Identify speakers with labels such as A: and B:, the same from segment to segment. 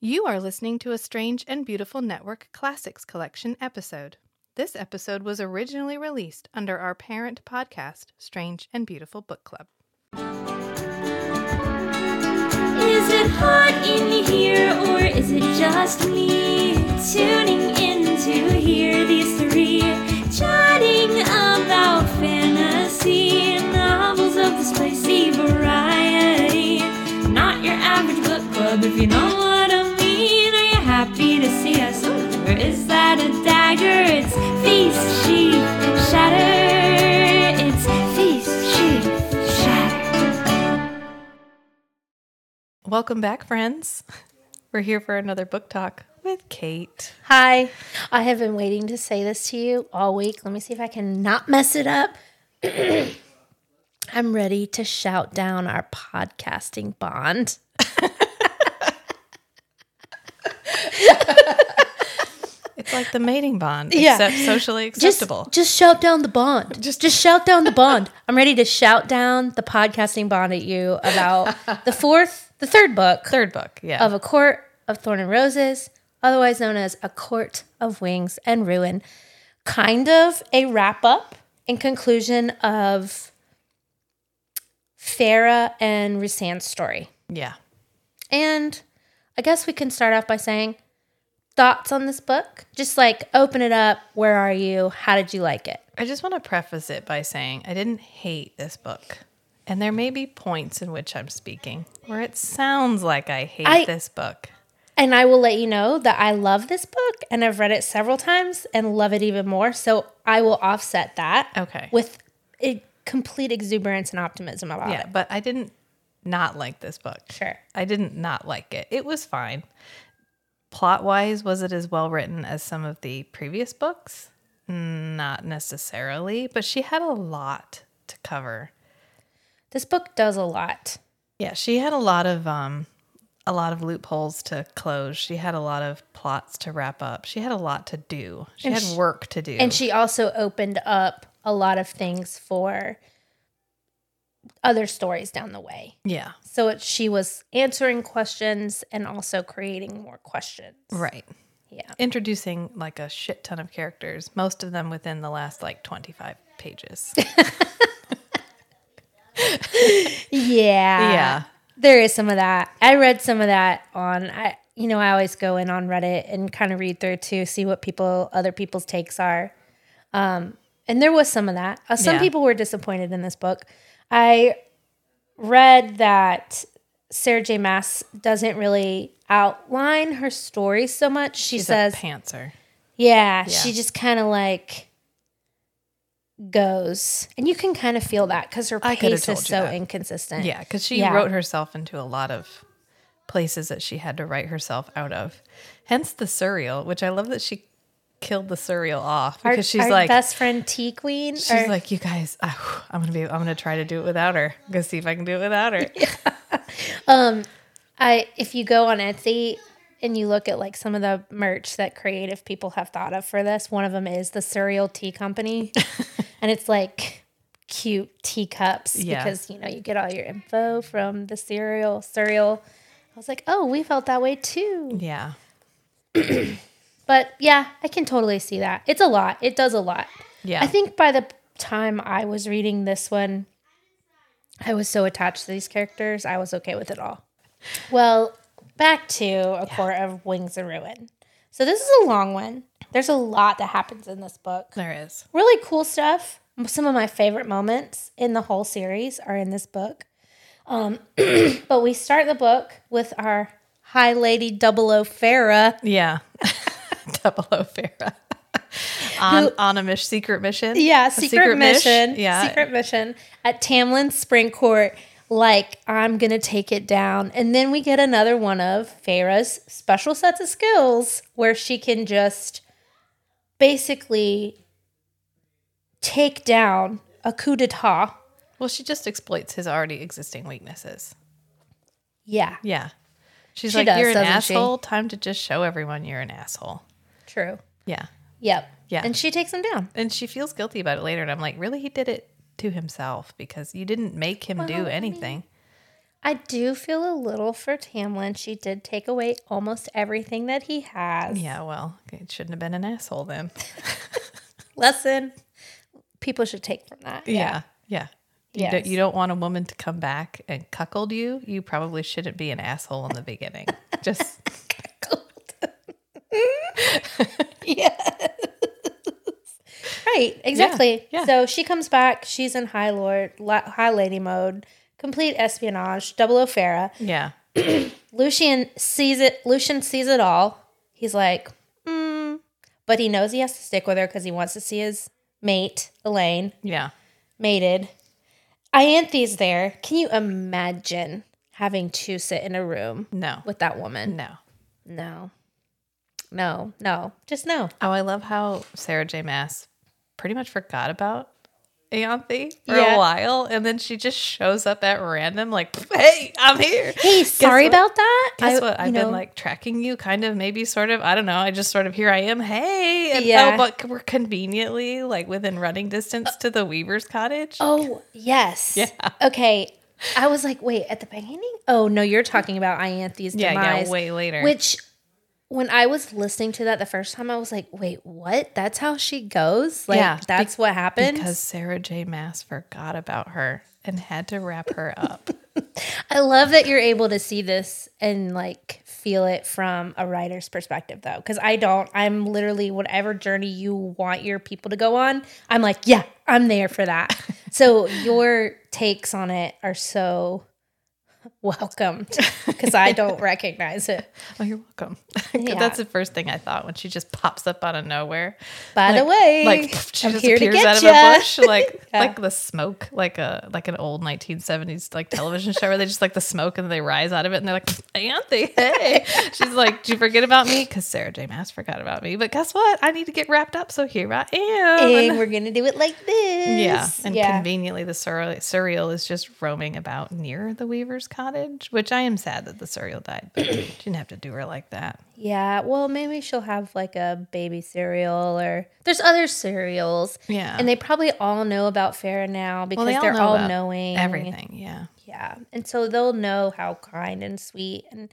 A: You are listening to a Strange and Beautiful Network Classics Collection episode. This episode was originally released under our parent podcast, Strange and Beautiful Book Club.
B: Is it hot in here or is it just me? Tuning in to hear these three chatting about fantasy novels of the spicy variety. Not your average book club, if you know what I mean. Are you happy to see us? Or is that a dagger? It's feast, she shatter. It's feast, she shatter.
A: Welcome back, friends. We're here for another book talk with Kate.
C: Hi. I have been waiting to say this to you all week. Let me see if I can not mess it up. I'm ready to shout down our podcasting bond.
A: It's like the mating bond,
C: Yeah.
A: except socially
C: Just,
A: acceptable.
C: just shout down the bond. Just, just shout down the bond. I'm ready to shout down the podcasting bond at you about the fourth, the third book
A: Third book, yeah.
C: of A Court of Thorn and Roses, otherwise known as A Court of Wings and Ruin. Kind of a wrap up and conclusion of Farah and Rusan's story.
A: yeah.
C: And I guess we can start off by saying thoughts on this book. Just like open it up. Where are you? How did you like it?
A: I just want to preface it by saying I didn't hate this book. And there may be points in which I'm speaking where it sounds like I hate
C: I-
A: this book.
C: And I will let you know that I love this book and I've read it several times and love it even more. So I will offset that.
A: Okay.
C: With a complete exuberance and optimism about
A: yeah,
C: it.
A: but I didn't not like this book.
C: Sure.
A: I didn't not like it. It was fine. Plot wise, was it as well written as some of the previous books? Not necessarily, but she had a lot to cover.
C: This book does a lot.
A: Yeah, she had a lot of um a lot of loopholes to close. She had a lot of plots to wrap up. She had a lot to do. She had work to do.
C: And she also opened up a lot of things for other stories down the way.
A: yeah.
C: So it, she was answering questions and also creating more questions.
A: Right.
C: Yeah.
A: Introducing like a shit ton of characters, most of them within the last like 25 pages.
C: Yeah.
A: Yeah.
C: There is some of that. I read some of that on I you know, I always go in on Reddit and kind of read through to see what people other people's takes are. Um and there was some of that. Uh, some
A: Yeah.
C: people were disappointed in this book. I read that Sarah J. Mass doesn't really outline her story so much. She
A: She's
C: says
A: a pantser.
C: Yeah,
A: Yeah.
C: she just kind of like goes, and you can kind of feel that because her
A: I coulda
C: pace
A: told
C: is
A: you
C: so
A: that.
C: inconsistent.
A: Yeah, because she
C: Yeah.
A: wrote herself into a lot of places that she had to write herself out of. Hence the surreal, which I love that she killed the surreal off
C: Our,
A: because she's
C: our
A: like,
C: best friend Tea Queen.
A: she's
C: or-
A: like, you guys, ah, I'm gonna be, I'm gonna try to do it without her. I'm gonna see if I can do it without her.
C: I if you go on Etsy and you look at like some of the merch that creative people have thought of for this, one of them is the Surreal Tea Company, and it's like cute teacups
A: Yeah.
C: because you know you get all your info from the cereal cereal. I was like, oh, we felt that way too.
A: Yeah,
C: But yeah, I can totally see that. It's a lot. It does a lot.
A: yeah.
C: I think by the time I was reading this one, I was so attached to these characters, I was okay with it all. Well, back to A Court of Wings and Ruin. So this is a long one. There's a lot that happens in this book.
A: there is.
C: Really cool stuff. Some of my favorite moments in the whole series are in this book. Um, but we start the book with our High Lady Double O Farah.
A: Yeah, Double O Farah. on, on a mish, secret mission.
C: Yeah,
A: A
C: secret,
A: mish?
C: mission.
A: Yeah,
C: secret mission at Tamlin Spring Court. Like I'm gonna take it down, and then we get another one of Farah's special sets of skills where she can just basically take down a coup d'état.
A: Well, she just exploits his already existing weaknesses.
C: Yeah,
A: Yeah. She's
C: She
A: like,
C: does,
A: you're an
C: doesn't she?
A: asshole. Time to just show everyone you're an asshole.
C: true.
A: Yeah.
C: Yep.
A: Yeah.
C: and she takes him down.
A: And she feels guilty about it later. And I'm like, really? He did it to himself because you didn't make him do anything.
C: I do feel a little for Tamlin. She did take away almost everything that he has.
A: Yeah, well, it shouldn't have been an asshole then.
C: Lesson people should take from that.
A: Yeah. Yeah. You,
C: Yes.
A: don't, you don't want a woman to come back and cuckold you. You probably shouldn't be an asshole in the beginning. Just
C: yes. right. Exactly.
A: yeah.
C: So she comes back. She's in high lord, la- high lady mode. Complete espionage. Double O'Farah.
A: yeah,
C: Lucian sees it. Lucian sees it all. He's like, mm. but he knows he has to stick with her because he wants to see his mate, Elaine,
A: yeah.
C: mated. Ianthe's there. Can you imagine having to sit in a room
A: No,
C: with that woman?
A: no.
C: No. No, no, just no.
A: Oh, I love how Sarah J. Mass pretty much forgot about Ayanthi for
C: Yeah.
A: a while, and then she just shows up at random, like, "Hey, I'm here."
C: Hey, sorry
A: what?
C: about that.
A: Guess
C: I-
A: what? I've
C: you know,
A: been like tracking you, kind of, maybe, sort of. I don't know. I just sort of here I am. Hey, and
C: Yeah.
A: oh, but we're conveniently like within running distance to the Weaver's cottage.
C: Oh yes.
A: Yeah.
C: Okay. I was like, wait, at the beginning? Oh no, you're talking about Ianthe's
A: yeah,
C: demise.
A: yeah. Way later.
C: Which, when I was listening to that the first time, I was like, wait, what? That's how she goes? Like,
A: Yeah,
C: that's what happens?
A: because Sarah J. Mass forgot about her and had to wrap her up.
C: I love that you're able to see this and like feel it from a writer's perspective, though. Because I don't, I'm literally whatever journey you want your people to go on, I'm like, yeah, I'm there for that. so your takes on it are so welcomed because I don't recognize it.
A: oh, you're welcome.
C: Yeah.
A: That's the first thing I thought when she just pops up out of nowhere.
C: By the
A: Like-
C: way,
A: like she
C: I'm
A: just
C: here to
A: appears
C: get
A: out of
C: ya.
A: a bush, like
C: Yeah.
A: like the smoke, like a like an old 1970s like television show where they just like the smoke and they rise out of it and they're like, Auntie, hey, she's like, do you forget about me? Because Sarah J. Mass forgot about me, but guess what? I need to get wrapped up, so here I am.
C: and we're gonna do it like this.
A: yeah, and conveniently the surreal, surreal is just roaming about near the Weaver's cottage, which I am sad that the surreal died. But she didn't have to do her like that.
C: Yeah, well, maybe she'll have like a baby cereal or there's other cereals.
A: Yeah.
C: And they probably all know about Farah now because
A: they all
C: they are
A: know
C: all
A: about
C: knowing
A: Everything, yeah,
C: Yeah. And so they'll know how kind and sweet and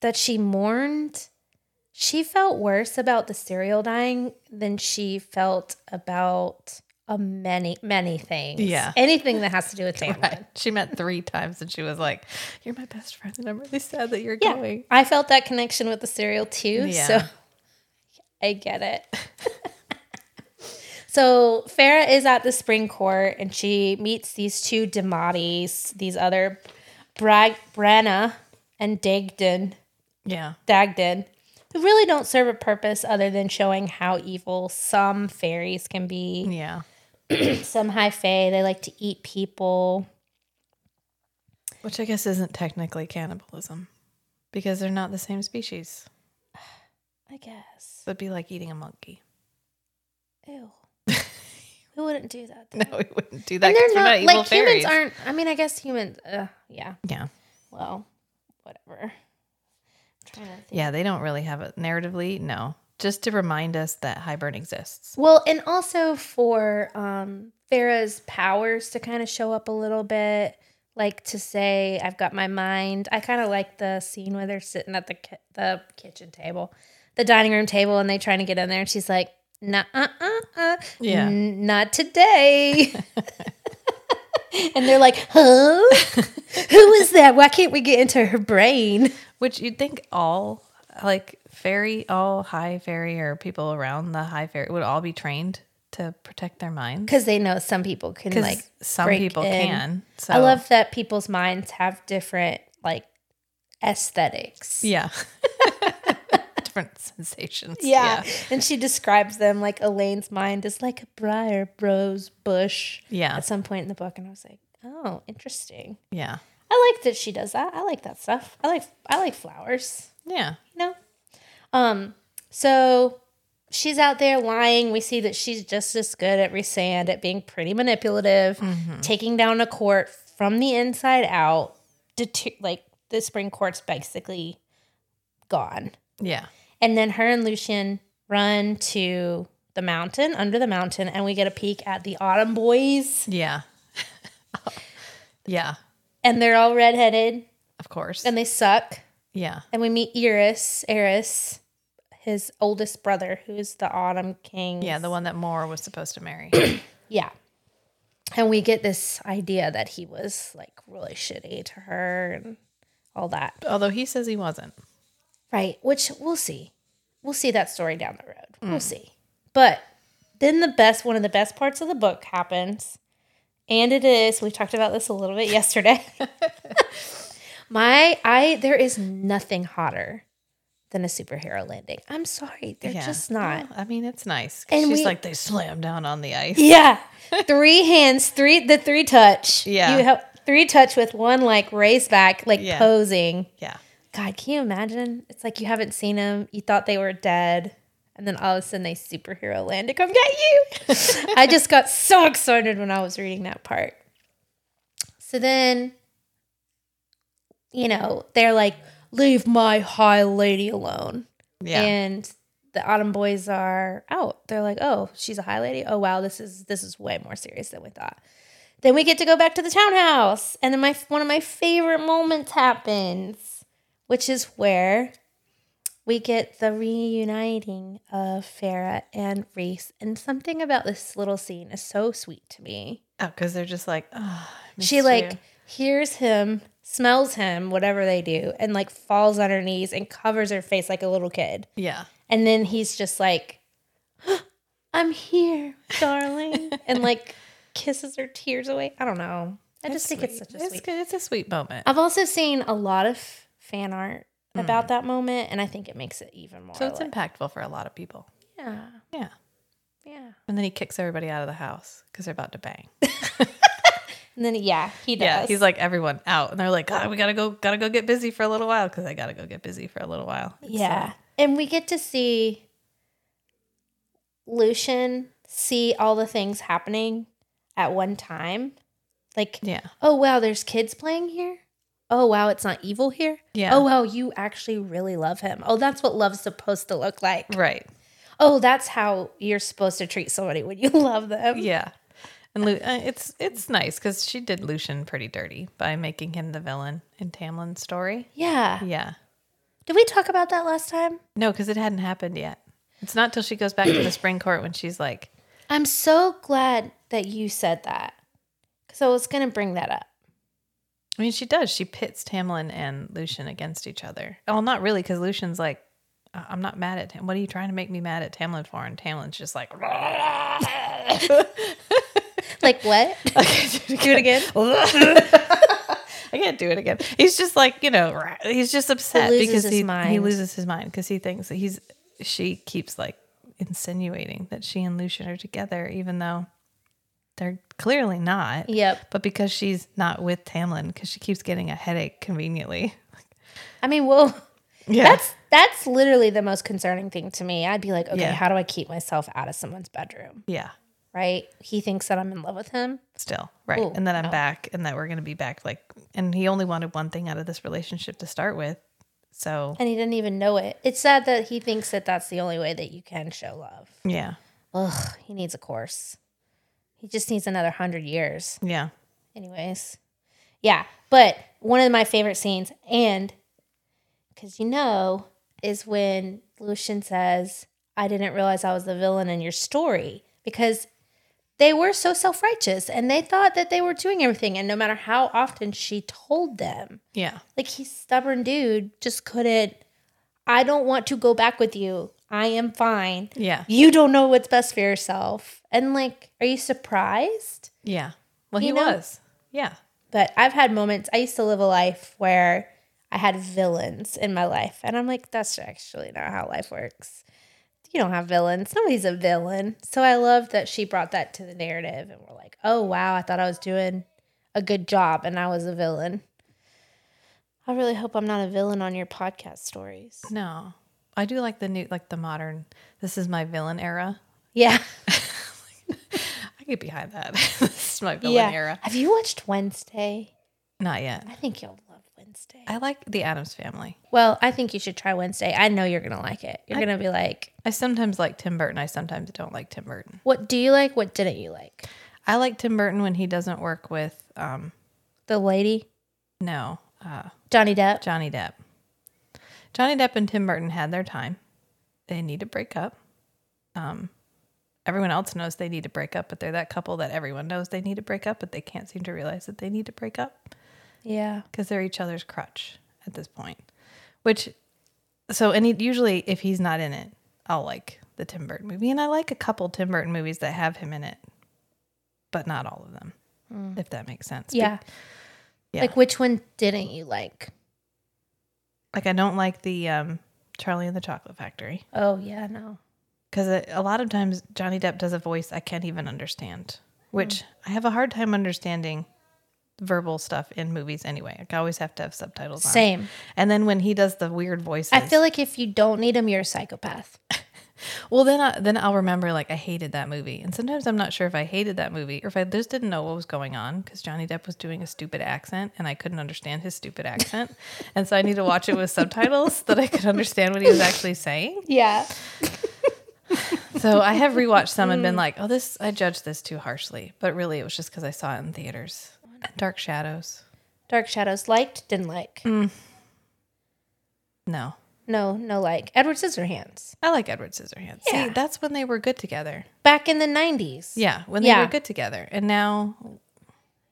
C: that she mourned. She felt worse about the cereal dying than she felt about a many, many things.
A: Yeah.
C: Anything that has to do with Tamlin.
A: right. She met three times, and she was like, "You're my best friend, and I'm really sad that you're
C: Yeah.
A: going."
C: I felt that connection with the cereal too.
A: Yeah.
C: So I get it. so Farah is at the spring court and she meets these two Dematis, these other Brag Brenna and Dagden,
A: Yeah,
C: Dagden, who really don't serve a purpose other than showing how evil some fairies can be
A: yeah.
C: some high fae. They like to eat people.
A: Which I guess isn't technically cannibalism, because they're not the same species.
C: I guess.
A: So it'd be like eating a monkey.
C: Ew. Who wouldn't do that?
A: No, we wouldn't do that.
C: And
A: 'cause we're not evil fairies.
C: humans aren't. I mean, I guess humans. Uh, yeah.
A: Yeah,
C: Well, whatever. I'm trying to think.
A: yeah. They don't really have it narratively. No, just to remind us that Hibern exists.
C: Well, and also for um Farah's powers to kind of show up a little bit, like to say, "I've got my mind." I kind of like the scene where they're sitting at the ki- the kitchen table, the dining room table, and they trying to get in there, and she's like, "Nah, uh, uh, uh,
A: Yeah.
C: n- not today." and they're like, "Huh? Who is that? Why can't we get into her brain?"
A: Which you'd think all like fairy, all high fairy or people around the high fairy would all be trained to protect their minds.
C: Because they know some people can
A: Because
C: like
A: some
C: break
A: people
C: in.
A: can. So
C: I love that people's minds have different like aesthetics.
A: Yeah. Different sensations.
C: Yeah. And she describes them like Elaine's mind is like a briar rose bush
A: Yeah.
C: at some point in the book. And I was like, oh, interesting.
A: Yeah.
C: I like that she does that. I like that stuff. I like I like flowers.
A: Yeah.
C: you know. Um, so she's out there lying. We see that she's just as good at Resand at being pretty manipulative,
A: Mm-hmm.
C: taking down a court from the inside out. Deter- like the spring court's basically gone,
A: Yeah.
C: and then her and Lucian run to the mountain under the mountain, and we get a peek at the Autumn Boys.
A: Yeah. yeah.
C: and they're all redheaded
A: of course.
C: and they suck.
A: yeah.
C: And we meet Eris, Eris, his oldest brother, who is the Autumn King.
A: Yeah, the one that Moore was supposed to marry.
C: Yeah. And we get this idea that he was like really shitty to her and all that.
A: Although he says he wasn't.
C: Right. Which we'll see. We'll see that story down the road. We'll see. But then the best, one of the best parts of the book happens. And it is, we talked about this a little bit yesterday. My, I, there is nothing hotter than a superhero landing. I'm sorry. They're
A: Yeah.
C: just not.
A: Well, I mean, it's nice. 'cause
C: And
A: she's
C: we-
A: like, they slam down on the ice.
C: Yeah. Three hands, three the three touch.
A: Yeah.
C: You have three touch with one like raised back, like
A: Yeah.
C: posing.
A: Yeah.
C: God, can you imagine? It's like you haven't seen them. You thought they were dead. And then all of a sudden they superhero land to come get you. I just got so excited when I was reading that part. So then, you know, they're like, leave my high lady alone.
A: Yeah.
C: And the Autumn Boys are out. They're like, oh, she's a high lady. Oh wow, this is this is way more serious than we thought. Then we get to go back to the townhouse, and then my one of my favorite moments happens, which is where we get the reuniting of Farah and Reese. And something about this little scene is so sweet to me.
A: oh, because they're just like, oh,
C: She like hears him, smells him, whatever they do, and like falls on her knees and covers her face like a little kid.
A: yeah.
C: And then he's just like, I'm here, darling. and like kisses her tears away. I don't know. I just think it's such a
A: it's
C: sweet.
A: Good. It's a sweet moment.
C: I've also seen a lot of fan art about that moment, and I think it makes it even more.
A: Hmm. so it's
C: like-
A: impactful for a lot of people.
C: yeah,
A: Yeah.
C: yeah.
A: And then he kicks everybody out of the house because they're about to bang.
C: And then yeah, he does.
A: Yeah, he's like everyone out, and they're like, "Ah, we gotta go, gotta go get busy for a little while because I gotta go get busy for a little while. It's,
C: yeah,
A: uh,
C: and we get to see Lucian see all the things happening at one time, like
A: yeah,
C: oh wow, there's kids playing here. Oh wow, it's not evil here.
A: Yeah.
C: Oh wow, you actually really love him. Oh, that's what love's supposed to look like.
A: right,
C: Oh, that's how you're supposed to treat somebody when you love them.
A: yeah." And Lu- uh, it's it's nice because she did Lucian pretty dirty by making him the villain in Tamlin's story.
C: Yeah.
A: Yeah,
C: Did we talk about that last time?
A: no, because it hadn't happened yet. It's not till she goes back to the spring court when she's like,
C: I'm so glad that you said that because I was going to bring that up.
A: I mean, she does. She pits Tamlin and Lucian against each other. Well, not really, because Lucian's like, "I- I'm not mad at him. What are you trying to make me mad at Tamlin for? And Tamlin's just like,
C: Like what?
A: do it again. I can't do it again. He's just like, you know, he's just upset
C: He loses
A: because
C: his
A: he, he
C: mind.
A: loses his mind because he thinks that he's, she keeps like insinuating that she and Lucian are together, even though they're clearly not.
C: yep.
A: But because she's not with Tamlin, because she keeps getting a headache conveniently.
C: I mean, well,
A: Yeah.
C: that's that's literally the most concerning thing to me. I'd be like, okay,
A: Yeah.
C: how do I keep myself out of someone's bedroom?
A: yeah.
C: Right? He thinks that I'm in love with him.
A: Still. Right.
C: Ooh,
A: and then I'm
C: no.
A: back and that we're gonna be back like and he only wanted one thing out of this relationship to start with. So
C: and he didn't even know it. It's sad that he thinks that that's the only way that you can show love.
A: yeah.
C: Ugh, he needs a course. He just needs another hundred years.
A: Yeah.
C: Anyways, yeah, but one of my favorite scenes, and because you know, is when Lucian says, I didn't realize I was the villain in your story because they were so self righteous and they thought that they were doing everything. And no matter how often she told them,
A: Yeah.
C: like he's stubborn dude, just couldn't. I don't want to go back with you. I am fine.
A: Yeah.
C: You don't know what's best for yourself. And like, are you surprised?
A: Yeah. Well he
C: You know-
A: was. Yeah.
C: But I've had moments, I used to live a life where I had villains in my life. And I'm like, that's actually not how life works. You don't have villains. Nobody's a villain. So I love that she brought that to the narrative. And we're like, oh, wow, I thought I was doing a good job and I was a villain. I really hope I'm not a villain on your podcast stories.
A: No. I do like the new like the modern this is my villain era.
C: Yeah.
A: I get behind that. this is my villain era.
C: Have you watched Wednesday?
A: Not yet.
C: I think you'll love Wednesday.
A: I like the Adams family.
C: Well, I think you should try Wednesday. I know you're going to like it. You're going to be like,
A: I sometimes like Tim Burton. I sometimes don't like Tim Burton.
C: what do you like? What didn't you like?
A: I like Tim Burton when he doesn't work with um
C: The lady?
A: No, uh,
C: Johnny Depp.
A: Johnny Depp. Johnny Depp and Tim Burton had their time. They need to break up. Um, everyone else knows they need to break up, but they're that couple that everyone knows they need to break up, but they can't seem to realize that they need to break up.
C: Yeah.
A: because they're each other's crutch at this point. Which, so and he, usually if he's not in it, I'll like the Tim Burton movie, and I like a couple Tim Burton movies that have him in it, but not all of them, if that makes sense. Be-
C: Mm. Yeah.
A: Yeah.
C: Like which one didn't you like?
A: like I don't like the um, Charlie and the Chocolate Factory
C: Oh yeah, no.
A: because a lot of times Johnny Depp does a voice I can't even understand, which I have a hard time understanding verbal stuff in movies anyway. Like I always have to have subtitles. on.
C: Same.
A: And then when he does the weird voices,
C: I feel like if you don't need him, you're a psychopath.
A: Well, then, I, then I'll remember like I hated that movie, and sometimes I'm not sure if I hated that movie or if I just didn't know what was going on because Johnny Depp was doing a stupid accent and I couldn't understand his stupid accent, and so I need to watch it with subtitles so that I could understand what he was actually saying.
C: Yeah.
A: So I have rewatched some and been like, "Oh, this I judged this too harshly," but really it was just because I saw it in theaters. And Dark Shadows,
C: Dark Shadows liked, didn't like.
A: no,
C: No, no like. Edward Scissorhands.
A: I like Edward Scissorhands.
C: Yeah.
A: See, that's when they were good together.
C: Back in the 90s.
A: Yeah, when they
C: Yeah.
A: were good together, and now,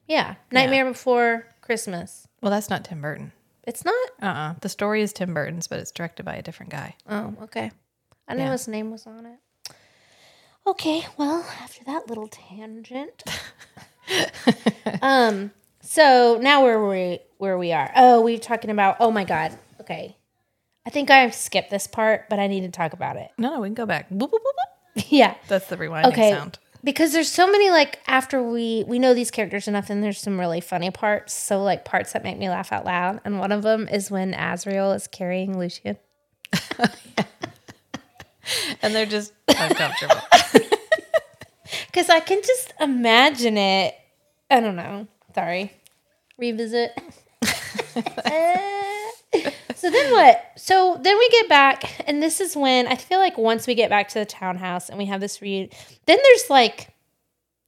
C: Yeah. Nightmare Before Christmas.
A: well, that's not Tim Burton.
C: It's not.
A: Uh-uh. The story is Tim Burton's, but it's directed by a different guy.
C: Oh, okay. I didn't
A: Yeah.
C: know his name was on it. Okay, well, after that little tangent. um, so now where we where we are. Oh, we're talking about oh my god. Okay. I think I skipped this part, but I need to talk about it.
A: No, no, we can go back. Boop, boop, boop, boop.
C: yeah.
A: That's the rewinding
C: Okay.
A: sound.
C: Because there's so many like after we we know these characters enough and there's some really funny parts. So like parts that make me laugh out loud. And one of them is when Azrael is carrying Lucian.
A: And they're just uncomfortable.
C: Because I can just imagine it. I don't know. Sorry. Revisit.
A: Uh.
C: so then what? So then we get back, and this is when I feel like once we get back to the townhouse and we have this read, then there's like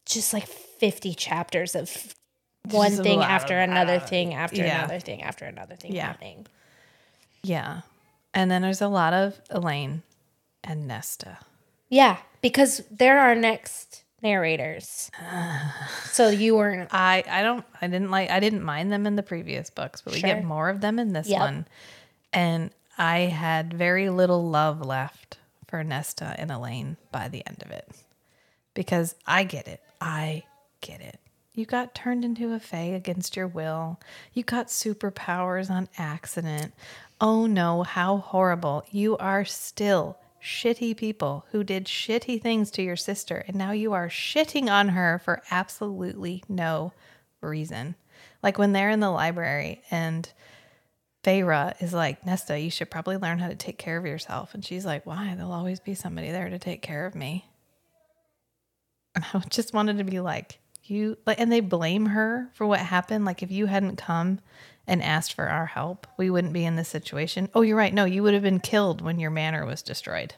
C: just like 50 chapters of one
A: Just a
C: thing
A: lot
C: after
A: of- uh,
C: another thing after
A: yeah.
C: another thing after another thing
A: Yeah.
C: happening.
A: yeah. And then there's a lot of Elaine and Nesta.
C: Yeah, because they're our next narrators. so you weren't
A: I, I don't I didn't like I didn't mind them in the previous books, but we
C: Sure.
A: get more of them in this
C: Yep.
A: one. And I had very little love left for Nesta and Elaine by the end of it. Because I get it. I get it. You got turned into a fae against your will. You got superpowers on accident. Oh no, how horrible. You are still shitty people who did shitty things to your sister, and now you are shitting on her for absolutely no reason. Like when they're in the library and Feyre is like, Nesta, you should probably learn how to take care of yourself. And she's like, Why? There'll always be somebody there to take care of me. And I just wanted to be like, you like and they blame her for what happened. Like if you hadn't come and asked for our help, we wouldn't be in this situation. Oh, you're right. No, you would have been killed when your manor was destroyed.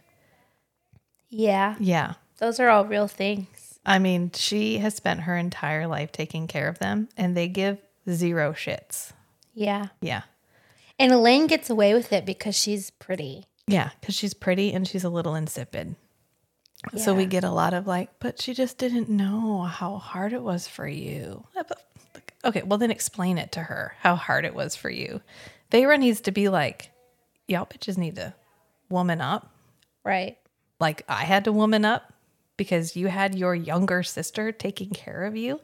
C: Yeah.
A: Yeah.
C: Those are all real things.
A: I mean, she has spent her entire life taking care of them and they give zero shits.
C: Yeah.
A: Yeah.
C: And Elaine gets away with it because she's pretty.
A: Yeah, because she's pretty and she's a little insipid. So we get a lot of like, but she just didn't know how hard it was for you. Okay, well then explain it to her how hard it was for you. Feyre needs to be like, y'all bitches need to woman up.
C: Right.
A: Like I had to woman up because you had your younger sister taking care of you,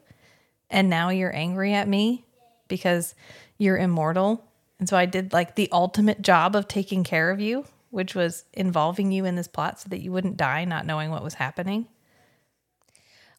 A: and now you're angry at me because you're immortal. And so I did like the ultimate job of taking care of you, which was involving you in this plot so that you wouldn't die not knowing what was happening.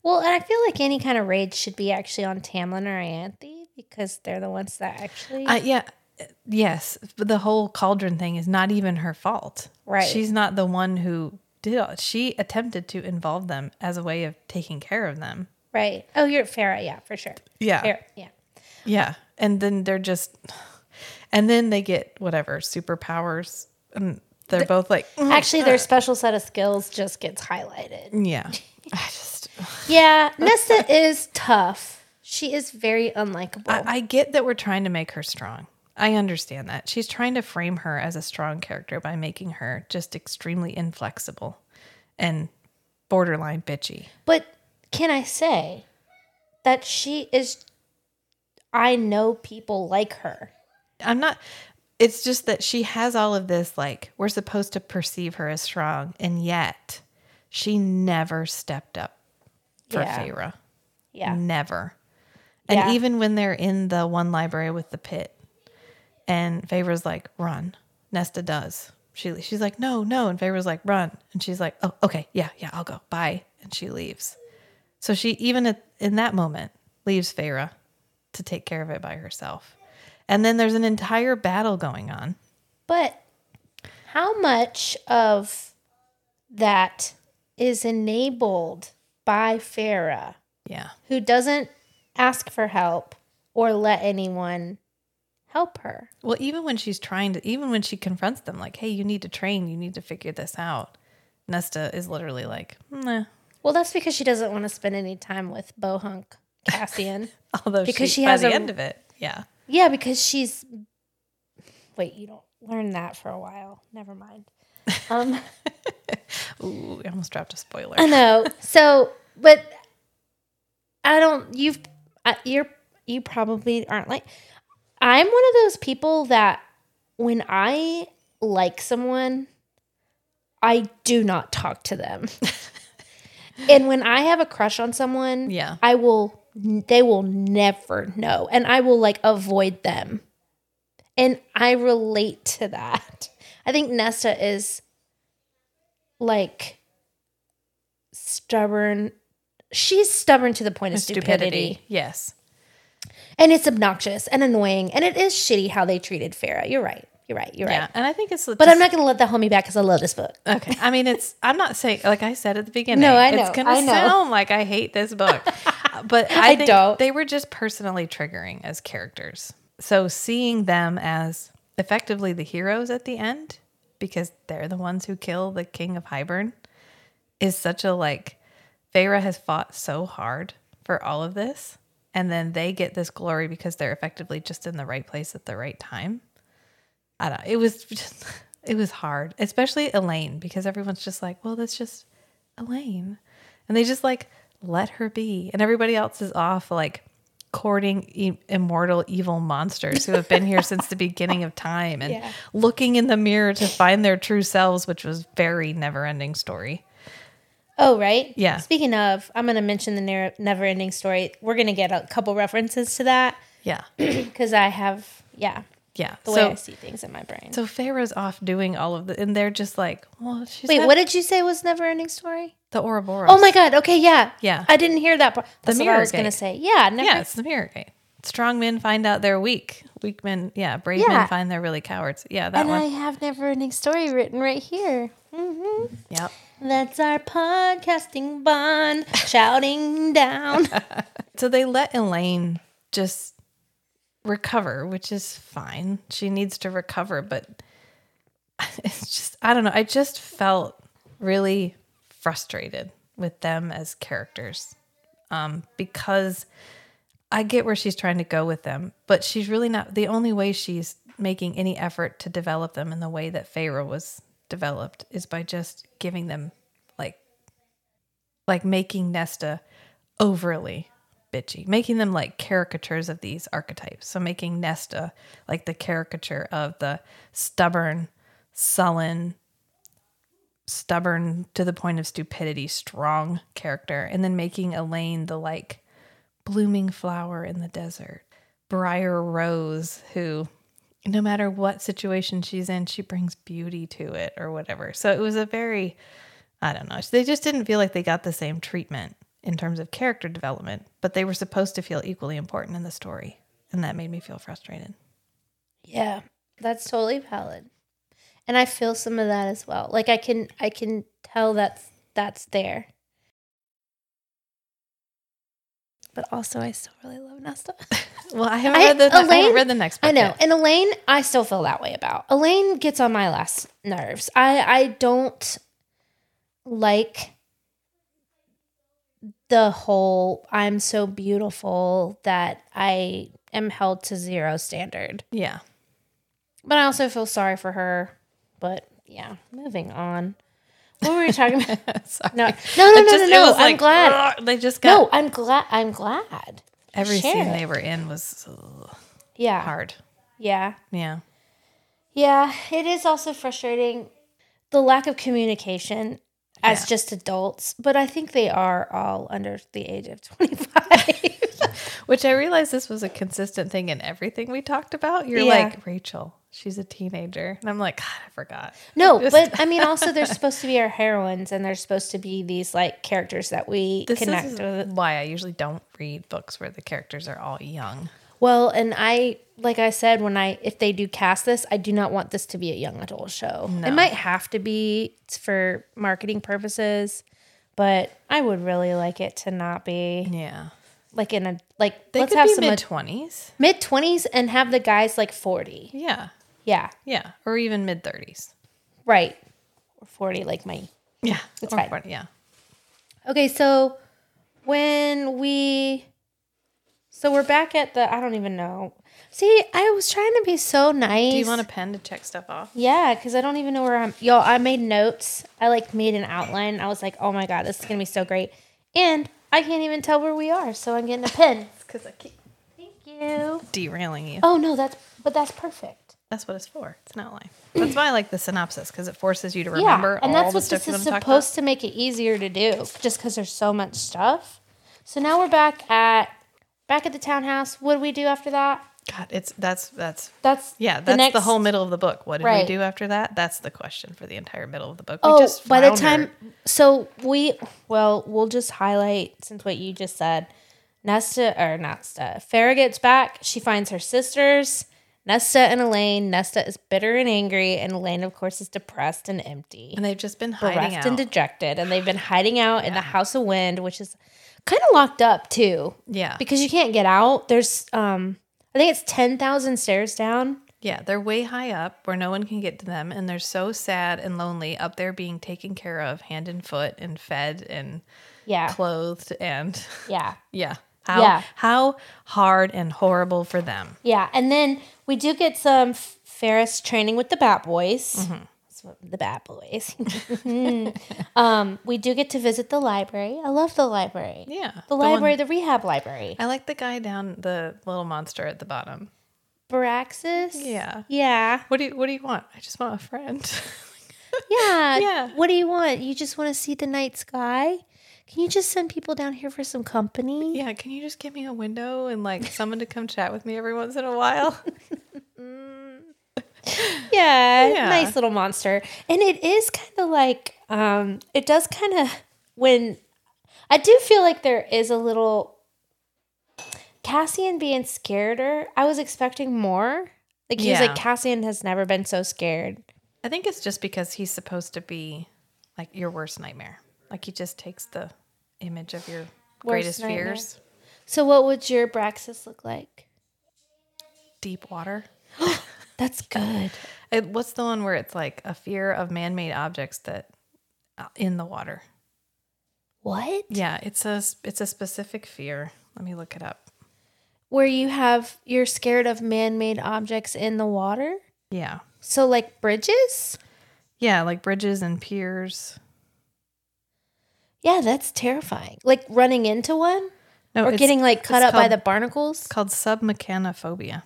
C: Well, and I feel like any kind of rage should be actually on Tamlin or Ianthe because they're the ones that actually.
A: Uh, yeah. uh, Yes. But the whole cauldron thing is not even her fault.
C: Right.
A: She's not the one who did all. She attempted to involve them as a way of taking care of them.
C: right. Oh, you're Farah. Yeah, for sure.
A: Yeah.
C: Farrah, yeah.
A: Yeah. And then they're just, and then they get whatever superpowers. And they're both like, "Mm,
C: Actually, their special set of skills just gets highlighted.
A: yeah. I just,
C: Yeah. Nesta is tough. She is very unlikable.
A: I, I get that we're trying to make her strong. I understand that. She's trying to frame her as a strong character by making her just extremely inflexible and borderline bitchy.
C: But can I say that she is? I know people like her.
A: I'm not. It's just that she has all of this, like, we're supposed to perceive her as strong, and yet she never stepped up for
C: Yeah.
A: Feyre.
C: Yeah.
A: Never. And
C: Yeah.
A: even when they're in the one library with the pit, and Feyre's like, run. Nesta does. She, she's like, no, no. And Feyre's like, run. And she's like, oh, okay. Yeah, yeah, I'll go. Bye. And she leaves. So she, even at, in that moment, leaves Feyre to take care of it by herself. And then there's an entire battle going on.
C: But how much of that is enabled by Farah,
A: Yeah.
C: who doesn't ask for help or let anyone help her?
A: Well, even when she's trying to, even when she confronts them, like, hey, you need to train, you need to figure this out, Nesta is literally like, nah.
C: Well, that's because she doesn't want to spend any time with Bohunk Cassian.
A: Although
C: Because
A: she,
C: she
A: by
C: has
A: the
C: a-
A: end of it, yeah.
C: yeah, because she's. Wait, you don't learn that for a while. Never mind. Um.
A: Ooh, I almost dropped a spoiler.
C: I know. So, but I don't. You've I, you're you probably aren't like. I'm one of those people that when I like someone, I do not talk to them. and when I have a crush on someone,
A: Yeah.
C: I will. They will never know, and I will like avoid them. And I relate to that. I think Nesta is like stubborn. She's stubborn to the point of stupidity.
A: Yes.
C: And it's obnoxious and annoying. And it is shitty how they treated Farah. You're right. You're right. You're
A: Yeah.
C: right.
A: And I think it's.
C: But I'm not going to let that hold me back because I love this book.
A: Okay. I mean, it's. I'm not saying like I said at the beginning.
C: No, I know.
A: It's gonna
C: I know.
A: sound like I hate this book, but I,
C: I
A: think
C: don't.
A: They were just personally triggering as characters. So seeing them as effectively the heroes at the end, because they're the ones who kill the king of Hibern, is such a like. Feyre has fought so hard for all of this, and then they get this glory because they're effectively just in the right place at the right time. I don't. It was just. It was hard, especially Elaine, because everyone's just like, "Well, that's just Elaine," and they just like let her be, and everybody else is off like courting e- immortal evil monsters who have been here since the beginning of time and
C: Yeah.
A: looking in the mirror to find their true selves, which was very never-ending story.
C: Oh, right?
A: Yeah.
C: Speaking of, I'm going to mention the ner- never ending story. We're going to get a couple references to that
A: Yeah,
C: because I have, yeah,
A: yeah.
C: the way I see things in my brain.
A: So Pharaoh's off doing all of the, and they're just like, well, she's
C: Wait,
A: had
C: what did you say was never ending story?
A: the Ouroboros.
C: Oh my God. Okay. Yeah.
A: Yeah.
C: I didn't hear that part. That's what
A: mirror
C: I was going to
A: gate.
C: say. Yeah. Never.
A: yeah, it's the mirror gate. Strong men find out they're weak. Weak men, yeah, brave
C: Yeah.
A: men find they're really cowards. Yeah, that
C: And
A: one.
C: I have never ending story written right here.
A: yep.
C: That's our podcasting bond shouting down.
A: So they let Elaine just recover, which is fine. She needs to recover, but it's just I don't know. I just felt really frustrated with them as characters. Um, because I get where she's trying to go with them, but she's really not the only way she's making any effort to develop them in the way that Pharaoh was developed is by just giving them like like making Nesta overly bitchy, making them like caricatures of these archetypes. So making Nesta like the caricature of the stubborn, sullen, stubborn to the point of stupidity, strong character, and then making Elaine the like blooming flower in the desert, Briar Rose, who no matter what situation she's in, she brings beauty to it or whatever. So it was a very, I don't know, they just didn't feel like they got the same treatment in terms of character development, but they were supposed to feel equally important in the story. And that made me feel frustrated.
C: Yeah, that's totally valid. And I feel some of that as well. Like I can I can tell that's that's there. But also I still really love Nesta.
A: Well, I haven't
C: I-
A: read the I
C: Elaine-
A: haven't read the next book.
C: I know.
A: yet.
C: And Elaine, I still feel that way about. Elaine gets on my last nerves. I I don't like the whole I'm so beautiful that I am held to zero standard.
A: Yeah.
C: But I also feel sorry for her. But yeah, moving on. What were we talking about?
A: Sorry.
C: No, no, no,
A: It
C: no,
A: just-
C: no,
A: it
C: no.
A: was
C: I'm
A: like,
C: glad.
A: "Ugh," they just got
C: No, I'm glad. I'm glad.
A: every
C: share
A: scene
C: it.
A: they were in was uh,
C: Yeah.
A: hard.
C: Yeah.
A: Yeah.
C: Yeah. It is also frustrating the lack of communication as
A: Yeah.
C: just adults, but I think they are all under the age of 25.
A: Which I realized this was a consistent thing in everything we talked about. You're
C: Yeah.
A: like, Rachel, she's a teenager. And I'm like, God, I forgot.
C: no,
A: Just-
C: but I mean, also, they're supposed to be our heroines and they're supposed to be these like characters that we
A: This
C: connect
A: is
C: with.
A: why I usually don't read books where the characters are all young.
C: Well, and I like I said when I if they do cast this, I do not want this to be a young adult show. It might have to be for marketing purposes, but I would really like it to not be
A: Yeah.
C: like in a like
A: They
C: let's
A: could
C: have
A: be
C: some
A: mid twenties.
C: mid 20s and have the guys like 40.
A: Yeah.
C: Yeah,
A: Yeah. Or even mid thirties.
C: right. Or 40 like my
A: Yeah. It's
C: fine.
A: yeah.
C: Okay, so when we so we're back at the I don't even know. See, I was trying to be so nice.
A: Do you want a pen to check stuff off?
C: Yeah, because I don't even know where I'm. Y'all, I made notes. I like made an outline. I was like, oh my God, this is going to be so great. And I can't even tell where we are. So I'm getting a pen.
A: Because I keep
C: Thank you.
A: derailing you.
C: Oh no, that's, but that's perfect.
A: That's what it's for. It's an outline. That's why I like the synopsis because it forces you to
C: yeah.
A: remember
C: And
A: all
C: that's
A: the
C: what
A: stuff
C: this
A: you
C: is
A: want to talk about.
C: supposed to make it easier to do just because there's so much stuff. So now we're back at, back at the townhouse. What do we do after that?
A: God, it's that's that's
C: That's,
A: yeah, that's the, whole middle of the book. What did
C: Right.
A: we do after that? That's the question for the entire middle of the book.
C: Oh,
A: we just
C: by the
A: floundered.
C: time, so we well, we'll just highlight since what you just said. Nesta or Nesta, Farrah gets back. She finds her sisters, Nesta and Elaine. Nesta is bitter and angry, and Elaine, of course, is depressed and empty,
A: and they've just been hiding
C: bereft
A: out.
C: and dejected, and they've been hiding out in the House of Wind, which is kind of locked up too,
A: yeah,
C: because you can't get out. There's um, I think it's ten thousand stairs down.
A: yeah, they're way high up where no one can get to them, and they're so sad and lonely up there, being taken care of hand and foot and fed and
C: Yeah,
A: clothed and
C: yeah.
A: yeah. How
C: Yeah.
A: how hard and horrible for them.
C: Yeah, and then we do get some F- Ferris training with the Bat Boys.
A: Mm-hmm.
C: That's what- The Bat Boys. um, we do get to visit the library. I love the library.
A: Yeah,
C: The,
A: one-
C: library, the rehab library.
A: I like the guy down the little monster at the bottom.
C: Baraxis.
A: Yeah.
C: Yeah.
A: What do you What do you want? I just want a friend.
C: Yeah.
A: Yeah.
C: What do you want? You just want to see the night sky? Can you just send people down here for some company?
A: yeah, can you just give me a window and like someone to come chat with me every once in a while?
C: yeah,
A: Yeah.
C: nice little monster and it is kind of like um it does kind of when i do feel like there is a little cassian being scareder i was expecting more like he was
A: Yeah.
C: like cassian has never been so scared
A: I think it's just because he's supposed to be like your worst nightmare. Like he just takes the image of your greatest
C: nightmare.
A: fears.
C: so what would your braxis look like
A: Deep water.
C: that's good
A: It, what's the one where it's like a fear of man-made objects that uh, in the water?
C: what
A: Yeah, it's a s- it's a specific fear. Let me look it up.
C: where you have you're scared of man-made objects in the water
A: Yeah.
C: so like bridges
A: Yeah, like bridges and piers.
C: yeah that's terrifying like running into one
A: No,
C: or
A: it's-
C: getting like
A: it's
C: cut up by
A: called-
C: the barnacles.
A: It's called submechanophobia.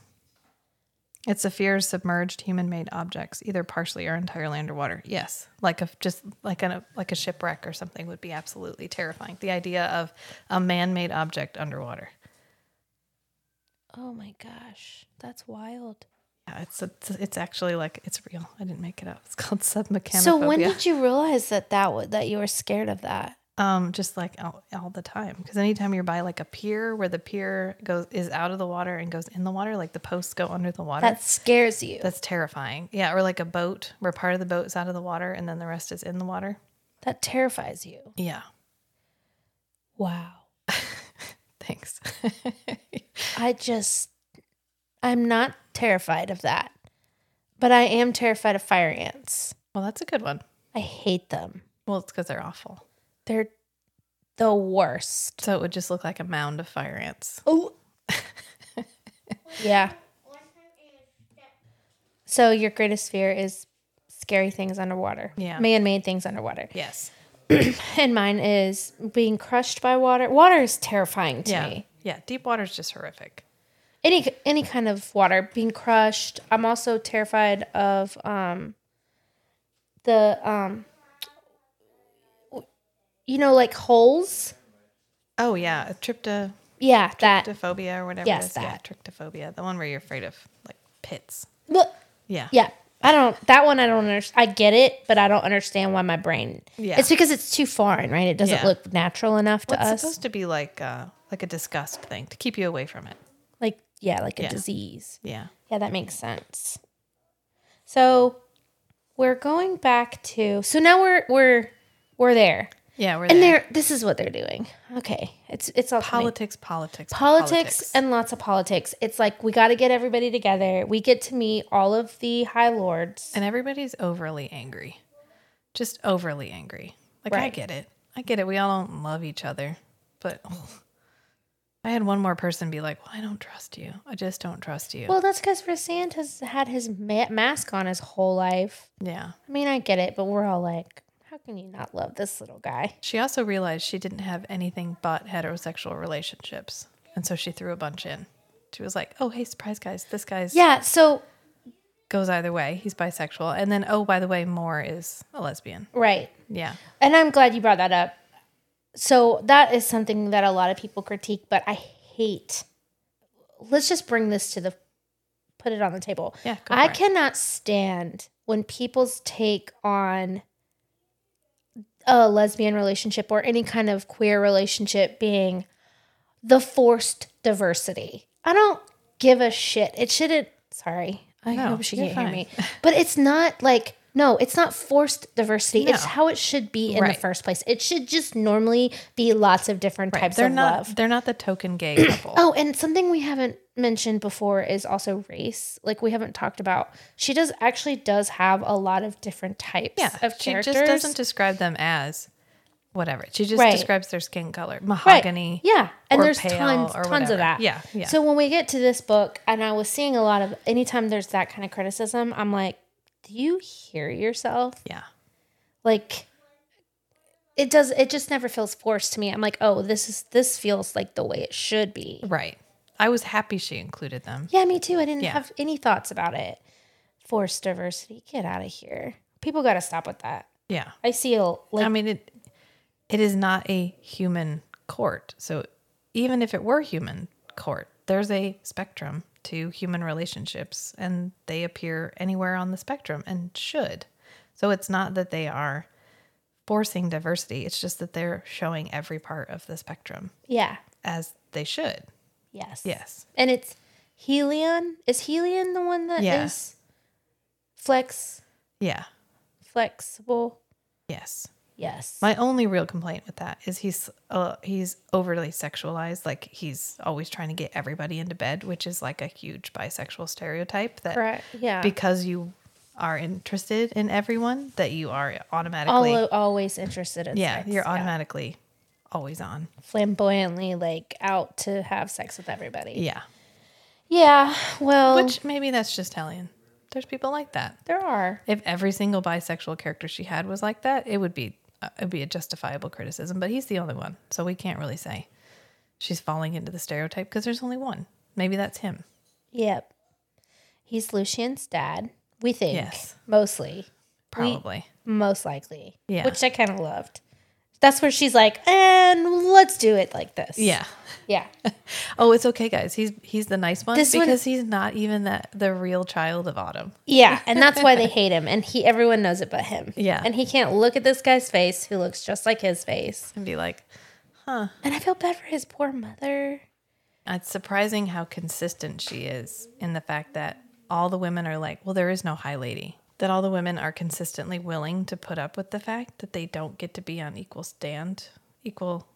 A: It's a fear of submerged human-made objects, either partially or entirely underwater. Yes, like a just like a like a shipwreck or something would be absolutely terrifying. The idea of a man-made object underwater.
C: Oh my gosh, that's wild.
A: Yeah, it's it's, it's actually like it's real. I didn't make it up. It's called submechanophobia.
C: So when did you realize that that would that you were scared of that?
A: um just like all, all the time because anytime you're by like a pier where the pier goes is out of the water and goes in the water, like the posts go under the water.
C: That scares you.
A: That's terrifying. Yeah, or like a boat where part of the boat is out of the water and then the rest is in the water.
C: That terrifies you.
A: Yeah.
C: Wow.
A: Thanks.
C: I just I'm not terrified of that. But I am terrified of fire ants.
A: well, that's a good one.
C: I hate them.
A: Well, it's because they're awful.
C: They're the worst.
A: So it would just look like a mound of fire ants.
C: Oh. yeah. So your greatest fear is scary things underwater.
A: Yeah.
C: Man-made things underwater.
A: Yes.
C: And mine is being crushed by water. Water is terrifying to
A: Yeah.
C: me.
A: Yeah. Deep water's just horrific.
C: Any any kind of water being crushed. I'm also terrified of um the um you know like holes.
A: Oh yeah, trypto-
C: Yeah, that.
A: tryptophobia or whatever.
C: Yes,
A: it is. Yeah,
C: that.
A: tryptophobia. The one where you're afraid of like pits.
C: Look.
A: Yeah.
C: Yeah. I don't that one I don't understand. I get it, but I don't understand why my brain.
A: Yeah.
C: It's because it's too foreign, right? It doesn't
A: Yeah.
C: look natural enough to
A: Well, it's
C: us.
A: supposed to be like uh like a disgust thing to keep you away from it.
C: like yeah, like a
A: Yeah.
C: disease.
A: Yeah.
C: Yeah, that makes sense. So we're going back to so now we're we're we're there.
A: Yeah, we're
C: And
A: there.
C: they're this is what they're doing. Okay. It's it's all coming.
A: Politics, politics,
C: politics, and lots of politics. It's like we got to get everybody together. We get to meet all of the high lords.
A: and everybody's overly angry. Just overly angry. Like I
C: Right.
A: get it. I get it. We all don't love each other. But oh, I had one more person be like, "Well, I don't trust you. I just don't trust you."
C: Well, that's because Rasand has had his ma- mask on his whole life.
A: yeah.
C: I mean, I get it, but we're all like, how can you not love this little guy?
A: She also realized she didn't have anything but heterosexual relationships. And so she threw a bunch in. She was like, "Oh, hey, surprise guys. This guy's
C: Yeah, so,
A: goes either way. He's bisexual." And then, "Oh, by the way, Moore is a lesbian."
C: right.
A: Yeah.
C: And I'm glad you brought that up. So, that is something that a lot of people critique, but I hate. Let's just bring this to the put it on the table.
A: Yeah, go
C: I
A: for it.
C: cannot stand when people's take on a lesbian relationship or any kind of queer relationship being the forced diversity. I don't give a shit. It shouldn't. Sorry, I
A: No,
C: hope she
A: you're
C: can't
A: fine.
C: hear me. But it's not like no, it's not forced diversity. It's
A: No.
C: how it should be in
A: Right.
C: the first place. It should just normally be lots of different types
A: They're
C: of
A: not
C: love.
A: they're not the token gay couple.
C: Oh, and something we haven't mentioned before is also race. Like we haven't talked about. She does actually does have a lot of different types
A: yeah,
C: of
A: she
C: characters.
A: just doesn't describe them as whatever. She just
C: Right.
A: describes their skin color,
C: Right.
A: mahogany.
C: Yeah, and
A: or
C: there's
A: pale
C: tons,
A: or
C: tons
A: whatever.
C: of that.
A: Yeah, yeah.
C: So when we get to this book, and I was seeing a lot of anytime there's that kind of criticism, I'm like, do you hear yourself?
A: yeah,
C: Like. It does. It just never feels forced to me. I'm like, oh, this is this feels like the way it should be.
A: right. I was happy she included them.
C: Yeah, me too. I didn't
A: Yeah.
C: have any thoughts about it. Forced diversity. Get out of here. People got to stop with that.
A: Yeah,
C: I see a like
A: I mean it. It is not a human court, so even if it were human court, there's a spectrum to human relationships, and they appear anywhere on the spectrum and should. So it's not that they are forcing diversity; it's just that they're showing every part of the spectrum.
C: yeah.
A: as they should.
C: Yes.
A: Yes.
C: And it's Helion. Is Helion the one that is
A: Yeah.
C: flex
A: Yeah.
C: flexible?
A: Yes.
C: Yes.
A: My only real complaint with that is he's uh, he's overly sexualized. Like he's always trying to get everybody into bed, which is like a huge bisexual stereotype that
C: right. Yeah.
A: because you are interested in everyone that you are automatically
C: All, always interested in
A: yeah
C: sex.
A: you're automatically always on
C: flamboyantly like out to have sex with everybody.
A: yeah
C: Yeah. Well,
A: which maybe that's just hellion there's people like that
C: there are.
A: if every single bisexual character she had was like that, it would be it would be a justifiable criticism. But he's the only one, so we can't really say she's falling into the stereotype because there's only one. Maybe that's him.
C: Yep. He's Lucian's dad. We think
A: Yes.
C: mostly.
A: Probably.
C: most likely.
A: Yeah.
C: Which I kind of loved. That's where she's like, and let's do it like this.
A: yeah.
C: Yeah.
A: Oh, it's okay, guys. He's he's the nice one
C: This one-
A: because he's not even that the real child of Autumn.
C: Yeah. And that's why they hate him. And he, everyone knows it but him.
A: Yeah.
C: And he can't look at this guy's face who looks just like his face.
A: And be like,
C: And I feel bad for his poor mother.
A: it's surprising how consistent she is in the fact that all the women are like, well, there is no high lady. That all the women are consistently willing to put up with the fact that they don't get to be on equal stand, equal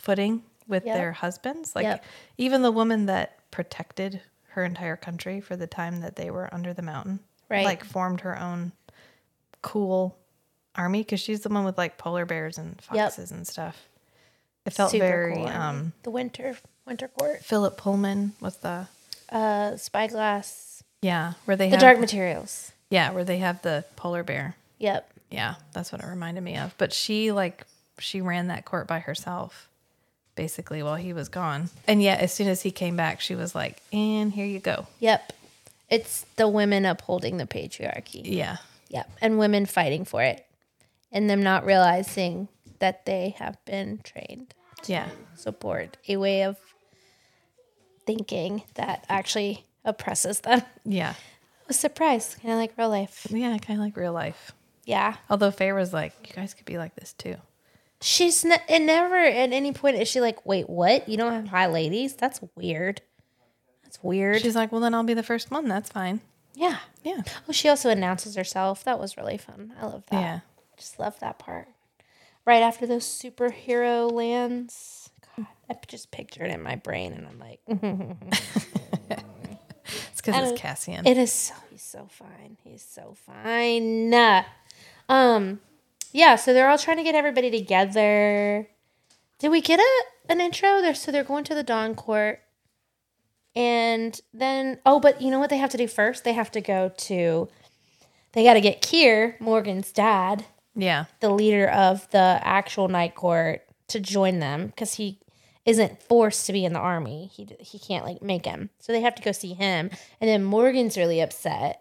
A: footing with
C: Yep.
A: their husbands. Like,
C: Yep.
A: even the woman that protected her entire country for the time that they were under the mountain,
C: Right.
A: Like, formed her own cool army because she's the one with like polar bears and foxes and stuff. It felt
C: super
A: very
C: cool.
A: um,
C: the winter winter court,
A: Philip Pullman with the
C: uh, spyglass,
A: yeah, where they
C: the
A: have,
C: dark materials.
A: yeah, where they have the polar bear.
C: Yep.
A: Yeah, that's what it reminded me of. But she like she ran that court by herself basically while he was gone. And yet as soon as he came back, she was like, "And here you go."
C: Yep. It's the women upholding the patriarchy.
A: Yeah.
C: Yep. And women fighting for it and them not realizing that they have been trained
A: Yeah.
C: to support a way of thinking that actually oppresses them.
A: Yeah.
C: I was surprised, kind of like real life.
A: Yeah, kind of like real life.
C: Yeah.
A: Although Faye was like, "You guys could be like this too."
C: She's ne- and never at any point is she like, wait, what? You don't have high ladies? That's weird. That's weird.
A: She's like, "Well, then I'll be the first one. That's fine."
C: yeah.
A: Yeah.
C: Well, she also announces herself. That was really fun. I love that.
A: Yeah.
C: Just love that part. Right after those superhero lands. God, I just picture it in my brain and I'm like,
A: It's cuz
C: And-
A: it's Cassian.
C: it is so, he's so fine. He's so fine. Um, yeah, so they're all trying to get everybody together. Did we get a an intro? They're, so they're going to the Dawn Court. And then, oh, but you know what they have to do first? They have to go to, they got to get Kier, Morgan's dad,
A: yeah.
C: the leader of the actual night court to join them because he isn't forced to be in the army. He he can't like make him, so they have to go see him. And then Morgan's really upset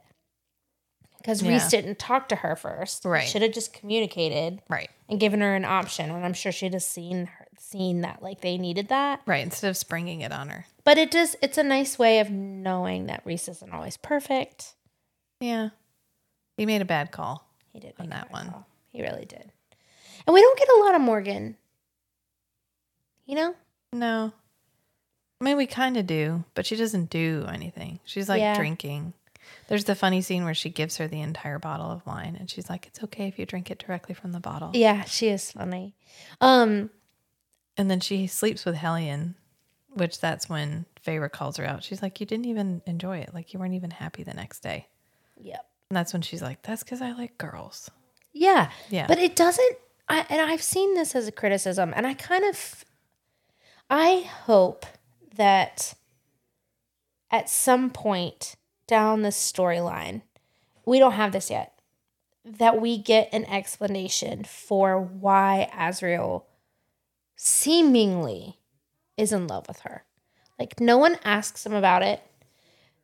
C: because Reese
A: Yeah.
C: didn't talk to her first.
A: Right.
C: should have just communicated
A: Right.
C: and given her an option. And I'm sure she'd have seen her, seen that like they needed that.
A: Right, instead of springing it on her.
C: But it does. It's a nice way of knowing that Reese isn't always perfect.
A: Yeah. He made a bad call.
C: He did
A: On
C: make a
A: that
C: bad
A: one.
C: call. He really did. And we don't get a lot of Morgan. You know.
A: No. I mean, we kind of do, but she doesn't do anything. She's like
C: Yeah.
A: drinking. There's the funny scene where she gives her the entire bottle of wine and she's like, it's okay if you drink it directly from the bottle.
C: Yeah, she is funny. Um,
A: And then she sleeps with Hellion, which that's when Feyre calls her out. She's like, you didn't even enjoy it. Like, you weren't even happy the next day.
C: yep.
A: And that's when she's like, that's because I like girls.
C: Yeah.
A: Yeah.
C: But it doesn't I and I've seen this as a criticism and I kind of I hope that at some point down this storyline, we don't have this yet, that we get an explanation for why Azrael seemingly is in love with her. Like no one asks him about it.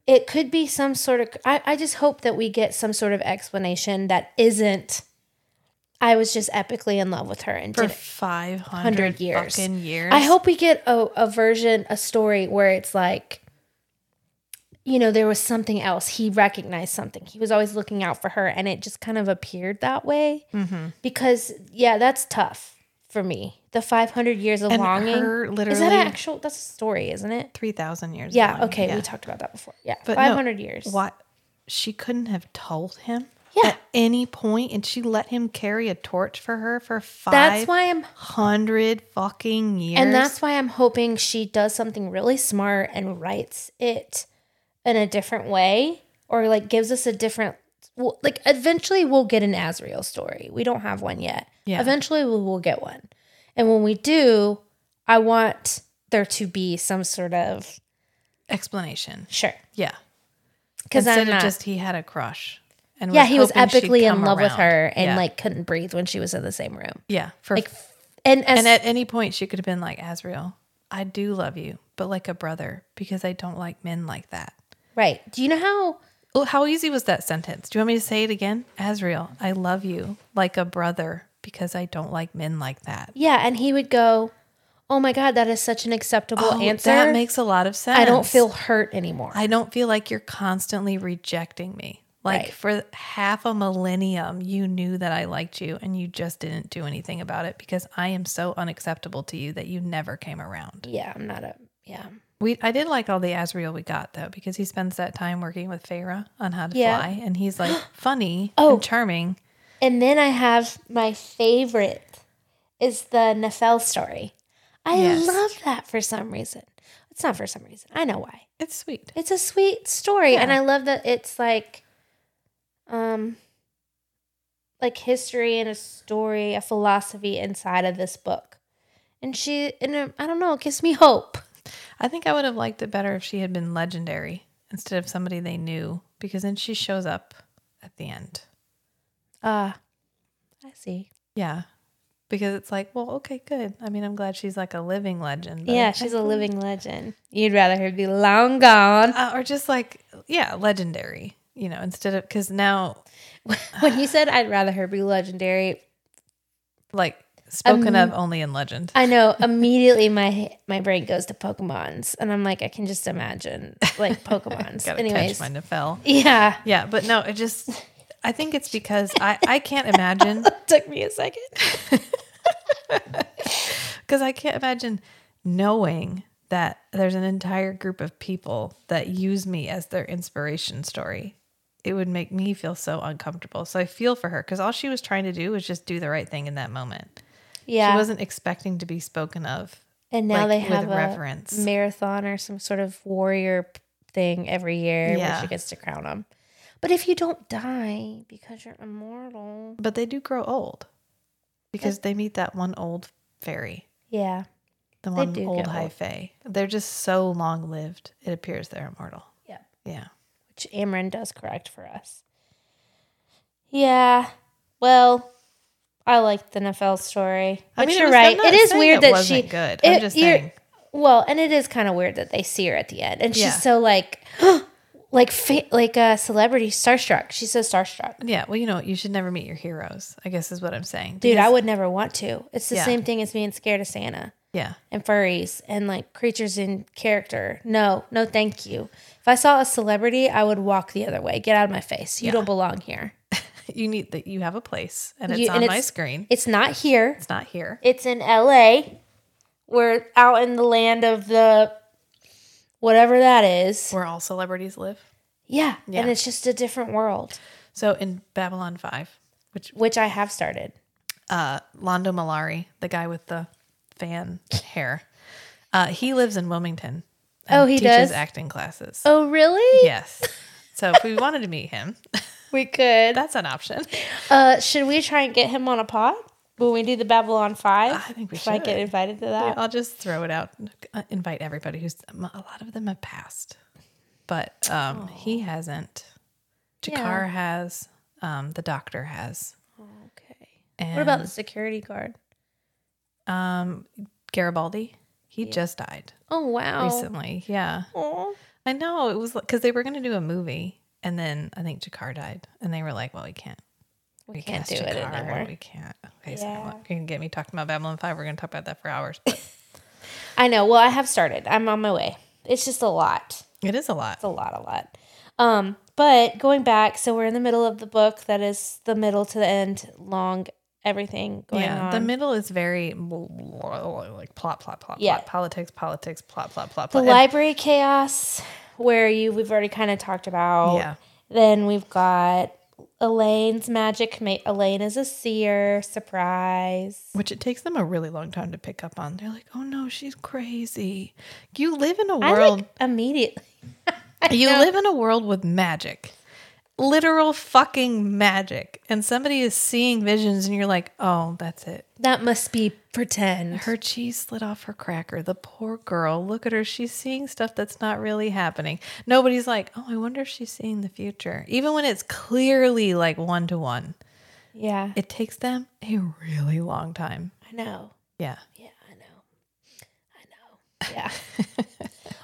C: It could be some sort of I, I just hope that we get some sort of explanation that isn't I was just epically in love with her and
A: For
C: did it.
A: 500
C: years.
A: fucking years.
C: I hope we get a, a version, a story where it's like, you know, there was something else. He recognized something. He was always looking out for her, and it just kind of appeared that way.
A: Mm-hmm.
C: Because, yeah, that's tough for me. The 500 years of
A: and
C: longing.
A: her literally
C: is that an actual? That's a story, isn't it?
A: 3,000 years. of
C: Yeah.
A: longing.
C: Okay.
A: Yeah.
C: We talked about that before. Yeah.
A: But no,
C: 500 years.
A: What? She couldn't have told him
C: Yeah.
A: at any point, and she let him carry a torch for her for
C: That's
A: five
C: why I'm
A: hundred fucking years.
C: And that's why I'm hoping she does something really smart and writes it in a different way or like gives us a different well, like eventually we'll get an Azrael story. We don't have one yet.
A: Yeah.
C: Eventually we will get one. And when we do, I want there to be some sort of
A: explanation.
C: sure.
A: Yeah,
C: Cuz
A: instead
C: I'm
A: of
C: not,
A: just he had a crush. And
C: Yeah, he was
A: hoping she'd
C: epically in
A: come
C: love with
A: around.
C: her and
A: Yeah.
C: like couldn't breathe when she was in the same room.
A: yeah, for
C: Like and as
A: and at any point she could have been like Azrael, I do love you, but like a brother because I don't like men like that.
C: right. Do you know how
A: Oh, how easy was that sentence? Do you want me to say it again? Azrael, I love you like a brother because I don't like men like that.
C: Yeah, and he would go, "Oh my god, that is such an acceptable
A: Oh,
C: answer.
A: That makes a lot of sense.
C: I don't feel hurt anymore."
A: I don't feel like you're constantly rejecting me. Like
C: Right.
A: for half a millennium, you knew that I liked you and you just didn't do anything about it because I am so unacceptable to you that you never came around.
C: yeah, I'm not a yeah.
A: We I did like all the Azriel we got though because he spends that time working with Feyre on how to
C: Yeah.
A: fly and he's like funny
C: Oh.
A: and charming.
C: And then I have my favorite is the Nefel story. I
A: Yes.
C: love that for some reason. It's not for some reason. I know why.
A: It's sweet.
C: It's a sweet story, and
A: Yeah.
C: I love that it's like, um, like history and a story, a philosophy inside of this book, and she and uh, I don't know, it gives me hope.
A: I think I would have liked it better if she had been legendary instead of somebody they knew, because then she shows up at the end.
C: Ah, I see.
A: Yeah. Because it's like, well, okay, good. I mean, I'm glad she's like a living legend. but
C: Yeah,
A: I-
C: she's a living legend. You'd rather her be long gone.
A: uh, or just like, yeah, legendary, you know, instead of, because now,
C: when you said I'd rather her be legendary,
A: like, spoken
C: Um,
A: of only in legend.
C: I know immediately my my brain goes to Pokemon's, and I'm like, I can just imagine like Pokemon's.
A: Gotta
C: Anyways,
A: catch my Nefel.
C: yeah,
A: Yeah, but no, it just, I think it's because I, I can't imagine,
C: took me a second.
A: because I can't imagine knowing that there's an entire group of people that use me as their inspiration story. It would make me feel so uncomfortable. So I feel for her because all she was trying to do was just do the right thing in that moment.
C: Yeah,
A: She wasn't expecting to be spoken of.
C: and now
A: like,
C: they
A: with
C: have a
A: reverence.
C: marathon or some sort of warrior p- thing every year where
A: Yeah.
C: she gets to crown them. But if you don't die because you're immortal,
A: But they do grow old because they meet that one old fairy,
C: yeah,
A: the one
C: do
A: old
C: get
A: high
C: old.
A: fae. They're just so long lived. It appears they're immortal.
C: Yeah.
A: Yeah.
C: which Amryn does correct for us. Yeah, well, I like the Nefel story. But
A: it
C: you're
A: was- I'm
C: right.
A: not
C: It is
A: saying
C: weird
A: it
C: that
A: wasn't
C: she
A: good.
C: it-
A: I'm just
C: you're-
A: saying.
C: Well, and it is kind of weird that they see her at the end, and she's
A: Yeah.
C: so like, like fa- like a celebrity starstruck. She's so starstruck.
A: Yeah. Well, you know, you should never meet your heroes. I guess is what I'm saying.
C: Dude, I
A: Because-
C: would never want to. It's the
A: Yeah.
C: same thing as being scared of Santa
A: Yeah.
C: and furries and like creatures in character. No, no, thank you. If I saw a celebrity, I would walk the other way. Get out of my face. You don't belong here.
A: You need that. You have a place, and it's
C: You-
A: on
C: and
A: my
C: it's-
A: screen.
C: It's not here.
A: It's not here.
C: It's in LA. We're out in the land of the whatever that is.
A: Where all celebrities live.
C: Yeah.
A: Yeah.
C: And it's just a different world,
A: So in Babylon Five, which
C: which I have started.
A: uh, Londo Malari, the guy with the fan hair, uh, he lives in Wilmington. and
C: Oh, he
A: teaches
C: does?
A: acting classes.
C: Oh, really?
A: Yes. So if we wanted to meet him,
C: We could.
A: that's an option.
C: Uh, should we try and get him on a pod when we do the Babylon Five?
A: I think we
C: If I
A: should.
C: get invited to that,
A: I'll just throw it out. and, uh, Invite everybody who's a lot of them have passed, but um, he hasn't. Jakar has. Um, the doctor has.
C: okay.
A: And,
C: What about the security guard?
A: um, Garibaldi? He just died
C: Oh wow!
A: recently. Yeah.
C: Aw.
A: I know it was because they were going to do a movie, and then I think Jakar died, and they were like, "Well, we can't,
C: We, can't do
A: cast
C: it
A: Jakar,
C: anymore.
A: We can't." Okay, so
C: Yeah.
A: you can get me talking about Babylon Five. We're going to talk about that for hours. but
C: I know. Well, I have started. I'm on my way. It's just a lot.
A: it is a lot.
C: It's a lot, a lot. Um, but going back, so we're in the middle of the book that is the middle to the end, long everything going
A: yeah,
C: on.
A: the middle is very like plot, plot, plot,
C: Yeah.
A: plot, politics, politics, plot, plot, plot,
C: the
A: plot. And-
C: library chaos where you we've already kind of talked about
A: Yeah.
C: then we've got elaine's magic ma- elaine is a seer surprise
A: which it takes them a really long time to pick up on. They're like, "Oh no, she's crazy." You live in a
C: i
A: world.
C: like immediately
A: You live in a world with magic, literal fucking magic, and somebody is seeing visions, and you're like, "Oh, that's it."
C: that must be pretend
A: Her cheese slid off her cracker. The poor girl. Look at her. She's seeing stuff that's not really happening. Nobody's like, "Oh, I wonder if she's seeing the future." Even when it's clearly like one to one,
C: yeah
A: it takes them a really long time.
C: i know
A: Yeah.
C: yeah i know i know yeah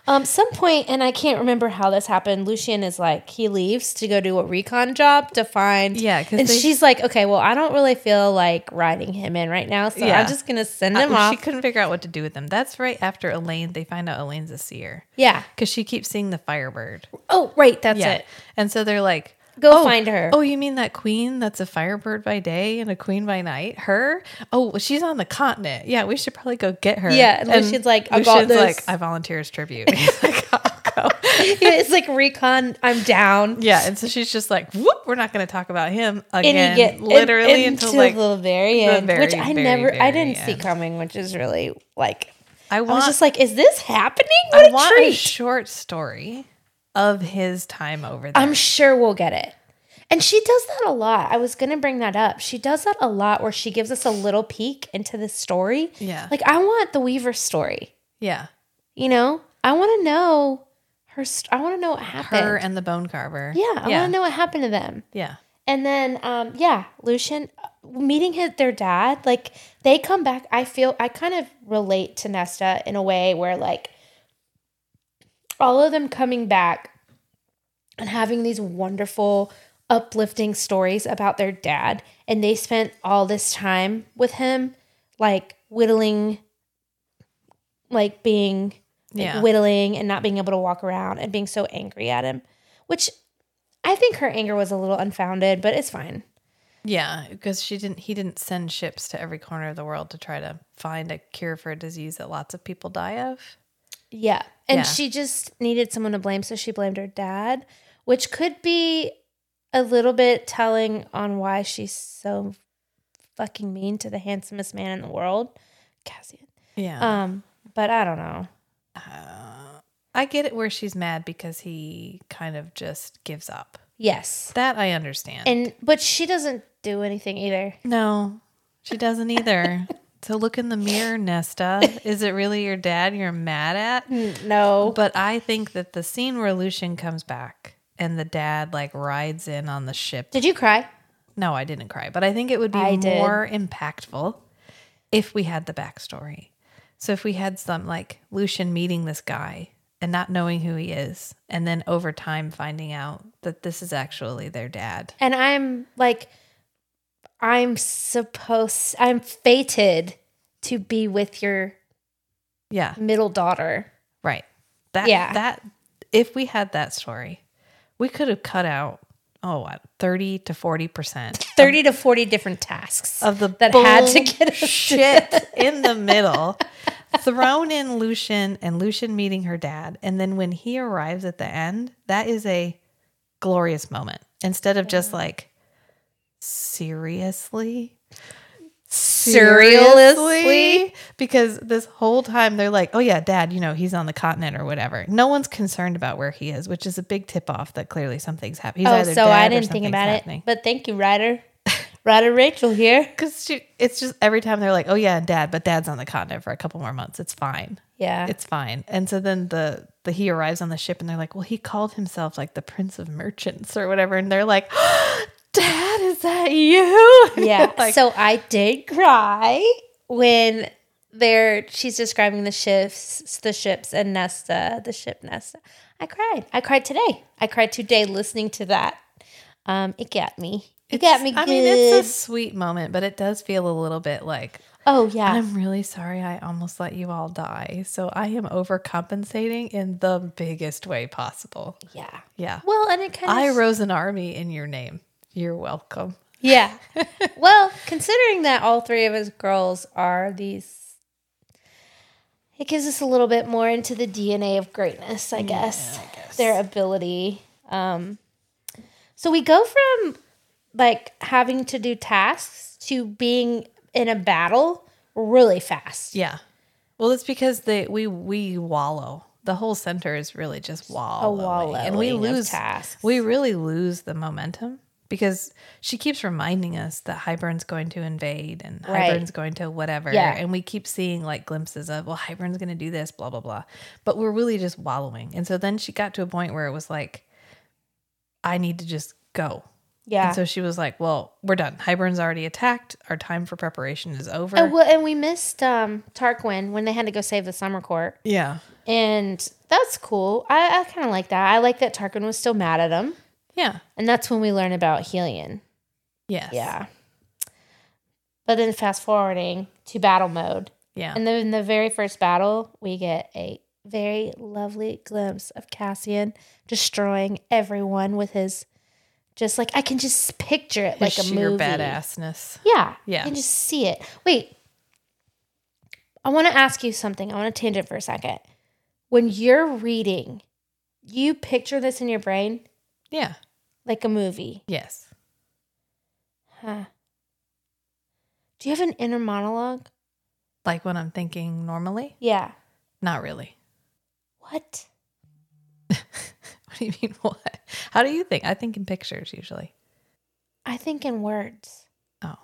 C: um some point and i can't remember how this happened lucian is like he leaves to go do a recon job to find
A: Yeah, 'cause
C: and
A: they-
C: she's like okay well i don't really feel like riding him in right now so
A: Yeah.
C: i'm just gonna send him
A: Uh,
C: off
A: she couldn't figure out what to do with them. That's right after Elaine, they find out Elaine's a seer
C: Yeah.
A: because she keeps seeing the firebird.
C: Oh, right. That's
A: yeah.
C: it.
A: And so they're like,
C: Go
A: "Oh,
C: find her.
A: Oh, you mean that queen that's a firebird by day and a queen by night? Her? Oh, well, she's on the continent. Yeah, we should probably go get her.
C: Yeah, and Lucian's like, "I got
A: Lucian's
C: this."
A: like, I volunteer as tribute. He's like, I'll go.
C: it's like recon. I'm down.
A: Yeah, and so she's just like, whoop, we're not going to talk about him
C: And
A: again.
C: you get and-
A: literally
C: and
A: until
C: to
A: like,
C: the very
A: the
C: end, which
A: very,
C: I
A: very,
C: never, I
A: very
C: didn't see
A: end.
C: coming, which is really like
A: I
C: I
A: want,
C: was just like, is this happening?
A: I
C: What a
A: want a
C: treat!
A: short story of his time over there.
C: I'm sure we'll get it. And she does that a lot. I was going to bring that up. She does that a lot where she gives us a little peek into the story.
A: Yeah.
C: Like, I want the Weaver story.
A: Yeah.
C: You know, I want to know her. St- I want to know what happened.
A: Her and the bone carver.
C: yeah, I
A: Yeah.
C: want to know what happened to them.
A: yeah.
C: And then, um, yeah, Lucian uh, meeting his, their dad, like they come back. I feel I kind of relate to Nesta in a way where, like, all of them coming back and having these wonderful, uplifting stories about their dad, and they spent all this time with him, like whittling, like being like,
A: Yeah.
C: whittling and not being able to walk around and being so angry at him, which I think her anger was a little unfounded, but it's fine.
A: Yeah, because she didn't. He didn't send ships to every corner of the world to try to find a cure for a disease that lots of people die of.
C: Yeah. And
A: Yeah.
C: she just needed someone to blame, so she blamed her dad, which could be a little bit telling on why she's so fucking mean to the handsomest man in the world, Cassian.
A: Yeah,
C: Um, but I don't know.
A: uh, I get it where she's mad because he kind of just gives up.
C: Yes.
A: That I understand.
C: And but she doesn't do anything either.
A: no, she doesn't either. so look in the mirror, Nesta. Is it really your dad you're mad at?
C: No.
A: But I think that the scene where Lucian comes back and the dad like rides in on the ship
C: Did you cry?
A: No, I didn't cry, but I think it would be
C: I did.
A: more impactful if we had the backstory. So if we had some like Lucian meeting this guy and not knowing who he is, and then over time finding out that this is actually their dad.
C: And I'm like, I'm supposed, I'm fated to be with your
A: Yeah,
C: middle daughter.
A: right. That
C: Yeah.
A: that if we had that story, we could have cut out oh what thirty to forty percent
C: 30 to 40 different tasks.
A: of the
C: That had to get us to
A: shit in the middle thrown in lucian and lucian meeting her dad and then when he arrives at the end that is a glorious moment instead of just like seriously
C: Seriously?
A: because this whole time they're like oh yeah dad you know he's on the continent or whatever no one's concerned about where he is which is a big tip off that clearly something's happening
C: oh, so I didn't think about
A: happening.
C: it. But thank you, Ryder. Ryder Rachel here.
A: Because it's just every time they're like, oh, yeah, and dad, but dad's on the continent for a couple more months. It's fine.
C: Yeah.
A: It's fine. And so then the, the he arrives on the ship and they're like, well, he called himself like the Prince of Merchants or whatever. And they're like, dad, is that you? And
C: yeah.
A: like-
C: so I did cry when they're she's describing the ships, the ships and Nesta, the ship Nesta. I cried. I cried today. I cried today listening to that. Um, it got me. It got me good.
A: I mean, it's a sweet moment, but it does feel a little bit like,
C: oh yeah.
A: I'm really sorry I almost let you all die. So I am overcompensating in the biggest way possible.
C: yeah.
A: Yeah.
C: Well, and it kind of
A: I rose an army in your name. You're welcome.
C: Yeah. well, considering that all three of us girls are these, it gives us a little bit more into the DNA of greatness, I guess. Their ability. Um, so we go from like having to do tasks to being in a battle really fast.
A: Yeah. Well, it's because they we we wallow. The whole center is really just wallowing, and we
C: wallowing of
A: lose
C: tasks.
A: We really lose the momentum because she keeps reminding us that Hybern's going to invade and
C: Right.
A: Hybern's going to whatever,
C: Yeah.
A: and we keep seeing like glimpses of well, Hybern's going to do this, blah blah blah. But we're really just wallowing, and so then she got to a point where it was like, I need to just go.
C: Yeah.
A: And so she was like, "Well, we're done. Hybern's already attacked. Our time for preparation is over."
C: Oh, well, and we missed um, Tarquin when they had to go save the summer court.
A: yeah,
C: And that's cool. I, I kind of like that. I like that Tarquin was still mad at him.
A: yeah,
C: And that's when we learn about Helion.
A: yes,
C: Yeah. But then fast forwarding to battle mode.
A: yeah.
C: And then in the very first battle, we get a very lovely glimpse of Cassian destroying everyone with his just like I can just picture it like
A: like
C: a
A: sheer
C: movie.
A: badassness.
C: Yeah.
A: Yeah.
C: You can just see it. Wait. I want to ask you something. I want to tangent for a second. When you're reading, you picture this in your brain
A: Yeah.
C: like a movie.
A: Yes.
C: Huh. Do you have an inner monologue?
A: Like when I'm thinking normally?
C: Yeah.
A: Not really.
C: What?
A: What do you mean what? How do you think? I think in pictures usually.
C: I think in words.
A: Oh.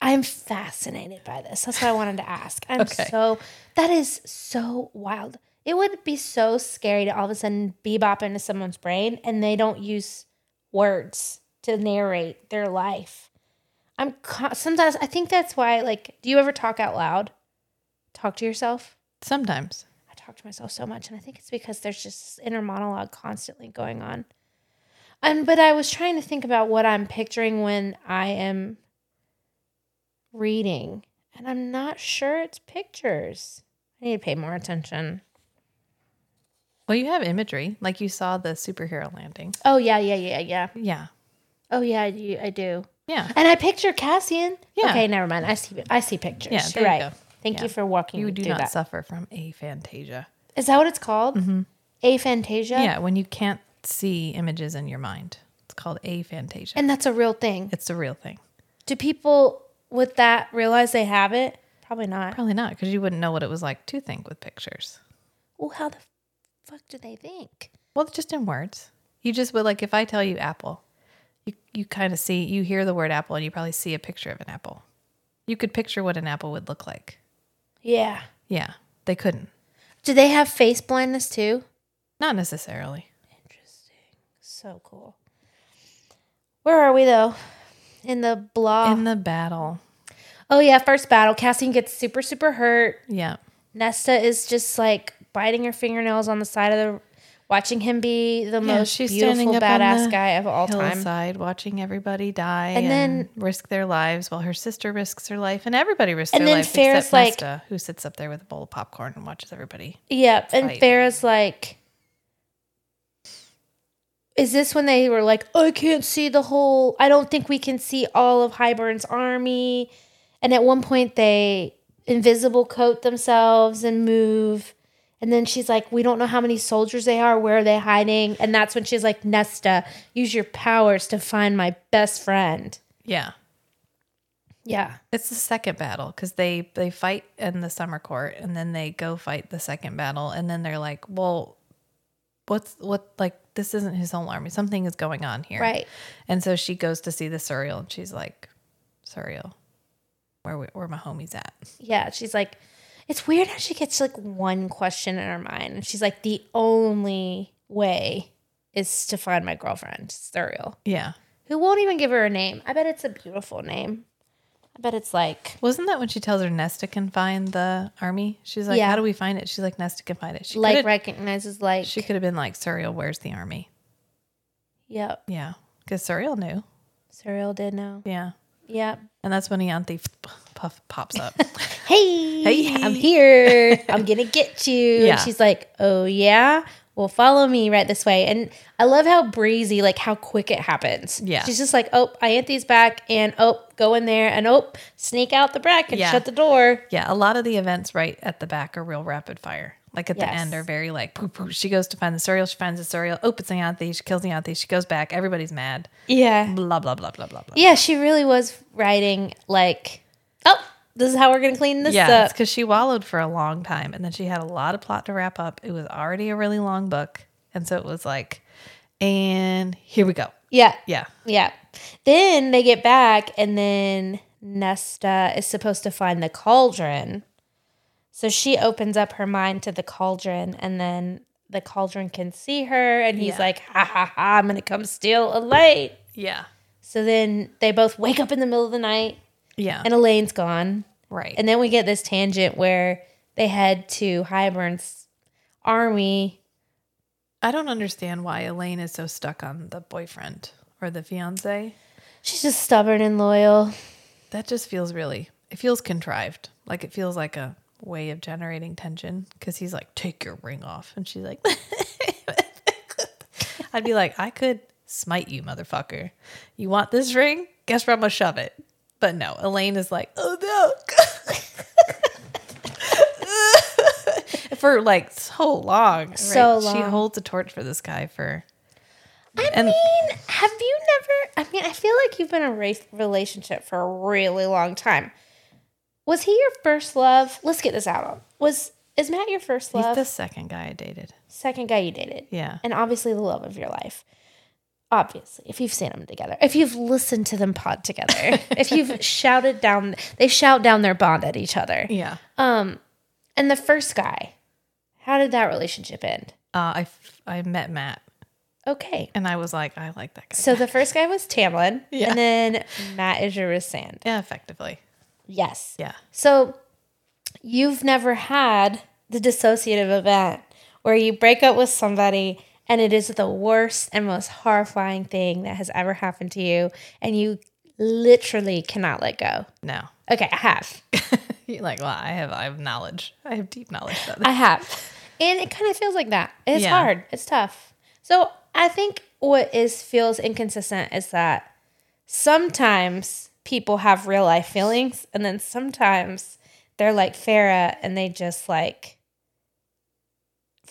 C: I'm fascinated by this. That's what I wanted to ask. I'm
A: Okay.
C: so that is so wild. It would be so scary to all of a sudden bebop into someone's brain and they don't use words to narrate their life. I'm co- sometimes I think that's why like do you ever talk out loud? Talk to yourself?
A: Sometimes.
C: I talk to myself so much, and I think it's because there's just this inner monologue constantly going on. And but I was trying to think about what I'm picturing when I am reading, and I'm not sure it's pictures. I need to pay more attention.
A: Well, you have imagery. Like you saw the superhero landing.
C: Oh yeah, yeah, yeah, yeah.
A: Yeah.
C: Oh yeah, you, I do.
A: Yeah.
C: And I picture Cassian.
A: Yeah.
C: Okay, never mind. I see. I see pictures.
A: Yeah, there
C: You're
A: you
C: right.
A: go.
C: Thank
A: Yeah.
C: you for walking
A: You
C: me
A: do
C: through
A: not
C: that. Is
A: suffer from aphantasia.
C: that what it's called? Aphantasia.
A: Mm-hmm. Yeah, when you can't see images in your mind. It's called aphantasia.
C: And that's a real thing.
A: it's a real thing.
C: Do people with that realize they have it? Probably not.
A: Probably not, because you wouldn't know what it was like to think with pictures.
C: Well, how the fuck do they think?
A: Well, just in words. You just would like if I tell you apple, you you kind of see you hear the word apple and you probably see a picture of an apple. You could picture what an apple would look like.
C: Yeah.
A: Yeah, they couldn't.
C: Do they have face blindness too?
A: Not necessarily.
C: Interesting. So cool. Where are we though? In the blah.
A: In the battle.
C: oh yeah, first battle. Cassian gets super super hurt.
A: Yeah.
C: Nesta is just like biting her fingernails on the side of the, watching him be
A: Yeah,
C: the most beautiful badass
A: the
C: guy of all time.
A: hillside watching everybody die
C: And
A: and,
C: then-
A: then risk their lives while her sister risks her life and everybody risks
C: And
A: their
C: then
A: life
C: Farrah's
A: except
C: like-
A: Nesta, who sits up there with a bowl of popcorn and watches everybody.
C: Yep. And
A: fight.
C: Farah's like, is this when they were like, I can't see the whole, I don't think we can see all of Hybern's army. And at one point, they invisible coat themselves and move. And then she's like, We don't know how many soldiers they are. Where are they hiding? And that's when she's like, Nesta, use your powers to find my best friend.
A: Yeah.
C: Yeah.
A: It's the second battle because they they fight in the summer court and then they go fight the second battle and then they're like, well, what's what like this isn't his whole army. Something is going on here,
C: Right.
A: And so she goes to see the surreal and she's like, surreal, where we, where my homies at?
C: Yeah, she's like, it's weird how she gets like one question in her mind, and she's like, the only way is to find my girlfriend, Surreal,
A: Yeah.
C: who won't even give her a name. I bet it's a beautiful name. I bet it's like,
A: Wasn't that when she tells her Nesta can find the army? She's like,
C: Yeah.
A: how do we find it? She's like, Nesta can find it. She
C: like
A: could've-
C: recognizes like,
A: she could have been like, surreal, where's the army?
C: yep,
A: Yeah, because surreal knew.
C: Surreal did know.
A: Yeah,
C: Yep.
A: and that's when Ianthi puff pops up.
C: Hey,
A: Hey.
C: I'm here. I'm gonna get you. And
A: Yeah.
C: she's like, oh yeah. Well, follow me right this way. And I love how breezy, like how quick it happens.
A: Yeah.
C: She's just like, oh, Ianthe's back, and oh, go in there, and oh, sneak out the back and
A: Yeah.
C: shut the door.
A: Yeah, a lot of the events right at the back are real rapid fire. Like at the
C: Yes.
A: end are very like poof poof. She goes to find the cereal, she finds the cereal, opens Ianthe, she kills Ianthe, she goes back, everybody's mad.
C: Yeah.
A: Blah blah blah blah blah blah.
C: Yeah, she really was writing like, oh, this is how we're gonna clean this
A: Yeah, it's
C: up.
A: because she wallowed for a long time and then she had a lot of plot to wrap up. It was already a really long book. And so it was like, and here we go.
C: Yeah.
A: Yeah.
C: Yeah. Then they get back, and then Nesta is supposed to find the cauldron. So she opens up her mind to the cauldron, and then the cauldron can see her, and he's
A: Yeah.
C: like, ha ha ha, I'm going to come steal Elaine.
A: Yeah.
C: So then they both wake up in the middle of the night,
A: Yeah.
C: and Elaine's gone.
A: right.
C: And then we get this tangent where they head to Hybern's army.
A: I don't understand why Elaine is so stuck on the boyfriend or the fiance.
C: She's just stubborn and loyal.
A: That just feels really, it feels contrived. Like it feels like a way of generating tension because he's like, take your ring off. And she's like, I'd be like, I could smite you, motherfucker. You want this ring? Guess where I'm going to shove it. But no, Elaine is like, oh no. for like so long.
C: So
A: She
C: long.
A: holds a torch for this guy for.
C: I
A: And-
C: mean, have you never? I mean, I feel like you've been in a race relationship for a really long time. Was he your first love? Let's get this out. Was is Matt your first
A: He's
C: love?
A: the second guy I dated.
C: second guy you dated,
A: Yeah.
C: and obviously the love of your life. obviously, if you've seen them together, if you've listened to them pod together, if you've shouted down, they shout down their bond at each other.
A: Yeah.
C: Um, and the first guy, how did that relationship end?
A: Uh, I, f- I met Matt
C: Okay.
A: and I was like, I like that guy.
C: So the first guy was Tamlin,
A: Yeah.
C: and then Matt is your Sand.
A: yeah, effectively.
C: Yes.
A: Yeah.
C: So you've never had the dissociative event where you break up with somebody and it is the worst and most horrifying thing that has ever happened to you, and you literally cannot let go.
A: No.
C: Okay, I have.
A: You're like, well, I have, I have knowledge. I have deep knowledge about this.
C: I have. And it kind of feels like that. It's
A: Yeah.
C: hard. It's tough. So I think what is feels inconsistent is that sometimes people have real life feelings and then sometimes they're like Farah and they just like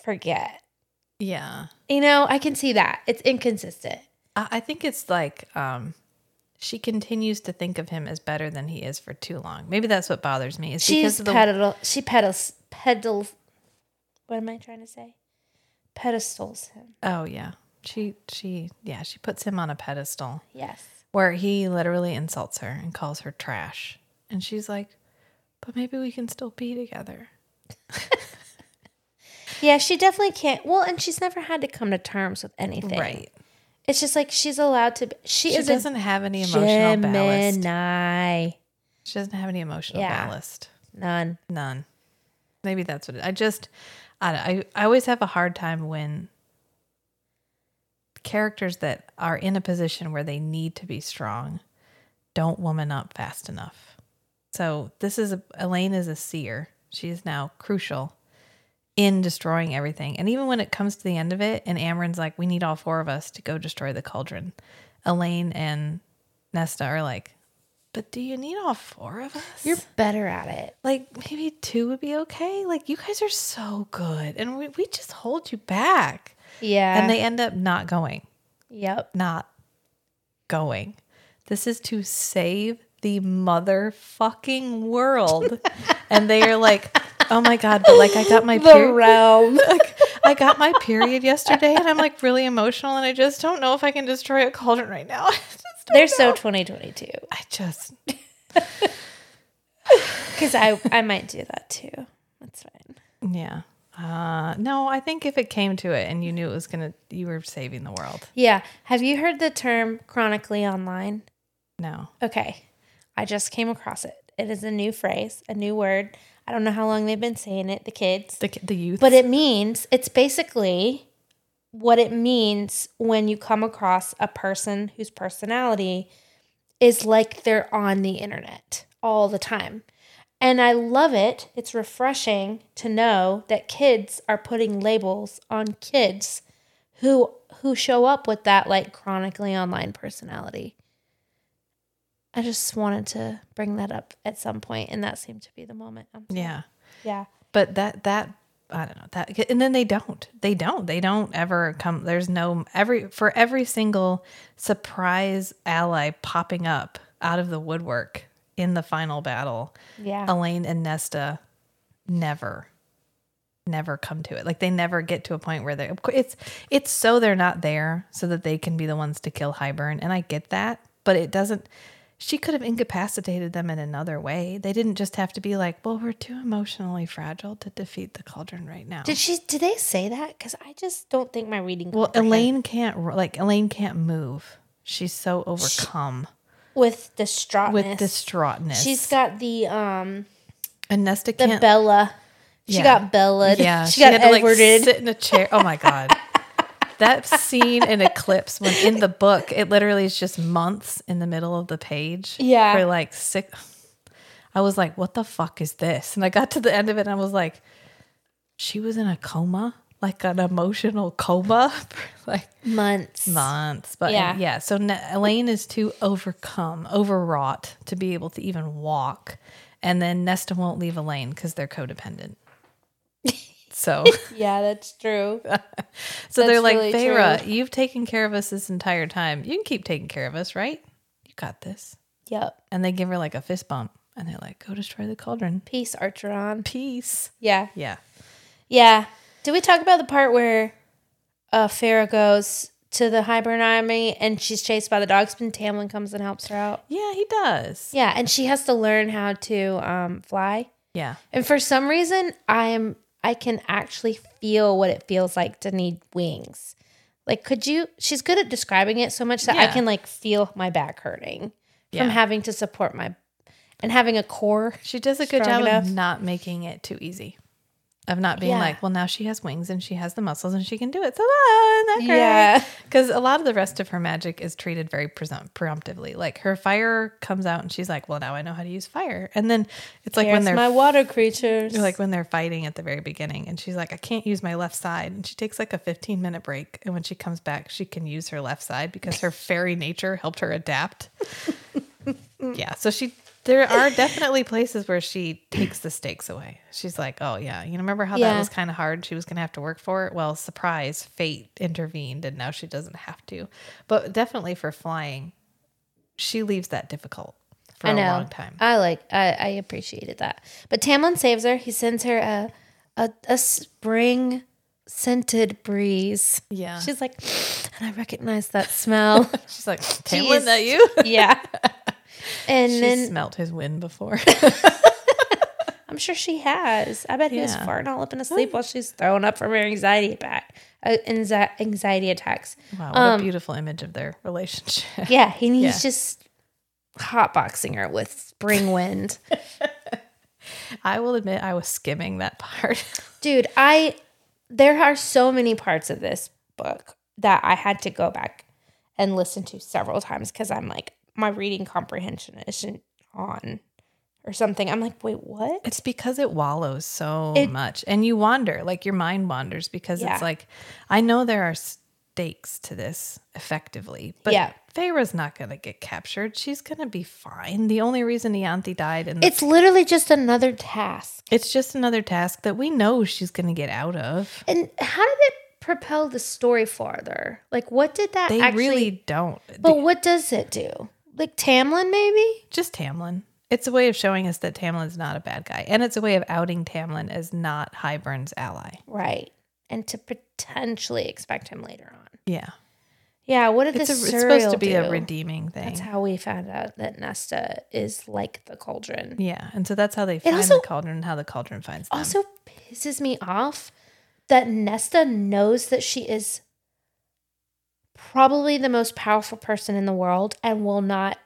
C: forget.
A: yeah.
C: You know, I can see that. It's inconsistent.
A: I, I think it's like, um, she continues to think of him as better than he is for too long. Maybe that's what bothers me. Is because
C: She's
A: of the
C: pedal she pedals pedals what am I trying to say? Pedestals him.
A: oh yeah, she she yeah she puts him on a pedestal.
C: Yes.
A: where he literally insults her and calls her trash. And she's like, but maybe we can still be together.
C: Yeah, she definitely can't. Well, and she's never had to come to terms with anything. It's just like she's allowed to. Be, she,
A: She
C: is a
A: doesn't have any emotional ballast.
C: Gemini.
A: She doesn't have any emotional
C: Yeah.
A: ballast.
C: None.
A: None. Maybe that's what it, I just, I, don't- I, I always have a hard time when characters that are in a position where they need to be strong don't woman up fast enough. So this is a, Elaine is a seer. She is now crucial in destroying everything. And even when it comes to the end of it, and Amryn's like, we need all four of us to go destroy the cauldron. Elaine and Nesta are like, but do you need all four of us?
C: You're better at it.
A: like maybe two would be okay. Like you guys are so good, and we, we just hold you back,
C: Yeah.
A: and they end up not going,
C: Yep.
A: not going. This is to save the motherfucking world, and they are like, oh my god! But like I got my period,
C: realm.
A: I got my period yesterday, and I'm like really emotional, and I just don't know if I can destroy a cauldron right now. I just don't-
C: They're so 2022.
A: I just
C: Because I I might do that too. That's fine.
A: yeah. Uh, no, I think if it came to it and you knew it was gonna, you were saving the world.
C: Yeah. Have you heard the term chronically online?
A: No.
C: Okay. I just came across it. It is a new phrase, a new word. I don't know how long they've been saying it. The kids.
A: The, ki- the youth.
C: But it means it's basically what it means when you come across a person whose personality is like they're on the internet all the time. And I love it. It's refreshing to know that kids are putting labels on kids who who show up with that like chronically online personality. I just wanted to bring that up at some point and that seemed to be the moment. I'm sorry.
A: yeah.
C: Yeah.
A: But that, that, I don't know that. And then they don't, they don't, they don't ever come. There's no, every, for every single surprise ally popping up out of the woodwork in the final battle,
C: Yeah.
A: Elaine and Nesta never, never come to it. Like they never get to a point where they, are it's, it's so they're not there so that they can be the ones to kill Highburn. And I get that, but it doesn't, she could have incapacitated them in another way. They didn't just have to be like, well, we're too emotionally fragile to defeat the cauldron right now.
C: Did she? Did they say that? Because I just don't think my reading.
A: well,
C: comprehend-
A: Elaine can't, ro- like, Elaine can't move. She's so overcome
C: with distraughtness.
A: with distraughtness.
C: she's got the um
A: and Nesta
C: the
A: can't
C: Bella. She
A: Yeah.
C: got Bella.
A: Yeah,
C: she, got
A: had to like
C: Edwarded.
A: sit in a chair. Oh my god, that scene in Eclipse when in the book it literally is just months in the middle of the page.
C: Yeah.
A: for like six. I was like, "What the fuck is this?" And I got to the end of it, and I was like, "She was in a coma, like an emotional coma, for like
C: months.
A: months." But
C: Yeah.
A: yeah, So N- Elaine is too overcome, overwrought to be able to even walk, and then Nesta won't leave Elaine because they're codependent. So.
C: Yeah, that's true.
A: Uh, So they're
C: That's
A: like,
C: really
A: Feyre, you've taken care of us this entire time. You can keep taking care of us, right? You got this.
C: yep.
A: And they give her like a fist bump and they're like, go destroy the cauldron.
C: Peace, Archeron.
A: Peace.
C: Yeah.
A: Yeah.
C: Yeah. Did we talk about the part where uh Farah goes to the Hibern Army and she's chased by the dogs, but Tamlin comes and helps her out.
A: Yeah, he does.
C: Yeah, and she has to learn how to um, fly.
A: Yeah.
C: And for some reason, I'm I can actually feel what it feels like to need wings. Like, could you? She's good at describing it so much that I
A: Yeah.
C: can like feel my back hurting
A: Yeah.
C: from having to support my and having a core.
A: She does a good
C: Strong
A: job
C: enough.
A: of not making it too easy. Of not being
C: Yeah.
A: like, well, now she has wings and she has the muscles and she can do it. So, ah, isn't that great?
C: Yeah.
A: Because a lot of the rest of her magic is treated very presum- preemptively. Like her fire comes out and she's like, well, now I know how to use fire. And then it's like when
C: Here's
A: they're
C: my water creatures,
A: like when they're fighting at the very beginning and she's like, I can't use my left side. And she takes like a 15 minute break. And when she comes back, she can use her left side because her fairy nature helped her adapt. yeah. So she, there are definitely places where she takes the stakes away. She's like, oh, yeah. You remember how
C: Yeah.
A: that was kind of hard? She was going to have to work for it. Well, surprise, fate intervened and now she doesn't have to. But definitely for flying, she leaves that difficult for
C: I
A: a
C: know. Uh,
A: long time.
C: I like. I, I appreciated that. But Tamlin saves her. He sends her a a, a spring scented breeze.
A: Yeah.
C: She's like, and I recognize that smell.
A: She's like,
C: She
A: Tamlin,
C: is-
A: that you?
C: yeah. And
A: She
C: then
A: smelt his wind before.
C: I'm sure she has. I bet he was
A: Yeah.
C: farting all up in his sleep while she's throwing up from her anxiety attack, uh, anxi- anxiety attacks.
A: wow, what a beautiful image of their relationship.
C: Yeah, and he's
A: Yeah.
C: just hotboxing her with spring wind.
A: I will admit, I was skimming that part.
C: Dude, I there are so many parts of this book that I had to go back and listen to several times because I'm like my reading comprehension isn't on or something. I'm like, wait, what?
A: It's because it wallows so
C: It-
A: much, and you wander, like your mind wanders, because
C: Yeah.
A: it's like, I know there are stakes to this effectively, but
C: Yeah.
A: Feyre's not going to get captured. She's going to be fine. The only reason Ianthi died, and
C: It's literally just another task.
A: it's just another task that we know she's going to get out of.
C: And how did it propel the story farther? Like, what did that
A: They
C: actually?
A: really don't.
C: but what does it do? Like Tamlin, maybe?
A: just Tamlin. It's a way of showing us that Tamlin's not a bad guy, and it's a way of outing Tamlin as not Hybern's ally.
C: Right. And to potentially expect him later on.
A: Yeah,
C: Yeah. What did
A: it's,
C: this?
A: a, it's
C: cereal
A: supposed to be
C: do?
A: a redeeming thing.
C: That's how we found out that Nesta is like the cauldron.
A: yeah, and so that's how they find
C: also-
A: the cauldron and how the cauldron finds them.
C: Also pisses me off that Nesta knows that she is probably the most powerful person in the world and will not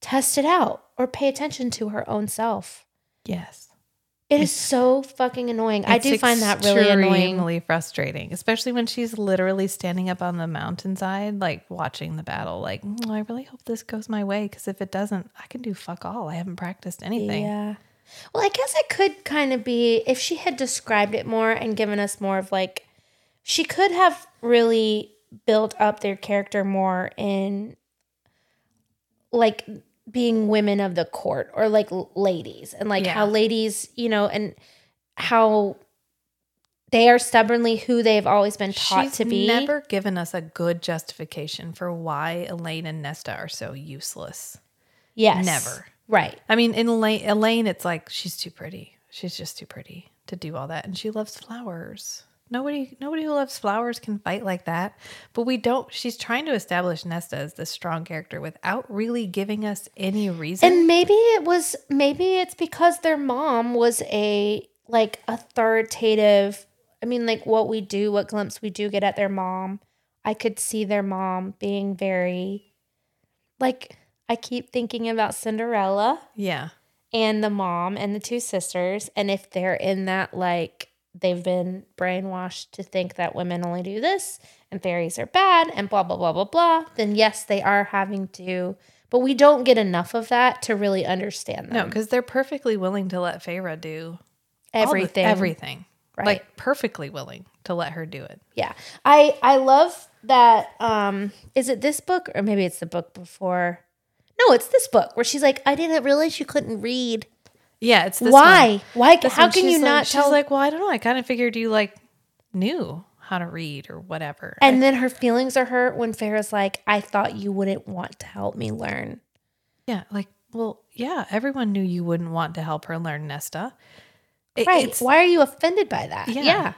C: test it out or pay attention to her own self.
A: yes,
C: It is so fucking annoying. I
A: It's
C: do find that really annoying.
A: extremely frustrating, especially when she's literally standing up on the mountainside, like watching the battle. Like, "Mm, I really hope this goes my way because if it doesn't, I can do fuck all. I haven't practiced anything.
C: Yeah. Well, I guess it could kind of be if she had described it more and given us more of like, she could have really built up their character more in like being women of the court or like l- ladies and like
A: Yeah.
C: how ladies, you know, and how they are stubbornly who they've always been taught
A: She's
C: to be.
A: never given us a good justification for why Elaine and Nesta are so useless.
C: yes.
A: never.
C: Right.
A: I mean, in Elaine, Elaine, it's like she's too pretty. She's just too pretty to do all that, and she loves flowers. Nobody, nobody who loves flowers can fight like that. But we don't. She's trying to establish Nesta as this strong character without really giving us any reason.
C: And maybe it was maybe it's because their mom was a like authoritative I mean like what we do, what glimpse we do get at their mom. I could see their mom being very like I keep thinking about Cinderella
A: yeah,
C: and the mom and the two sisters and if they're in that like they've been brainwashed to think that women only do this and fairies are bad and blah blah blah blah blah then yes they are having to but we don't get enough of that to really understand
A: no,
C: them.
A: because they're perfectly willing to let Feyre do all the-
C: everything
A: everything,
C: Right.
A: like perfectly willing to let her do it.
C: yeah i i love that um is it this book or maybe it's the book before no it's this book where she's like i didn't realize you couldn't read
A: Yeah, it's this
C: why
A: one.
C: why
A: This
C: how
A: one,
C: can
A: she's
C: you
A: like-
C: not
A: she's
C: tell
A: like well i don't know i kind of figured you like knew how to read or whatever
C: And then her feelings are hurt when Farrah's like, I thought you wouldn't want to help me learn.
A: yeah like well yeah everyone knew you wouldn't want to help her learn nesta It-
C: Right.
A: it's-
C: Why are you offended by that?
A: Yeah.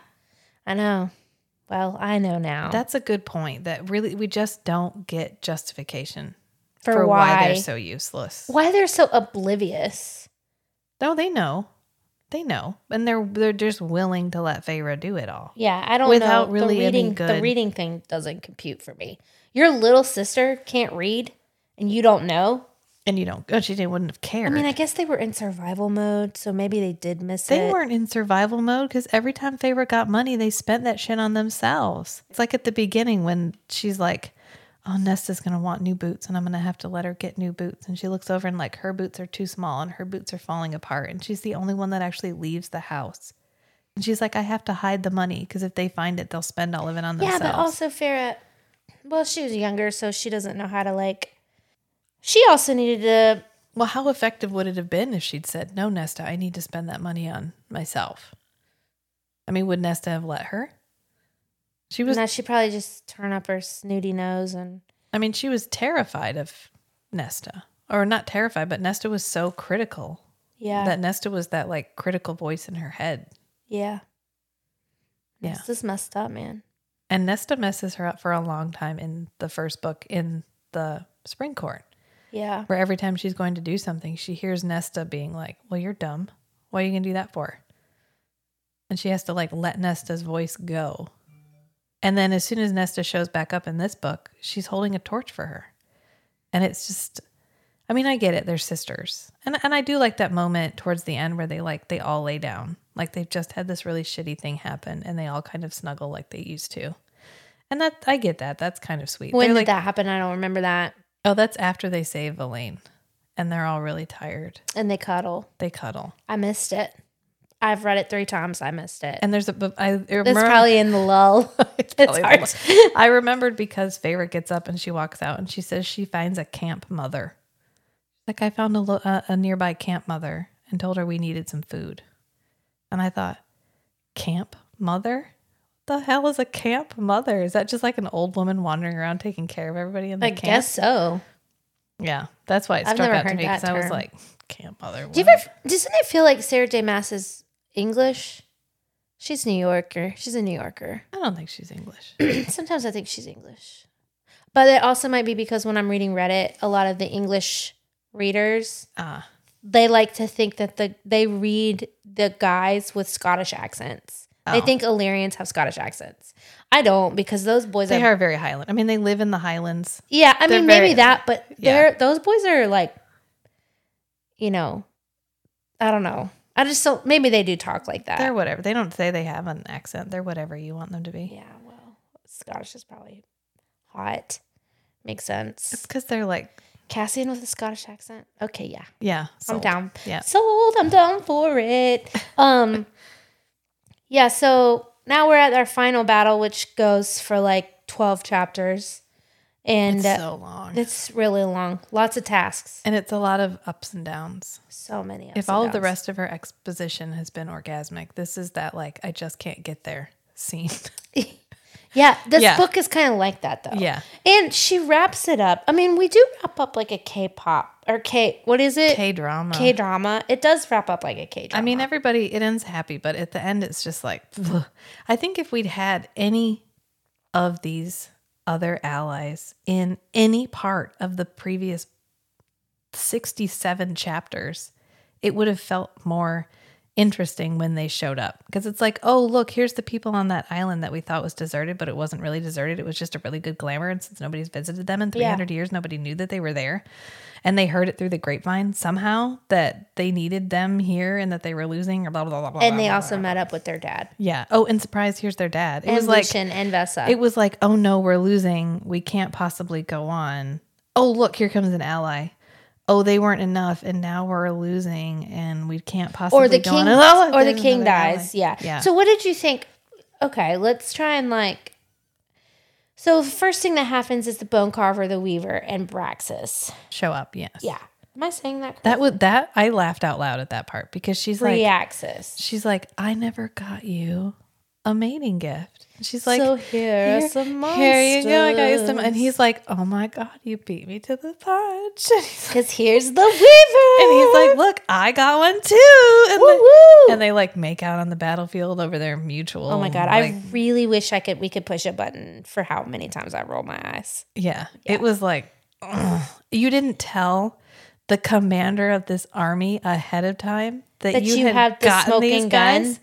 C: I know. Well, I know now.
A: That's a good point. That really, we just don't get justification
C: for,
A: why.
C: why,
A: they're so useless.
C: why they're so oblivious.
A: No, they know, they know, and they're they're just willing to let Feyre do it all.
C: Yeah, I don't
A: Without
C: know.
A: really
C: the
A: any
C: reading, the
A: good-
C: reading thing doesn't compute for me. Your little sister can't read, and you don't know.
A: And you don't. Oh, she didn't. Wouldn't have cared.
C: I mean, I guess they were in survival mode, so maybe they did miss
A: they
C: it.
A: weren't in survival mode because every time Feyre got money, they spent that shit on themselves. It's like at the beginning when she's like, "Oh, Nesta's gonna want new boots, and I'm gonna have to let her get new boots." And she looks over and like her boots are too small, and her boots are falling apart, and she's the only one that actually leaves the house. And she's like, "I have to hide the money because if they find it, they'll spend all of it on
C: yeah,
A: themselves."
C: but also Farah. Well, she was younger, so she doesn't know how to like. She also needed to.
A: well, how effective would it have been if she'd said, "No, Nesta, I need to spend that money on myself"? I mean, would Nesta have let her? She was
C: now she probably just turn up her snooty nose and.
A: I mean, she was terrified of Nesta, or not terrified, but Nesta was so critical
C: Yeah.
A: that Nesta was that like critical voice in her head.
C: yeah.
A: Yeah.
C: This is messed up, man.
A: And Nesta messes her up for a long time in the first book in the spring court,
C: Yeah.
A: where every time she's going to do something, she hears Nesta being like, Well, you're dumb. What are you going to do that for? And she has to like let Nesta's voice go. And then as soon as Nesta shows back up in this book, she's holding a torch for her. And it's just I mean, I get it, they're sisters. And and I do like that moment towards the end where they like they all lay down. Like they've just had this really shitty thing happen and they all kind of snuggle like they used to. And that I get that. That's kind of sweet.
C: When
A: They're
C: did
A: like,
C: that happen? I don't remember that.
A: Oh, that's after they save Elaine. And they're all really tired.
C: And they cuddle.
A: They cuddle.
C: I missed it. I've read it three times. I missed it.
A: And there's a but I
C: That's
A: remember
C: probably in the lull.
A: it's
C: it's
A: probably the
C: hard.
A: one. I remembered because Favorite gets up and she walks out and she says she finds a camp mother. Like I found a, lo- a, a nearby camp mother and told her we needed some food. And I thought, camp mother? The hell is a camp mother? Is that just like an old woman wandering around taking care of everybody in the
C: I
A: camp?
C: guess so.
A: Yeah, that's why it
C: I've
A: struck
C: never
A: out to
C: heard
A: me because
C: that
A: I was
C: term.
A: like, camp mother.
C: Do you
A: what?
C: ever? Doesn't it feel like Sarah J. Mass is English? She's New Yorker. She's a New Yorker.
A: I don't think she's English.
C: Sometimes I think she's English, but it also might be because when I'm reading Reddit, a lot of the English readers
A: Ah.
C: they like to think that the they read the guys with Scottish accents. They
A: Oh.
C: think Illyrians have Scottish accents. I don't because those boys
A: They
C: are.
A: are very highland. I mean, they live in the highlands.
C: Yeah, I
A: they're
C: mean
A: very-
C: maybe that, but
A: yeah.
C: they're those boys are like, you know, I don't know. I just don't. Maybe they do talk like that.
A: They're whatever. They don't say they have an accent. They're whatever you want them to be.
C: Yeah, well, Scottish is probably hot. Makes
A: It's
C: sense.
A: because they're like,
C: Cassian with a Scottish accent. Okay, yeah,
A: yeah, sold.
C: I'm down.
A: Yeah.
C: sold. I'm down for it. Um, yeah. So now we're at our final battle, which goes for like twelve chapters, and
A: It's
C: uh,
A: so long.
C: it's really long. Lots of tasks.
A: and it's a lot of ups and downs.
C: So many. ups
A: If
C: and
A: all of the
C: downs.
A: rest of her exposition has been orgasmic, this is that like I just can't get there scene.
C: Yeah, this
A: Yeah.
C: book is kind of like that though.
A: Yeah.
C: And she wraps it up. I mean, we do wrap up like a K-pop or K what is it?
A: K drama.
C: K drama. It does wrap up like a K drama.
A: I mean, everybody it ends happy, but at the end it's just like ugh. I think if we'd had any of these other allies in any part of the previous 67 chapters, it would have felt more interesting when they showed up because it's like, oh, look, here's the people on that island that we thought was deserted, but it wasn't really deserted. It was just a really good glamour. And since nobody's visited them in
C: Yeah.
A: 300 years, nobody knew that they were there. And they heard it through the grapevine somehow that they needed them here and that they were losing, or blah, blah, blah, blah.
C: and
A: blah,
C: they
A: blah,
C: also
A: blah.
C: met up with their dad.
A: Yeah. Oh, and surprise, here's their dad. It
C: and
A: was like,
C: Lucian and Vesa.
A: it was like, oh no, we're losing. We can't possibly go on. Oh, look, here comes an ally. Oh, they weren't enough, and now we're losing, and we can't possibly
C: or the
A: go
C: king
A: on. Oh, look,
C: or the
A: there's
C: king
A: another
C: dies.
A: ally.
C: Yeah.
A: Yeah.
C: So what did you think? Okay, let's try and like So the first thing that happens is the bone carver, the weaver, and Braxis.
A: Show up, yes.
C: Yeah. Am I saying that correctly?
A: That would that I laughed out loud at that part because she's like,
C: Reaxis.
A: she's like, I never got you. a mating gift. And she's like,
C: so here, are
A: here,
C: some
A: here you go, I got you some.
C: monsters.
A: And he's like, oh my God, you beat me to the punch. And he's,
C: Cause here's the weaver.
A: and he's like, look, I got one too. And,
C: Woo,
A: they,
C: woo.
A: and they like make out on the battlefield over their mutual.
C: oh my god,
A: like,
C: I really wish I could. We could push a button for how many times I roll my eyes.
A: Yeah, it was like ugh. you didn't tell the commander of this army ahead of time that,
C: That
A: you,
C: you
A: had
C: had the
A: gotten these
C: smoking gun.
A: guys.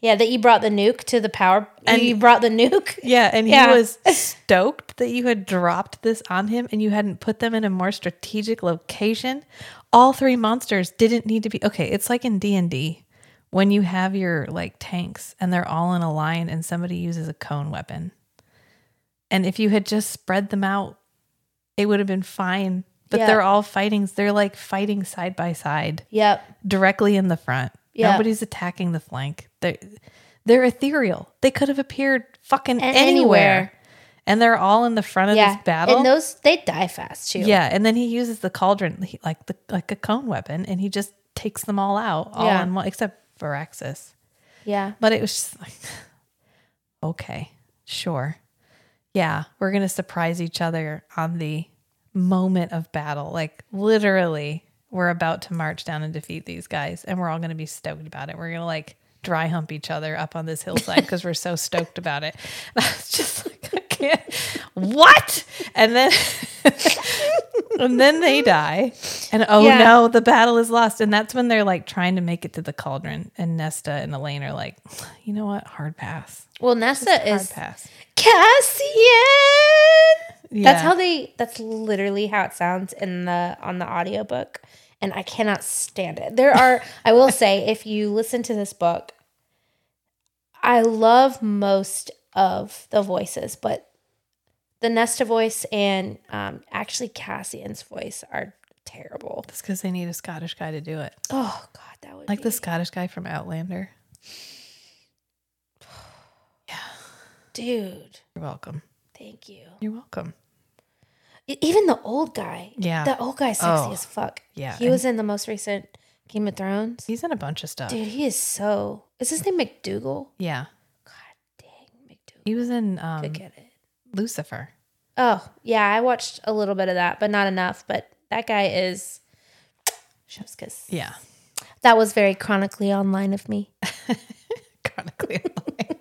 C: Yeah, that you brought the nuke to the power, and
A: And-
C: you brought the nuke.
A: Yeah, and
C: Yeah.
A: he was stoked that you had dropped this on him and you hadn't put them in a more strategic location. All three monsters didn't need to be Okay, it's like in D&D when you have your like tanks and they're all in a line and somebody uses a cone weapon. And if you had just spread them out, it would have been fine. But
C: Yeah.
A: they're all fighting, they're like fighting side by side
C: Yep.
A: directly in the front.
C: Yeah.
A: Nobody's attacking the flank. They're, they're ethereal. They could have appeared fucking
C: And
A: anywhere.
C: anywhere.
A: And they're all in the front of
C: yeah.
A: this battle.
C: And those they die fast too.
A: yeah, and then he uses the cauldron he- like the like a cone weapon and he just takes them all out all
C: Yeah.
A: in one except Varaxis.
C: Yeah.
A: But it was just like okay, sure. Yeah, we're going to surprise each other on the moment of battle. Like literally, we're about to march down and defeat these guys and we're all going to be stoked about it. We're going to like dry hump each other up on this hillside because we're so stoked about it. And I was just like, I can't. What? And then and then they die. And oh
C: Yeah.
A: no, the battle is lost. And that's when they're like trying to make it to the cauldron. And Nesta and Elaine are like, you know what? Hard pass.
C: Well, Nessa
A: Hard
C: is
A: pass.
C: Cassian. That's
A: Yeah.
C: how they that's literally how it sounds in the on the audiobook and I cannot stand it. There are I will say if you listen to this book I love most of the voices, but the Nesta voice and um, actually Cassian's voice are terrible.
A: That's because they need a Scottish guy to do it.
C: Oh God, that would
A: Like
C: be
A: the Scottish guy from Outlander.
C: dude.
A: You're welcome.
C: Thank you.
A: You're welcome.
C: E- Even the old guy.
A: Yeah.
C: The old guy's sexy
A: Oh.
C: as fuck.
A: Yeah,
C: He
A: and-
C: was in the most recent Game of Thrones.
A: He's in a bunch of stuff.
C: Dude, he is so. Is his name McDougal?
A: Yeah.
C: God dang, McDougal.
A: He was in
C: Could
A: um,
C: get it.
A: Lucifer.
C: Oh, yeah. I watched a little bit of that, but not enough. But that guy is. Chef's kiss.
A: Yeah.
C: That was very chronically online of me.
A: Chronically. online.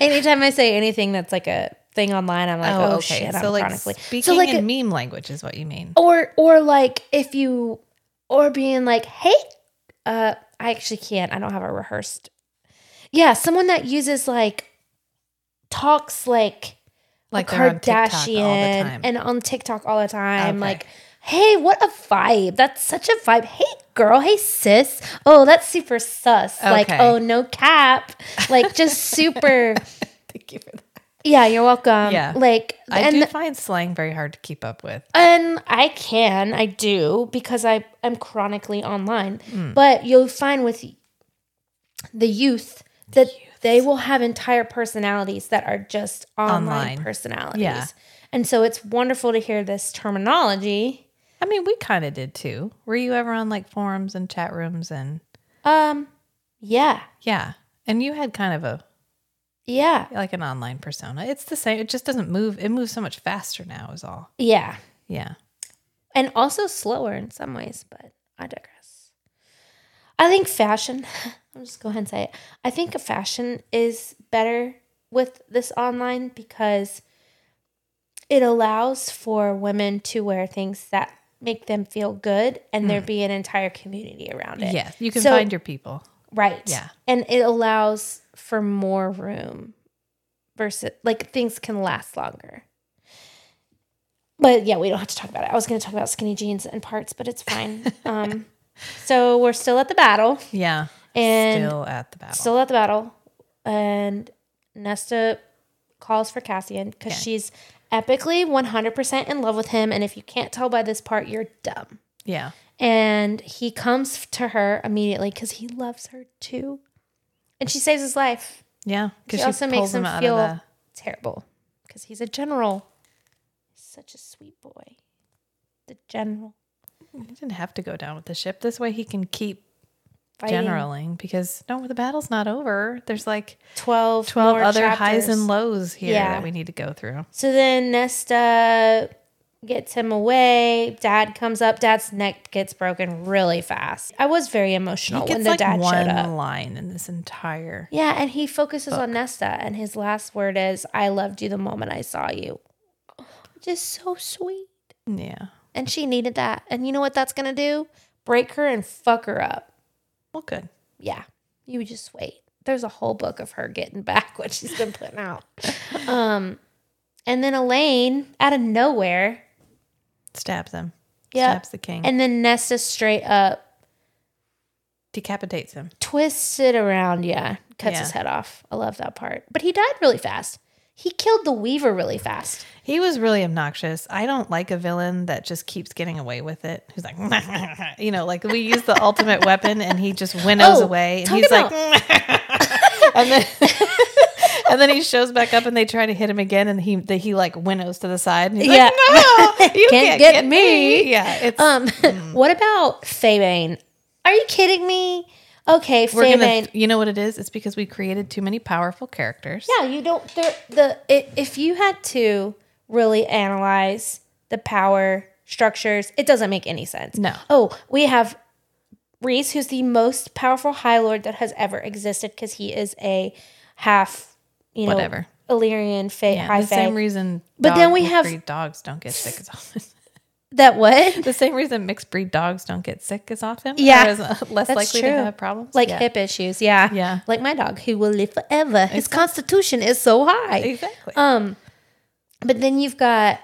C: Anytime I say anything that's like a thing online, I'm like, oh, shit, I'm
A: so like
C: chronically.
A: speaking
C: so like, Oh,
A: in meme language is what you mean.
C: or or like if you or being like hey uh i actually can't i don't have a rehearsed yeah someone that uses like talks like
A: Like
C: a
A: they're on TikTok all the time.
C: and on tiktok all the time
A: Okay.
C: like hey what a vibe that's such a vibe hey girl hey sis oh that's super sus like
A: Okay.
C: oh no cap like just super
A: Thank you for that.
C: yeah you're welcome
A: Yeah.
C: like
A: I
C: and
A: do find slang very hard to keep up with.
C: and Um, I can, I do, because I am chronically online. But you'll find with the youth that they will have entire personalities that are just online,
A: Online.
C: personalities.
A: Yeah.
C: And so it's wonderful to hear this terminology.
A: I mean, we kind of did too. Were you ever on like forums and chat rooms and
C: Um, yeah,
A: yeah? And you had kind of a
C: yeah,
A: like an online persona. It's the same. It just doesn't move. It moves so much faster now. Is all.
C: yeah.
A: Yeah.
C: And also slower in some ways, but I digress. I think fashion, I'll just go ahead and say it. I think fashion is better with this online because it allows for women to wear things that make them feel good and there be an entire community around it.
A: Yes. You can
C: So-
A: find your people.
C: Right.
A: Yeah.
C: And it allows for more room versus like things can last longer. But yeah, we don't have to talk about it. I was going to talk about skinny jeans and parts, but it's fine. um, so we're still at the battle
A: Yeah.
C: and still,
A: still at the battle.
C: at the battle. And Nesta calls for Cassian because
A: Okay.
C: she's epically 100% in love with him. And if you can't tell by this part, you're dumb.
A: yeah.
C: And he comes to her immediately because he loves her too. And she saves his life.
A: Yeah.
C: She
A: Because
C: also makes him feel terrible because he's a general. Such a sweet boy. The general.
A: He didn't have to go down with the ship. This way he can keep
C: fighting
A: Generaling because no, the battle's not over. There's like
C: 12,
A: 12
C: more
A: other highs
C: chapters.
A: and lows here
C: Yeah.
A: that we need to go through.
C: So then Nesta gets him away. Dad comes up. Dad's neck gets broken really fast. I was very emotional
A: He
C: when
A: gets
C: the
A: like
C: dad
A: one
C: showed up.
A: line in this entire.
C: Yeah, and he focuses on Nesta, and his last word is, I loved you the moment I saw you. Which is so sweet.
A: Yeah.
C: And she needed that. And you know what that's going to do? Break her and fuck her up.
A: Well, good.
C: Yeah, you just wait. There's a whole book of her getting back what she's been putting out. Um, and then Elaine, out of nowhere,
A: Stabs him.
C: yeah,
A: Stabs the king.
C: and then Nesta straight up
A: decapitates him.
C: twists it around. Yeah, cuts
A: Yeah.
C: his head off. I love that part. But he died really fast. He killed the Weaver really fast.
A: He was really obnoxious. I don't like a villain that just keeps getting away with it. Who's like, you know, like we use the ultimate weapon and he just winnows
C: Oh,
A: away and
C: talk
A: he's
C: about-
A: like, and then and then he shows back up and they try to hit him again and he the, he like winnows to the side and he's
C: Yeah.
A: like, no, you
C: Can't
A: can't,
C: get
A: get, me. Yeah, it's
C: Um,
A: Mm-hmm.
C: what about Faybane? Are you kidding me? Okay,
A: we're gonna.
C: Faybane.
A: You know what it is? It's because we created too many powerful characters.
C: Yeah, you don't. The, the it, if you had to really analyze the power structures, it doesn't make any sense.
A: No.
C: Oh, we have Reese, who's the most powerful High Lord that has ever existed, because he is a half, you know,
A: Whatever.
C: Illyrian Fae,
A: Yeah,
C: High
A: the same
C: Fae.
A: reason.
C: But then we
A: mixed
C: have-
A: breed dogs don't get sick as often.
C: that what?
A: the same reason mixed breed dogs don't get sick as often.
C: Yeah.
A: or is uh, less
C: That's
A: likely
C: true.
A: to have problems.
C: Like
A: yeah.
C: hip issues, yeah.
A: Yeah.
C: Like my dog, who will live forever. His constitution is so high.
A: Exactly.
C: Um, but then you've got.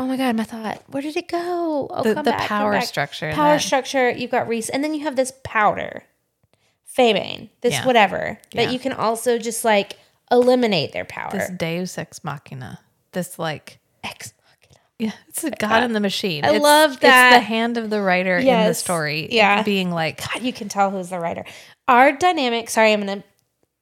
C: Oh my god, my thought. Where did it go? Oh,
A: the
C: come
A: the
C: back, come
A: power
C: back.
A: structure.
C: Power
A: that-
C: structure. You've got Reese, and then you have this powder, Fabane, this
A: Yeah.
C: whatever
A: Yeah.
C: that you can also just like eliminate their power.
A: This Deus ex machina. This like
C: Ex machina.
A: yeah, it's a god in the machine.
C: I
A: It's-
C: love that.
A: It's the hand of the writer in the
C: Yes.
A: story.
C: Yeah.
A: being like
C: God, you can tell who's the writer. Our dynamic. Sorry, I'm gonna.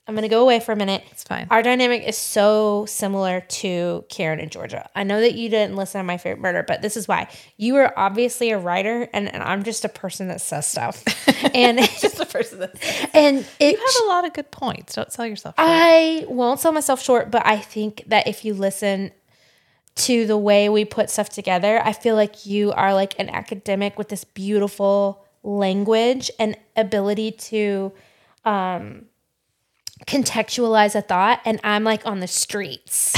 C: I'm gonna go away for a minute.
A: it's fine.
C: Our dynamic is so similar to Karen and Georgia. I know that you didn't listen to my favorite murder, but this is why. You are obviously a writer, and, and I'm just a person that says stuff. And
A: Just the person that you
C: and it,
A: have a lot of good points. Don't sell yourself. short.
C: I won't sell myself short, but I think that if you listen to the way we put stuff together, I feel like you are like an academic with this beautiful language and ability to um, contextualize a thought. And I'm like on the streets.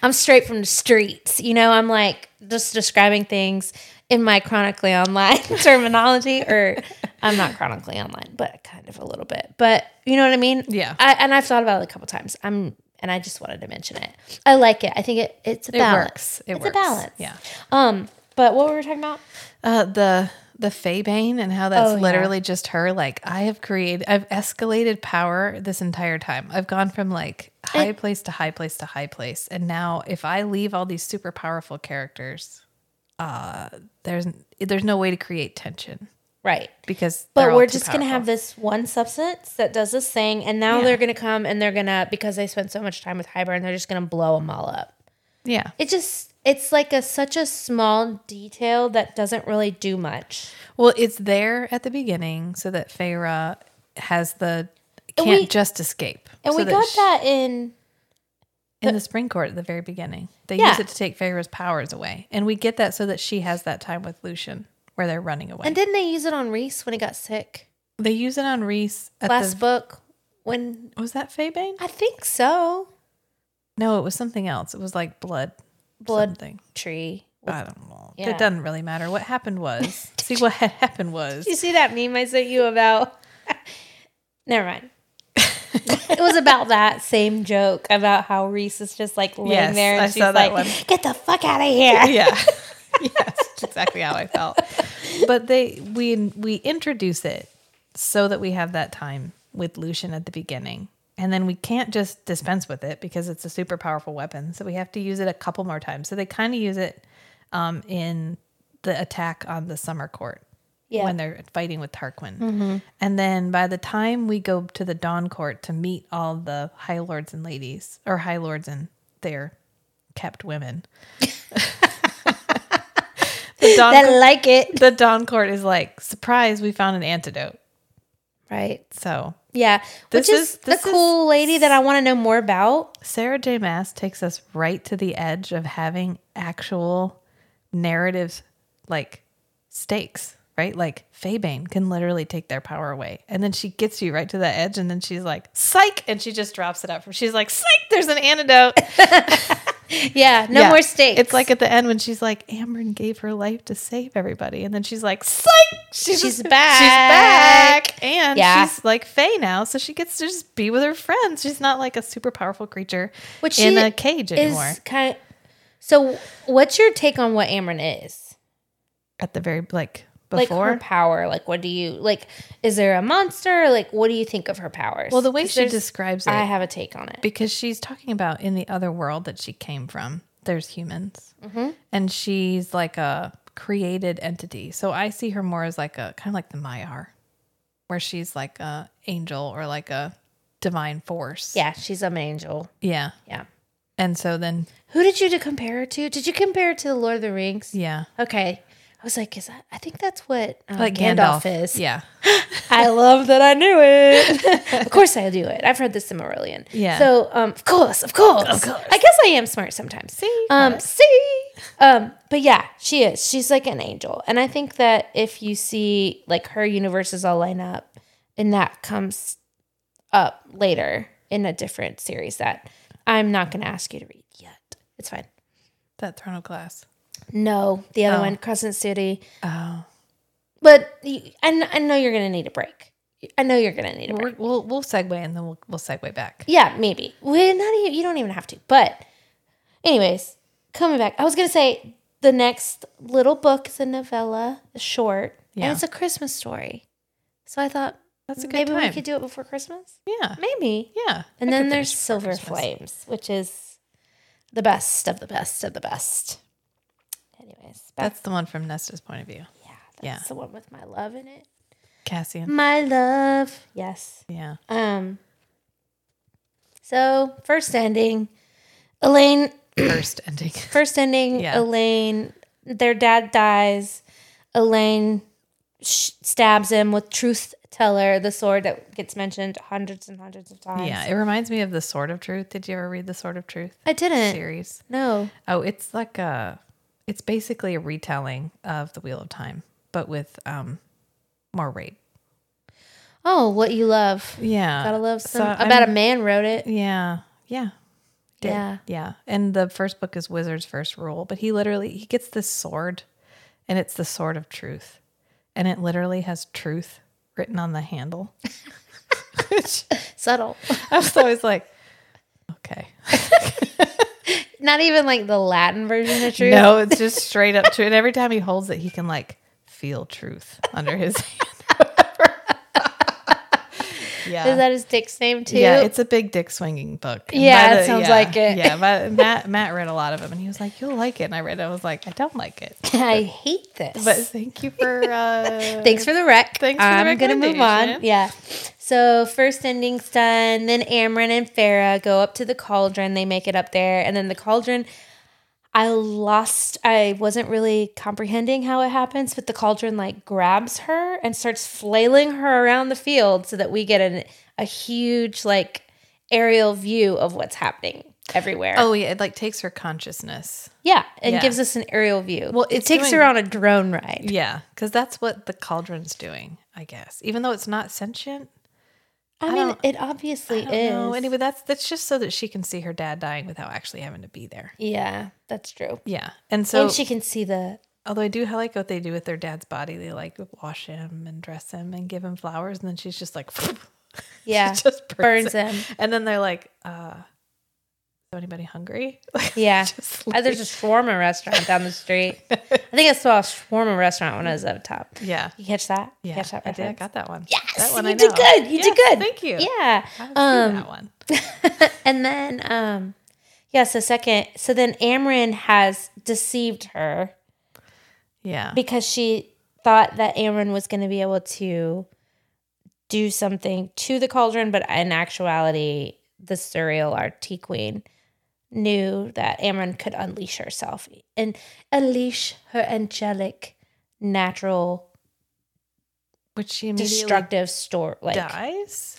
C: I'm straight from the streets. You know, I'm like just describing things in my chronically online terminology, or I'm not chronically online, but kind of a little bit. But you know what I mean?
A: Yeah.
C: I, and I've thought about it a couple times. I'm, and I just wanted to mention it. I like it. I think it, it's a
A: it
C: balance.
A: works. It
C: it's
A: works.
C: a balance.
A: Yeah.
C: Um, but what were we talking about?
A: Uh, the the Fabane and how that's
C: Oh, yeah.
A: literally just her. Like I have created, I've escalated power this entire time. I've gone from like
C: Eh.
A: high place to high place to high place, and now if I leave all these super powerful characters, uh, there's there's no way to create tension
C: Right.
A: because.
C: But
A: they're all
C: we're
A: too
C: just going to have
A: powerful.
C: this one substance that does this thing. And now
A: Yeah.
C: they're going to come and they're going to, because they spent so much time with Highburn, they're just going to blow them all up.
A: yeah.
C: It just it's like a such a small detail that doesn't really do much.
A: Well, it's there at the beginning so that Feyre has the
C: And
A: can't
C: we-
A: just escape.
C: And
A: So
C: we got
A: sh-
C: that in
A: in the spring court at the very beginning. They
C: Yeah.
A: use it to take Feyre's powers away, and we get that so that she has that time with Lucian where they're running away.
C: and didn't they use it on Reese when he got sick?
A: they use it on Reese at
C: Last
A: the
C: book when
A: was that Faybane?
C: I think so.
A: No, it was something else. It was like blood,
C: Blood
A: something.
C: tree.
A: I don't know.
C: Yeah.
A: It doesn't really matter. What happened was see what had happened was
C: Did you see that meme I sent you about Never mind. it was about that same joke about how Reese is just like laying
A: Yes,
C: there and
A: I
C: she's
A: saw
C: like,
A: that one.
C: "Get the fuck out of here."
A: yeah yes that's exactly how i felt but they we we introduce it so that we have that time with lucian at the beginning and then we can't just dispense with it because it's a super powerful weapon so we have to use it a couple more times so they kind of use it um, in the attack on the summer court
C: Yeah. Mm-hmm.
A: when they're fighting with Tarquin. And then by the time we go to the Dawn Court to meet all the High Lords and ladies, or High Lords and their kept women, The Don,
C: that like it.
A: the Don Court is like, surprise, we found an antidote.
C: Right.
A: So
C: Yeah.
A: This
C: Which
A: is-
C: is, the
A: this is-
C: cool lady that I want to know more about.
A: Sarah J. Mass takes us right to the edge of having actual narrative like stakes, right? Like Fabane can literally take their power away. And then she gets you right to the edge and then she's like, psych, and she just drops it up from she's like, psych, there's an antidote.
C: Yeah. No
A: Yeah.
C: more stakes.
A: It's like at the end when she's like, Amberin gave her life to save everybody. And then she's like, psych, she's,
C: She's
A: she's
C: back.
A: back. And
C: Yeah.
A: she's like Faye now. So she gets to just be with her friends. She's not like a super powerful creature
C: Which
A: in
C: she
A: a cage anymore.
C: is kind. so, what's your take on what Amron is?
A: At the very, like,
C: Like
A: before.
C: her power. Like, what do you like? Is there a monster? Like, what do you think of her powers?
A: well, the way
C: 'Cause
A: she
C: there's-
A: describes it,
C: I have a take on it.
A: because she's talking about in the other world that she came from, there's humans. And she's like a created entity. So I see her more as like a kind of like the Maiar, where she's like a angel or like a divine force.
C: Yeah, she's an angel.
A: Yeah.
C: Yeah.
A: And so then,
C: Who did you to compare her to? Did you compare her to the Lord of the Rings?
A: yeah.
C: Okay. I was like, is that? I think that's what um,
A: Like
C: Gandalf,
A: Gandalf,
C: is.
A: Yeah.
C: I love that I knew it. of course I do it. I've heard this in Marillion.
A: Yeah.
C: So um, of course, of course,
A: Of course.
C: I guess I am smart sometimes.
A: See?
C: Um, see. Um, but yeah, she is. She's like an angel, and I think that if you see like her universes all line up, and that comes up later in a different series that I'm not going to ask you to read yet. It's fine.
A: that throne of glass.
C: No, the other
A: Oh.
C: one, Crescent City.
A: Oh.
C: But you, I, kn- I know you're going to need a break. I know you're going to need a break.
A: We're, we'll, we'll segue and then we'll, we'll segue back.
C: Yeah, maybe. Well, not even, you don't even have to. But, anyways, coming back, I was gonna say the next little book is a novella, a short,
A: Yeah.
C: and it's a Christmas story. So I thought
A: That's a good
C: maybe
A: time.
C: we could do it before Christmas.
A: yeah.
C: Maybe.
A: Yeah.
C: And
A: I
C: then
A: could
C: there's
A: finish
C: Silver
A: Christmas.
C: Flames, which is the best of the best of the best. Anyways, back,
A: That's the one from Nesta's point of view.
C: yeah, that's
A: yeah.
C: the one with my love in it.
A: Cassian.
C: My love, yes.
A: Yeah.
C: Um. So first ending, Elaine.
A: First ending.
C: First ending,
A: Yeah.
C: Elaine. Their dad dies. Elaine sh- stabs him with Truth Teller, the sword that gets mentioned hundreds and hundreds of times.
A: Yeah, it reminds me of the Sword of Truth. Did you ever read the Sword of Truth
C: I didn't.
A: series?
C: No.
A: Oh, it's like a, it's basically a retelling of the Wheel of Time, but with um, more rape.
C: Oh, what you love.
A: Yeah,
C: Gotta love some.
A: Uh, So
C: about
A: I'm-
C: a man wrote it.
A: Yeah, yeah, Did.
C: Yeah.
A: yeah. And the first book is Wizard's First Rule, but he literally he gets this sword, and it's the Sword of Truth, and it literally has truth written on the handle. Which
C: Subtle.
A: I was always like, okay.
C: Not even like the Latin version of truth.
A: No, it's just straight up true. And every time he holds it, he can like feel truth under his hand. yeah.
C: Is that his dick's name too?
A: yeah, it's a big dick swinging book. And
C: Yeah,
A: by
C: it sounds like it.
A: Yeah, but Matt Matt read a lot of them, and he was like, "You'll like it." And I read it, I was like, "I don't like it."
C: I hate this.
A: But thank you for uh,
C: Thanks for the rec.
A: Thanks for the
C: I'm gonna move on.
A: recommendation.
C: Yeah. So first ending's done. Then Amryn and Farah go up to the cauldron. They make it up there, and then the cauldron. I lost. I wasn't really comprehending how it happens, but the cauldron like grabs her and starts flailing her around the field, so that we get an, a huge like aerial view of what's happening everywhere.
A: Oh yeah, it like takes her consciousness.
C: yeah, and
A: yeah.
C: gives us an aerial view.
A: Well,
C: it
A: it's
C: takes her
A: doing-
C: on a drone ride.
A: Yeah, because that's what the cauldron's doing, I guess. Even though it's not sentient,
C: I,
A: I
C: mean,
A: don't-
C: it obviously
A: I don't
C: is.
A: know. Anyway, that's that's just so that she can see her dad dying without actually having to be there.
C: Yeah, that's true.
A: Yeah, and so
C: and she can see the
A: although I do I like what they do with their dad's body, they like wash him and dress him and give him flowers, and then she's just like, she
C: yeah
A: just
C: burns
A: it.
C: him.
A: And then they're like, uh, is anybody hungry? Like,
C: Yeah.
A: just
C: Uh, There's a
A: leave.
C: shawarma restaurant down the street. I think I saw a shawarma restaurant when I was up top.
A: yeah,
C: You catch that? You
A: yeah.
C: catch that
A: I did. I
C: reference?
A: got that one.
C: Yes,
A: that one
C: you
A: I
C: did
A: know.
C: good. You did
A: Yes,
C: good.
A: Thank you.
C: Yeah.
A: I haven't
C: Um,
A: seen that one.
C: and then um yeah so second so then Amryn has deceived her
A: Yeah,
C: because she thought that Amryn was going to be able to do something to the cauldron but in actuality the surreal RT queen knew that Amryn could unleash herself and unleash her angelic, natural,
A: Which she immediately
C: destructive store. Like,
A: dies?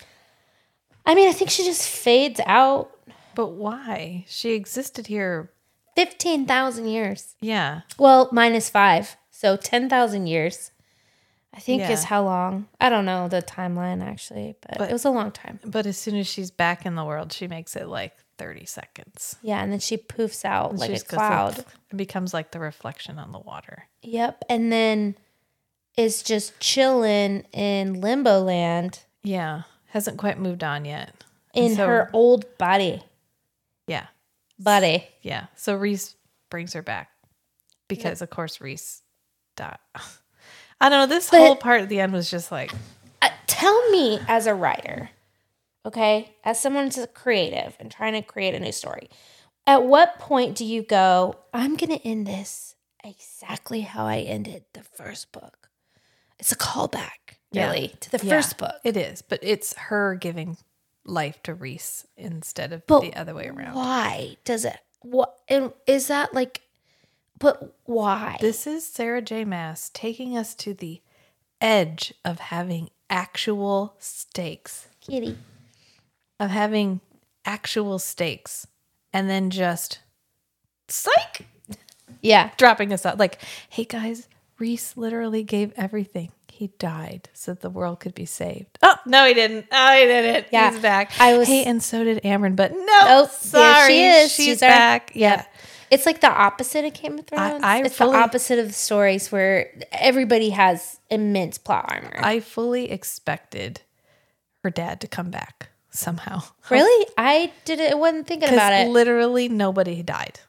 C: I mean, I think she just fades out
A: But why? She existed here.
C: fifteen thousand years.
A: Yeah.
C: Well, minus five, so ten thousand years. I think is
A: Yeah.
C: how long. I don't know the timeline actually, but
A: But-
C: it was a long time.
A: But as soon as she's back in the world, she makes it like 30 seconds.
C: Yeah, and then she poofs out
A: And
C: like
A: she
C: a
A: just goes like-
C: cloud.
A: it becomes like the reflection on the water.
C: Yep, and then is just chilling in limbo land
A: Yeah. Hasn't quite moved on yet. And
C: in
A: so-
C: her old body,
A: Yeah.
C: buddy.
A: Yeah. So Reese brings her back because, of course, Reese died. I don't know. This
C: But-
A: whole part at the end was just like,
C: Uh, tell me, as a writer, okay, as someone who's creative and trying to create a new story, at what point do you go? I'm gonna end this exactly how I ended the first book. It's a callback,
A: Yeah.
C: really, to the
A: Yeah,
C: first book.
A: It is, but it's her giving life to Reese instead of
C: But
A: the other way around.
C: Why does it? What and is that like? But why?
A: This is Sarah J. Mass taking us to the edge of having actual stakes,
C: kitty.
A: of having actual stakes, and then just psych
C: Yeah.
A: dropping us out. Like, hey guys, Reese literally gave everything. He died so the world could be saved. Oh no, he didn't. Oh, he didn't.
C: Yeah.
A: He's back.
C: I was-
A: Hey, and so did Amron, but no.
C: Oh, there
A: sorry,
C: she is.
A: She's,
C: She's our-
A: back. yeah.
C: Yep. It's like the opposite of Game of Thrones.
A: I
C: it's
A: fully-
C: the opposite of the stories where everybody has immense plot armor.
A: I fully expected her dad to come back somehow.
C: really? I didn't. I wasn't thinking about
A: Because
C: it.
A: literally nobody died.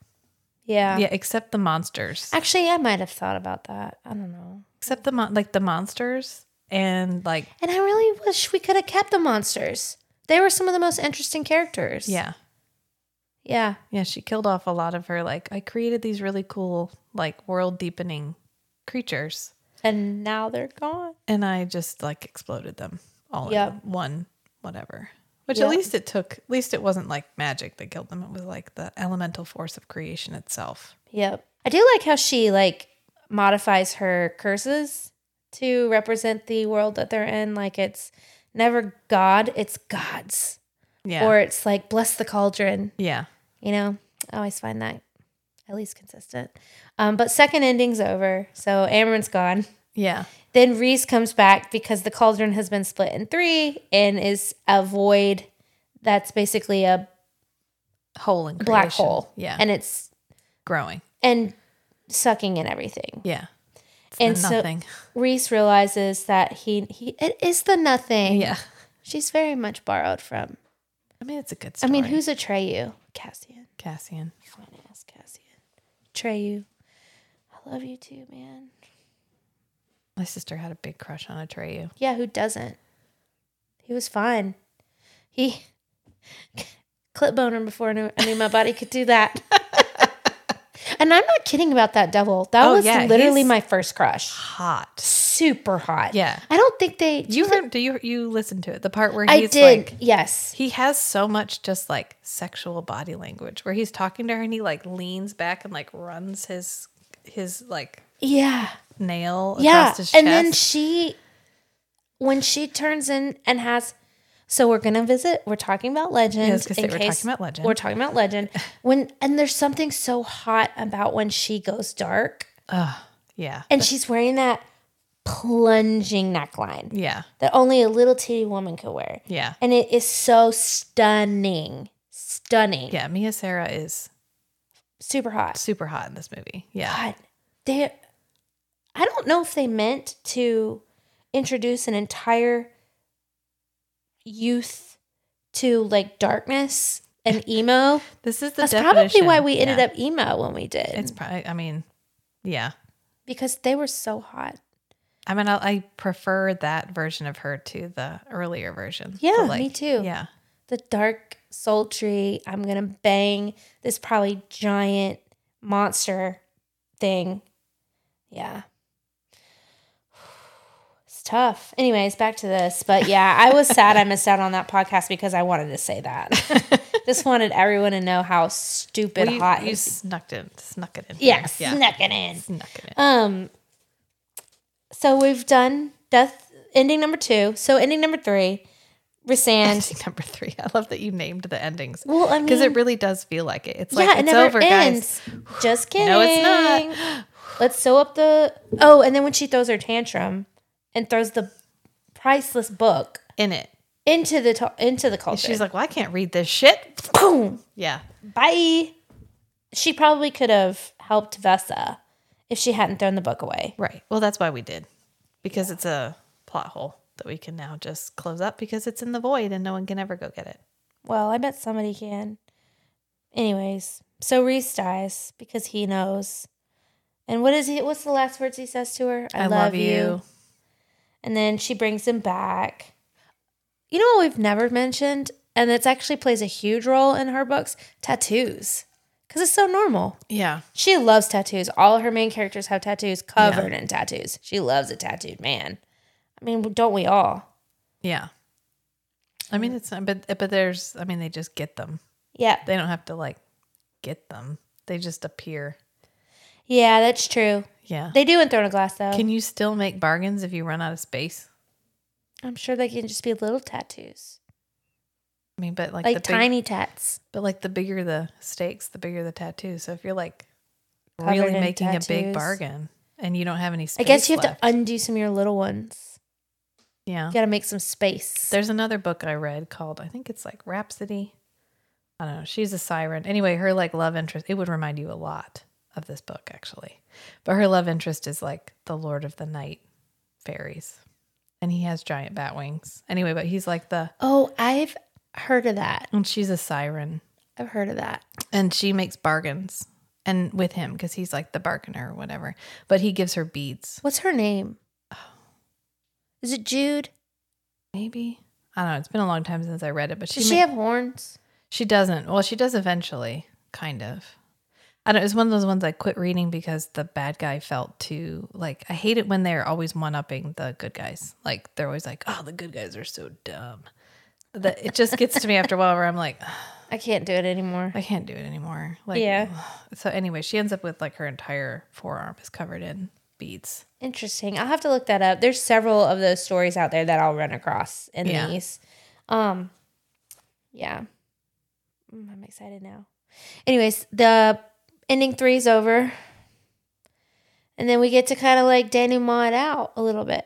C: yeah.
A: Yeah, except the monsters.
C: Actually, I might have thought about that. I don't know.
A: Except the mon- like the monsters and like
C: And I really wish we could have kept the monsters. They were some of the most interesting characters.
A: yeah.
C: Yeah.
A: Yeah, she killed off a lot of her like I created these really cool like world deepening creatures
C: And now they're gone.
A: and I just like exploded them all
C: Yep.
A: in one whatever. Which
C: Yep.
A: at least it took at least it wasn't like magic that killed them. It was like the elemental force of creation itself.
C: Yep. I do like how she like modifies her curses to represent the world that they're in. Like it's never God, it's gods.
A: Yeah.
C: Or it's like bless the cauldron.
A: yeah.
C: You know, I always find that at least consistent. Um, but second ending's over, so Amron's gone.
A: Yeah.
C: Then Reese comes back because the cauldron has been split in three and is a void that's basically a
A: Hole in
C: black
A: creation.
C: hole.
A: Yeah.
C: And it's
A: growing.
C: and sucking in everything.
A: Yeah.
C: And
A: The
C: so-
A: nothing.
C: Reese realizes that he he it is the nothing.
A: yeah.
C: She's very much borrowed from.
A: I mean, it's a good
C: I
A: story.
C: mean, who's Atreyu? Cassian.
A: Cassian?
C: Fine ass Cassian. Atreyu. I love you too, man.
A: My sister had a big crush on Atreyu.
C: Yeah, who doesn't? He was fun. He clip boner before I knew, I knew my body could do that. and I'm not kidding about that devil. That
A: Oh,
C: was
A: yeah,
C: literally
A: he's-
C: my first crush.
A: Hot.
C: Super hot.
A: Yeah.
C: I don't think they.
A: You heard? Do you you listen to it? The part where he's
C: I did.
A: like
C: yes.
A: he has so much just like sexual body language where he's talking to her and he like leans back and like runs his his like
C: Yeah.
A: nail
C: yeah
A: across his chest.
C: and then she when she turns in and has so we're gonna visit we're talking about legend
A: was gonna say,
C: in
A: we're
C: case-
A: talking about Legend.
C: we're talking about legend when and there's something so hot about when she goes dark
A: yeah.
C: and she's wearing that plunging neckline
A: Yeah.
C: that only a little titty woman could wear
A: Yeah.
C: and it is so stunning stunning
A: Yeah. Mia Sarah is
C: super hot
A: super hot in this movie. Yeah.
C: God, they. I don't know if they meant to introduce an entire youth to like darkness and emo.
A: This is the
C: That's probably
A: definition.
C: why we ended
A: Yeah.
C: up emo when we did.
A: It's probably. I mean, yeah.
C: because they were so hot.
A: I mean, I, I prefer that version of her to the earlier version.
C: Yeah,
A: The,
C: me too.
A: Yeah,
C: The dark, sultry. I'm gonna bang this probably giant monster thing. Yeah. It's tough. Anyways, back to this. But yeah, I was sad I missed out on that podcast because I wanted to say that. Just wanted everyone to know how stupid
A: Well, you,
C: hot
A: you
C: his
A: snuck it, snuck it in.
C: yeah,
A: here. yeah,
C: snuck it in.
A: snuck it in.
C: Um, so we've done death ending number two. So ending number three, Resand.
A: Ending number three. I love that you named the endings
C: Well, I mean,
A: because it really does feel like it. It's
C: yeah,
A: like
C: it
A: it's
C: never
A: over, guys.
C: ends. Just kidding.
A: No, it's not.
C: Let's sew up the. Oh, and then when she throws her tantrum and throws the priceless book
A: In it,
C: into the to- into the cauldron,
A: she's like, "Well, I can't read this shit."
C: boom.
A: Yeah,
C: bye. She probably could have helped Vessa if she hadn't thrown the book away.
A: right. Well, that's why we did because it's a plot hole that we can now just close up because it's in the void and no one can ever go get it.
C: Well, I bet somebody can. Anyways, so Reese dies because he knows. And what is he? What's the last words he says to her? And then she brings him back. You know what we've never mentioned, and it's actually plays a huge role in her books: tattoos, because it's so normal.
A: Yeah,
C: She loves tattoos. All her main characters have tattoos, covered in tattoos. She loves a tattooed man. I mean, don't we all?
A: yeah. I mean, it's not, but but there's. I mean, they just get them.
C: Yeah.
A: They don't have to like get them. They just appear.
C: Yeah, that's true.
A: Yeah.
C: They do in Throne of Glass, though.
A: Can you still make bargains if you run out of space?
C: I'm sure they can just be little tattoos,
A: I mean, but like,
C: like,
A: the big-
C: tiny tats.
A: but like the bigger the stakes, the bigger the tattoo. So if you're like
C: Covered
A: really
C: in
A: making a big
C: tattoos.
A: bargain and you don't have any
C: I
A: space,
C: guess you have
A: left-
C: to undo some of your little ones.
A: yeah.
C: You got to make some space.
A: There's another book I read called I think it's like Rhapsody. I don't know. She's a siren. Anyway, her like love interest. It would remind you a lot of this book actually, but her love interest is like the Lord of the Night fairies, and he has giant bat wings. Anyway, but he's like the
C: oh, I've heard of that.
A: and she's a siren.
C: I've heard of that.
A: and she makes bargains and with him because he's like the bargainer or whatever but he gives her beads
C: What's her name?
A: Oh.
C: Is it Jude?
A: maybe i don't know it's been a long time since i read it but she
C: Does she
A: ma-
C: have horns?
A: she doesn't well she does eventually kind of i don't it's one of those ones i quit reading because the bad guy felt too like i hate it when they're always one-upping the good guys like they're always like oh the good guys are so dumb that it just gets to me after a while where i'm like
C: I can't do it anymore.
A: I can't do it anymore. Like,
C: Yeah.
A: So anyway, she ends up with like her entire forearm is covered in beads.
C: Interesting. I'll have to look that up. There's several of those stories out there that I'll run across in
A: Yeah.
C: these. Um, yeah, Mm, I'm excited now. Anyways, the ending three is over, and then we get to kind of like denouement it out a little bit.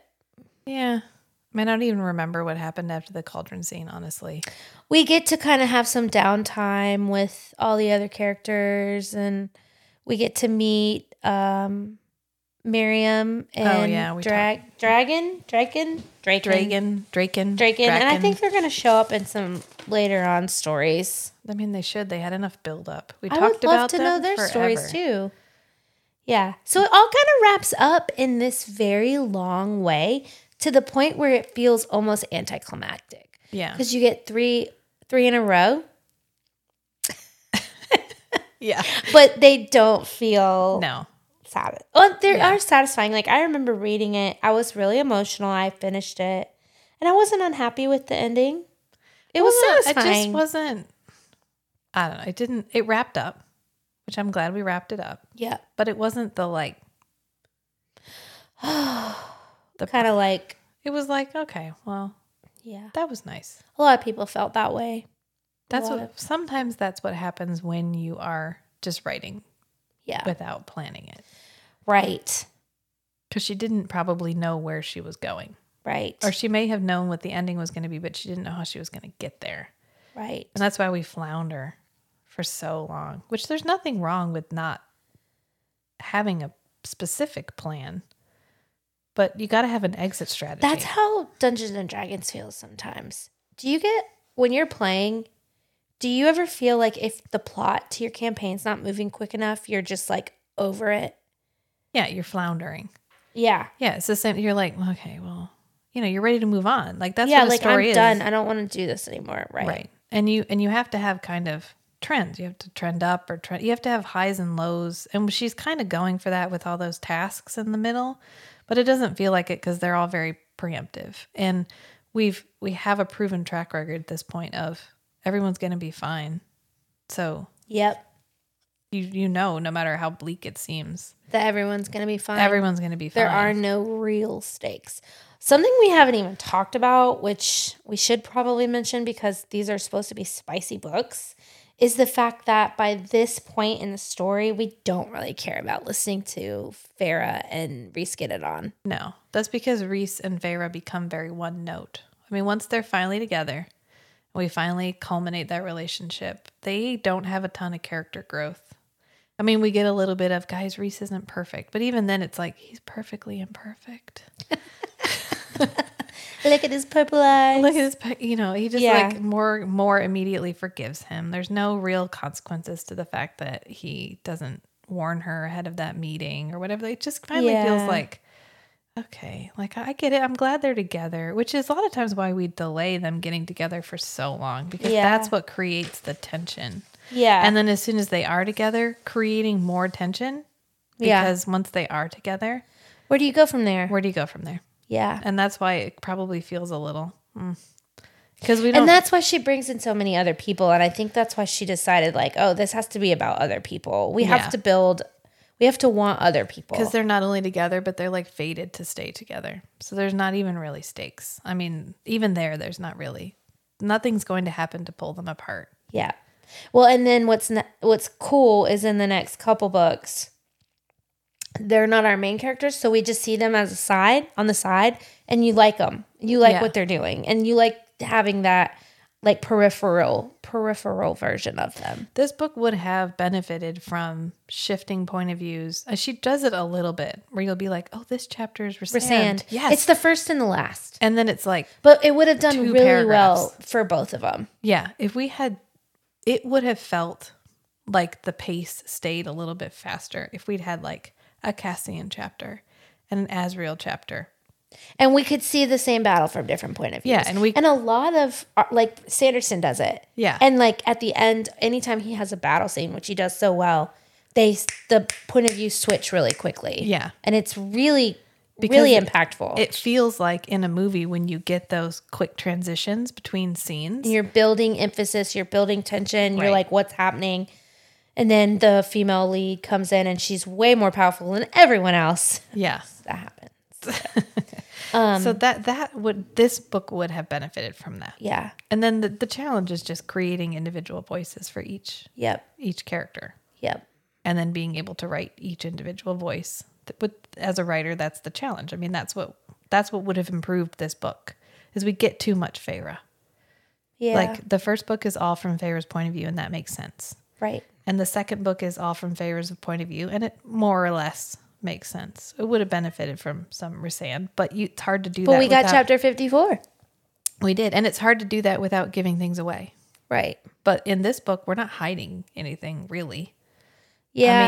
A: Yeah. I mean, I don't even remember what happened after the cauldron scene, honestly.
C: We get to kind of have some downtime with all the other characters, and we get to meet um, Miriam and
A: Oh, yeah, we
C: Drag Dragon Dragon Dragon
A: Dragon, Draken,
C: Draken, and I
A: Draken.
C: think they're going to show up in some later on stories.
A: I mean they should. They had enough buildup. We
C: I
A: talked
C: would love
A: about
C: to know
A: them
C: their stories
A: forever.
C: too. Yeah, so it all kind of wraps up in this very long way to the point where it feels almost anticlimactic
A: Yeah,
C: because you get three three in a row,
A: yeah.
C: but they don't feel
A: No,
C: sad. Well, they
A: Yeah.
C: are satisfying. Like I remember reading it, I was really emotional. I finished it, and I wasn't unhappy with the ending. It was
A: Well,
C: satisfying.
A: It just wasn't. I don't know. It didn't. It wrapped up, which I'm glad we wrapped it up.
C: yeah.
A: But it wasn't the like. the
C: kind of like
A: It was like okay, well,
C: yeah
A: that was nice.
C: a lot of people felt that way
A: That's
C: lot
A: what sometimes that's what happens when you are just writing
C: yeah
A: without planning it.
C: right
A: Because she didn't probably know where she was going,
C: right
A: or she may have known what the ending was going to be, but she didn't know how she was going to get there,
C: right
A: and that's why we flounder for so long. Which there's nothing wrong with not having a specific plan, but you got to have an exit strategy.
C: that's how dungeons and dragons feels sometimes do you get when you're playing do you ever feel like if the plot to your campaign's not moving quick enough you're just like over it
A: yeah, you're floundering.
C: yeah
A: Yeah, it's the same. You're like, okay, well, you know, you're ready to move on. Like that's
C: yeah
A: what a
C: like i'm
A: story is.
C: done i don't want to do this anymore right
A: right. and you and you have to have kind of trends you have to trend up or trend you have to have highs and lows and she's kind of going for that with all those tasks in the middle but it doesn't feel like it because they're all very preemptive and we've we have a proven track record at this point of everyone's going to be fine So
C: Yep.
A: you you know, no matter how bleak it seems,
C: That everyone's going to be fine.
A: everyone's going to be fine.
C: There are no real stakes. Something we haven't even talked about, which we should probably mention because these are supposed to be spicy books, is the fact that by this point in the story, we don't really care about listening to Farah and Reese get it on.
A: no. That's because Reese and Vera become very one note. I mean, once they're finally together, we finally culminate that relationship. They don't have a ton of character growth. I mean, we get a little bit of guys. Reese isn't perfect, but even then, it's like he's perfectly imperfect.
C: Look at his purple eyes.
A: Look at his, pe- you know, he just
C: Yeah.
A: like more, more immediately forgives him. There's no real consequences to the fact that he doesn't warn her ahead of that meeting or whatever. It just finally feels
C: Yeah.
A: like, okay, like I get it. I'm glad they're together, which is a lot of times why we delay them getting together for so long because
C: Yeah.
A: that's what creates the tension.
C: yeah.
A: And then as soon as they are together, creating more tension
C: Yeah.
A: because once they are together,
C: Where do you go from there?
A: where do you go from there?
C: yeah.
A: And that's why it probably feels a little. Because we don't
C: And that's why she brings in so many other people. And I think that's why she decided, like, oh, this has to be about other people. We
A: Yeah.
C: have to build, we have to want other people.
A: because they're not only together but they're like fated to stay together so there's not even really stakes i mean even there there's not really nothing's going to happen to pull them apart
C: Yeah. Well, and then what's ne- what's cool is in the next couple books, they're not our main characters, so we just see them as a side on the side, and you like them, you like
A: Yeah.
C: what they're doing, and you like having that like peripheral peripheral version of them.
A: this book would have benefited from shifting point of views Uh, she does it a little bit where you'll be like oh this chapter is resand,
C: Sand.
A: yes
C: It's the first and the last,
A: and then it's like
C: but it would have done
A: Two
C: really well
A: paragraphs.
C: for both of them.
A: yeah if we had it would have felt like the pace stayed a little bit faster if we'd had like a cassian chapter and an asriel chapter
C: and we could see the same battle from different point of views.
A: Yeah, and we-
C: and a lot of uh, like Sanderson does it.
A: Yeah.
C: and like at the end, anytime he has a battle scene, which he does so well, they the point of view switch really quickly.
A: Yeah.
C: and it's really
A: Because
C: really
A: it-
C: impactful.
A: it feels like in a movie when you get those quick transitions between scenes.
C: you're building emphasis. You're building tension. You're
A: Right.
C: like, what's happening? And then the female lead comes in, and she's way more powerful than everyone else.
A: Yeah.
C: That happens. Um,
A: so that that would this book would have benefited from that.
C: Yeah.
A: And then the, the challenge is just creating individual voices for each
C: Yep.
A: each character
C: Yep.
A: and then being able to write each individual voice. Th- But as a writer, that's the challenge. I mean, that's what that's what would have improved this book is we get too much Feyre.
C: Yeah.
A: Like the first book is all from Feyre's point of view and that makes sense.
C: right.
A: And the second book is all from Feyre's point of view, and it more or less makes sense. It would have benefited from some Resand, but you, it's hard to do
C: But
A: that.
C: we got
A: without-
C: chapter fifty-four.
A: We did, and it's hard to do that without giving things away.
C: Right.
A: But in this book, we're not hiding anything really.
C: Yeah.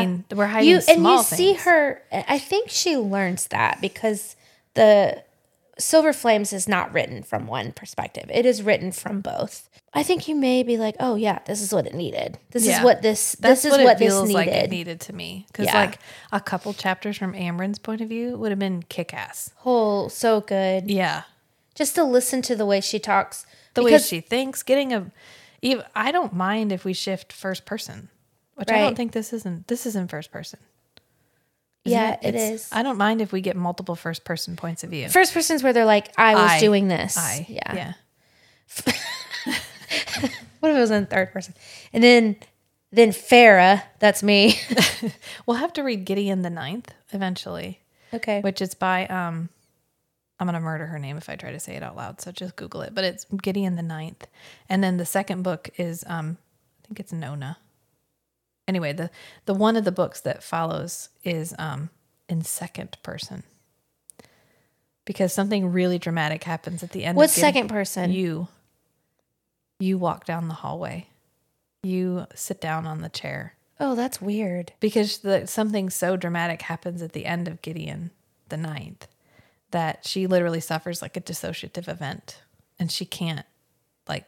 A: I mean, we're hiding
C: you
A: small
C: and you see
A: things.
C: her i think she learns that because the silver flames is not written from one perspective it is written from both i think you may be like oh yeah this is what it needed this
A: Yeah.
C: is what this
A: That's
C: this
A: what it
C: is what this
A: feels
C: needed
A: like it needed to me. Because
C: Yeah.
A: like a couple chapters from Amryn's point of view would have been kick ass.
C: oh so good
A: Yeah.
C: just to listen to the way she talks
A: the way
C: because
A: she thinks getting a even i don't mind if we shift first person which i don't
C: Right.
A: think this isn't this isn't first person
C: Yeah, it
A: It's-
C: is.
A: i don't mind if we get multiple first person points of view
C: first person's where they're like i was
A: I-
C: doing this
A: I,
C: yeah.
A: yeah
C: what if it was in third person and then then farah that's me
A: we'll have to read gideon the ninth eventually
C: okay
A: which is by um i'm gonna murder her name if i try to say it out loud so just google it but it's gideon the ninth and then the second book is um i think it's nona anyway the the one of the books that follows is um in second person because something really dramatic happens at the end
C: what's
A: of Gideon-
C: second person
A: you you walk down the hallway you sit down on the chair
C: oh that's weird
A: because the, something so dramatic happens at the end of Gideon the ninth that she literally suffers like a dissociative event and she can't like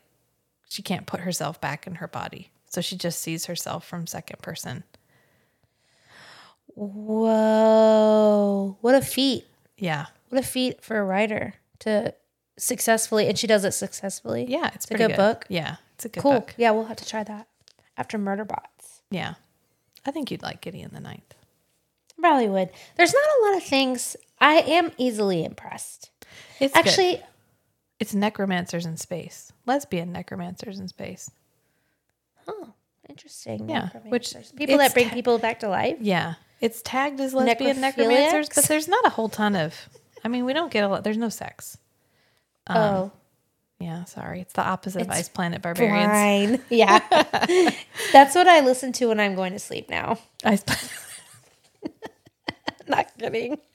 A: she can't put herself back in her body so she just sees herself from second person
C: Whoa. What a feat.
A: yeah
C: What a feat for a writer to successfully, and she does it successfully.
A: yeah it's,
C: a
A: pretty
C: good book.
A: yeah it's a good
C: cool.
A: book
C: Yeah, we'll have to try that. after Murderbots.
A: Yeah. I think you'd like Gideon the Ninth.
C: Probably would. There's not a lot of things. I am easily impressed.
A: It's good.
C: Actually,
A: it's necromancers in space, lesbian necromancers in space.
C: oh, interesting.
A: Yeah, which
C: Necromancers. people that
A: it's
C: bring
A: te-
C: people back to life.
A: Yeah, it's tagged as lesbian
C: Necrophiliacs?
A: necromancers, but there's not a whole ton of. I mean, we don't get a lot. There's no sex. Um,
C: oh,
A: Yeah, sorry, it's the opposite of
C: It's
A: Ice Planet Barbarians.
C: fine. Yeah, that's what I listen to when I'm going to sleep now.
A: Ice Planet.
C: Not kidding.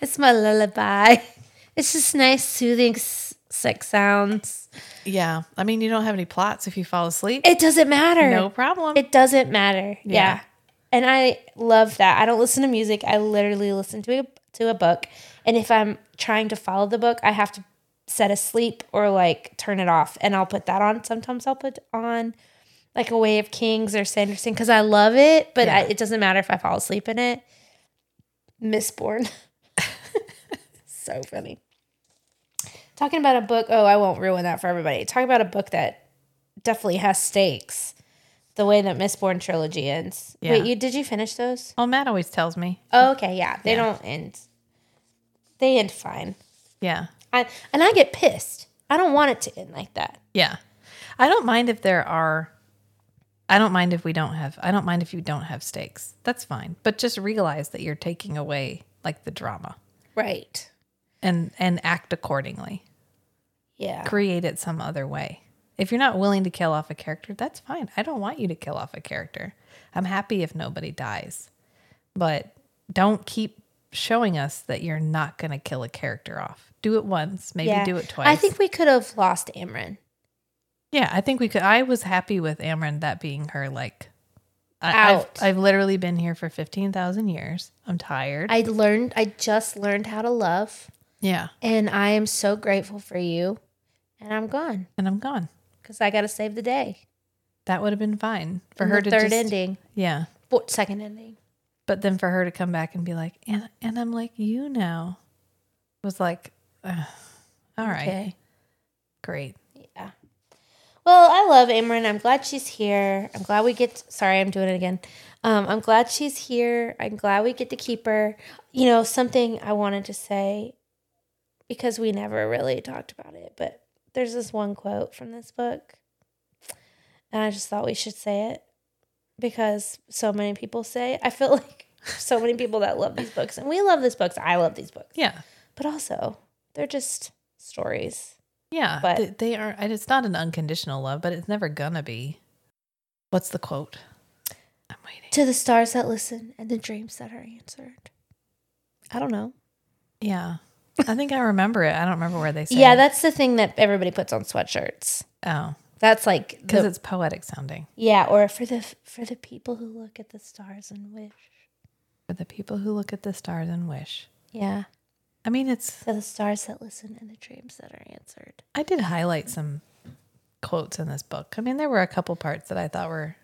C: it's my lullaby. It's just nice, soothing s- sex sounds.
A: Yeah, I mean, you don't have any plots if you fall asleep.
C: It doesn't matter.
A: no problem.
C: It doesn't matter. Yeah.
A: Yeah.
C: And I love that. I don't listen to music. I literally listen to a, to a book. And if I'm trying to follow the book, I have to set asleep or like turn it off. And I'll put that on. Sometimes I'll put on like A Way of Kings or Sanderson because I love it, but I,
A: Yeah.
C: it doesn't matter if I fall asleep in it. Mistborn. so funny. Talking about a book. Oh, I won't ruin that for everybody. Talk about a book that definitely has stakes. The way that Mistborn trilogy ends.
A: Yeah.
C: Wait, you did you finish those?
A: well, Matt always tells me.
C: Oh, okay, yeah. They don't end. They end fine.
A: Yeah,
C: I and I get pissed. I don't want it to end like that.
A: yeah. I don't mind if there are. I don't mind if we don't have. I don't mind if you don't have stakes. That's fine. But just realize that you're taking away like the drama
C: Right.
A: and and act accordingly.
C: Yeah.
A: create it some other way. If you're not willing to kill off a character, that's fine. I don't want you to kill off a character. I'm happy if nobody dies. But don't keep showing us that you're not going to kill a character off. Do it once, maybe
C: Yeah.
A: do it twice.
C: I think we could have lost Amryn.
A: yeah, I think we could I was happy with Amryn that being her like I, I've,
C: Out.
A: I've literally been here for 15,000 years. I'm tired.
C: I learned I just learned how to love
A: yeah,
C: and I am so grateful for you. And I'm gone
A: and I'm gone.
C: cuz I got to save the day.
A: That would have been fine for
C: And
A: her to
C: the third
A: just,
C: ending.
A: Yeah.
C: Four, second ending.
A: But then for her to come back and be like, and, and I'm like, you now was like, ugh, all right,
C: Okay.
A: great.
C: Yeah. Well, I love Amryn. I'm glad she's here. I'm glad we get. Sorry, I'm doing it again. Um, I'm glad she's here. I'm glad we get to keep her. You know, something I wanted to say because we never really talked about it, but there's this one quote from this book, and I just thought we should say it because so many people say. I feel like so many people that love these books, and we love these books. I love these books,
A: Yeah.
C: but also they're just stories.
A: Yeah.
C: But-
A: But they, they are, and it's not an unconditional love, but it's never gonna be. What's the quote? I'm waiting.
C: To the stars that listen and the dreams that are answered. I don't know.
A: Yeah. I think I remember it. I don't remember where they said
C: Yeah, that's the thing that everybody puts on sweatshirts.
A: Oh,
C: That's like
A: because
C: the-
A: it's poetic sounding
C: yeah, or for the for the people who look at the stars and wish.
A: for the people who look at the stars and wish.
C: Yeah,
A: I mean, it's,
C: to the stars that listen and the dreams that are answered.
A: I did highlight some quotes in this book. I mean, there were a couple parts that I thought were,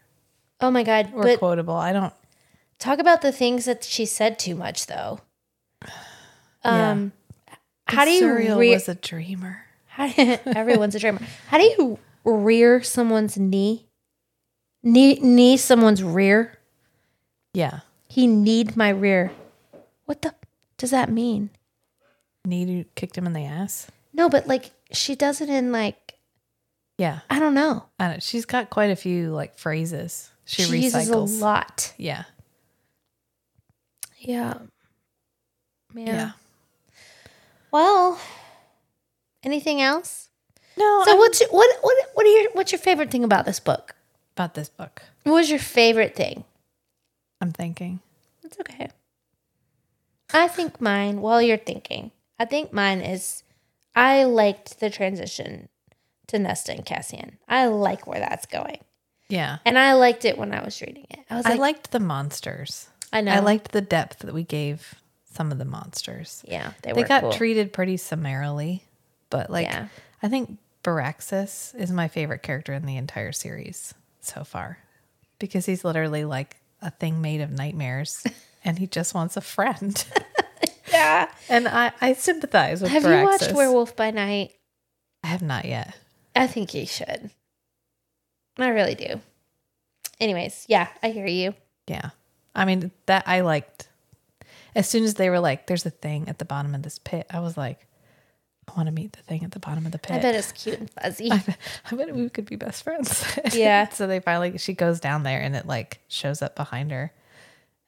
C: Oh my god!
A: were
C: but
A: quotable. I don't,
C: talk about the things that she said too much though.
A: Yeah.
C: Um, how do you
A: Surreal
C: re-
A: was a dreamer.
C: How do, everyone's a dreamer. How do you rear someone's knee? Knee knee someone's rear.
A: Yeah.
C: He need my rear. What the does that mean?
A: Need kicked him in the ass.
C: No, but like she does it in like
A: Yeah.
C: I don't know.
A: I don't, she's got quite a few like phrases she,
C: She,
A: recycles.
C: uses a lot.
A: Yeah.
C: Yeah. yeah.
A: Yeah.
C: Well, anything else?
A: No,
C: So
A: so
C: what's your, what what what are your what's your favorite thing about this book?
A: about this book,
C: What was your favorite thing?
A: I'm thinking.
C: It's okay. I think mine, while you're thinking, I think mine is I liked the transition to Nesta and Cassian. I like where that's going.
A: Yeah.
C: And I liked it when I was reading it. I was
A: I,
C: like,
A: liked the monsters.
C: I know.
A: I liked the depth that we gave some of the monsters.
C: Yeah, they,
A: They
C: were
A: got
C: cool.
A: treated pretty summarily, but like
C: Yeah.
A: I think Baraxis is my favorite character in the entire series so far because he's literally like a thing made of nightmares and he just wants a friend.
C: Yeah.
A: And I, I sympathize with
C: Have you watched
A: Firaxis.
C: Werewolf by Night?
A: I have not yet.
C: I think you should. I really do. Anyways, yeah, I hear you.
A: Yeah. I mean, that I liked. As soon as they were like, there's a thing at the bottom of this pit, I was like, I want to meet the thing at the bottom of the pit.
C: I bet it's cute and fuzzy.
A: I bet, I bet we could be best friends.
C: Yeah.
A: so they finally, she goes down there and it like shows up behind her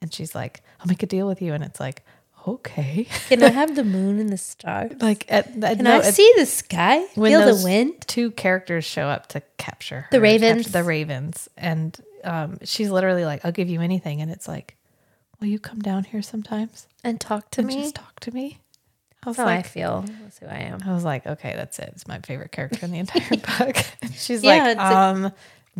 A: and she's like, I'll make a deal with you. And it's like, okay.
C: Can I have the moon and the stars?
A: like, at, at,
C: Can
A: no,
C: I
A: at-
C: see the sky?
A: when
C: Feel
A: those
C: the wind?
A: Two characters show up to capture her,
C: The
A: capture
C: ravens.
A: the ravens, and um, she's literally like, "I'll give you anything," and it's like, "Will you come down here sometimes
C: And talk to
A: and
C: me?
A: just talk to me?" I was
C: That's how I
A: like,
C: feel. That's who I am.
A: I was like, "Okay, that's it. It's my favorite character in the entire book." And she's
C: Yeah,
A: like,
C: it's a-
A: "Um,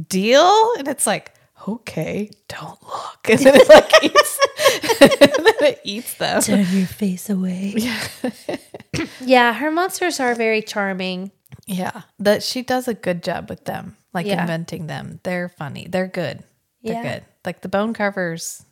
A: deal," and it's like. Okay, don't look. And then it like eats, and then it eats them.
C: Turn your face away. Yeah. yeah, her monsters are very charming.
A: Yeah, that she does a good job with them, like
C: Yeah.
A: inventing them. They're funny. They're good. They're
C: Yeah.
A: good. Like the bone carver's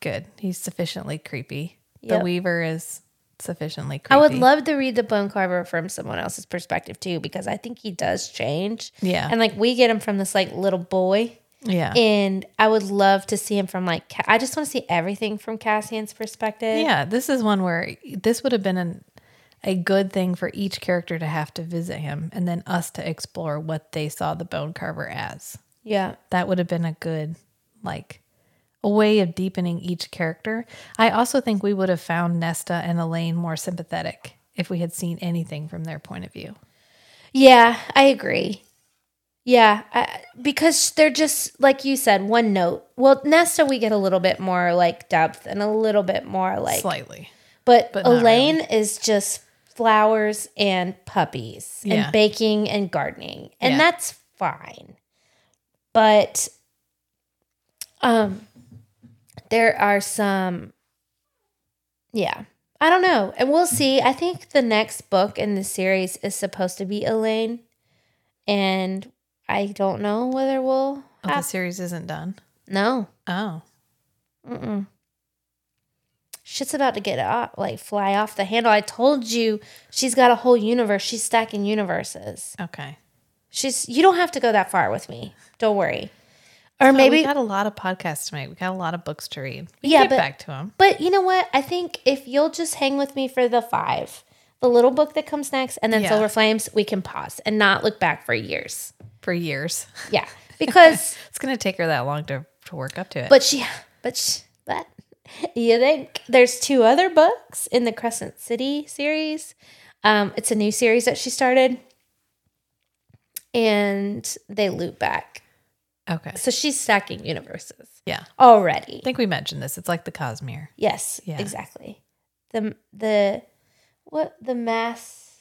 A: good. He's sufficiently creepy.
C: Yep.
A: The weaver is sufficiently creepy.
C: I would love to read the bone carver from someone else's perspective too, because I think he does change.
A: Yeah.
C: And like we get him from this like little boy.
A: Yeah.
C: And I would love to see him from like Ca- I just want to see everything from Cassian's perspective.
A: yeah, this is one where this would have been an, a good thing for each character to have to visit him and then us to explore what they saw the bone carver as.
C: Yeah.
A: that would have been a good like a way of deepening each character. I also think we would have found Nesta and Elaine more sympathetic if we had seen anything from their point of view.
C: Yeah, I agree. Yeah, I, because they're just like you said, one note. Well, Nesta, we get a little bit more like depth and a little bit more like,
A: Slightly.
C: but,
A: but not
C: Elaine is just flowers and puppies
A: Yeah.
C: and baking and gardening, and
A: Yeah.
C: that's fine. But, um, there are some, yeah. I don't know. And we'll see. I think the next book in the series is supposed to be Elaine. And I don't know whether we'll
A: Oh, the
C: have-
A: series isn't done.
C: No.
A: Oh.
C: Mm-mm. Shit's about to get off, like fly off the handle. I told you she's got a whole universe. She's stacking universes.
A: Okay.
C: She's you don't have to go that far with me. Don't worry. Or
A: So we
C: maybe
A: got a lot of podcasts to make. We got a lot of books to read. We
C: Yeah,
A: yeah, get
C: but-
A: back to them.
C: But you know what? I think if you'll just hang with me for the five, the little book that comes next, and then
A: Yeah.
C: Silver Flames, we can pause and not look back for years.
A: For years.
C: Yeah, because
A: It's gonna take her that long to, to work up to it.
C: but she but she, but you think there's two other books in the Crescent City series. Um, it's a new series that she started, and they loop back.
A: okay.
C: So she's stacking universes
A: Yeah.
C: already.
A: I think we mentioned this. It's like the Cosmere.
C: Yes,
A: Yeah.
C: exactly. The the what the mass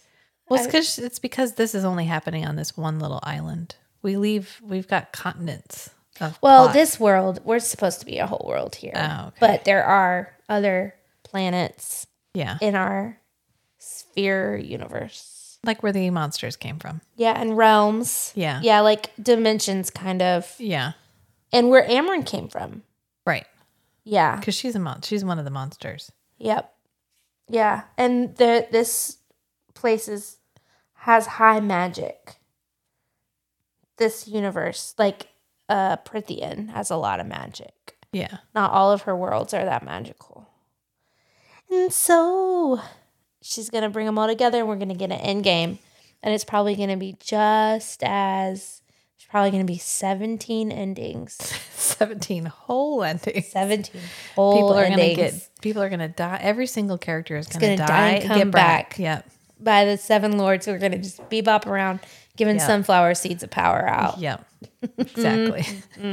A: Well, it's
C: I-
A: 'cause- it's because this is only happening on this one little island. We leave. We've got continents of.
C: Well,
A: plot.
C: this world, we're supposed to be a whole world here.
A: Oh, okay.
C: But there are other planets
A: yeah,
C: in our sphere universe.
A: like where the monsters came from.
C: Yeah, and realms.
A: Yeah.
C: Yeah, like dimensions kind of.
A: Yeah,
C: And where Amryn came from.
A: right.
C: Yeah.
A: Because she's a mon. She's one of the monsters.
C: Yep. Yeah. And the this place is has high magic. This universe, like uh Prithian has a lot of magic.
A: Yeah,
C: Not all of her worlds are that magical. And so she's going to bring them all together and we're going to get an end game. And it's probably going to be just as, it's probably going to be 17 endings.
A: seventeen whole endings.
C: 17 whole
A: People are
C: endings
A: gonna get. People are gonna die. Every single character is gonna,
C: gonna
A: die,
C: die and
A: and
C: come
A: get back.
C: back.
A: Yep.
C: by the seven lords who are going to just bebop around giving
A: Yeah.
C: sunflower seeds of power out.
A: Yep. Exactly. Mm-hmm.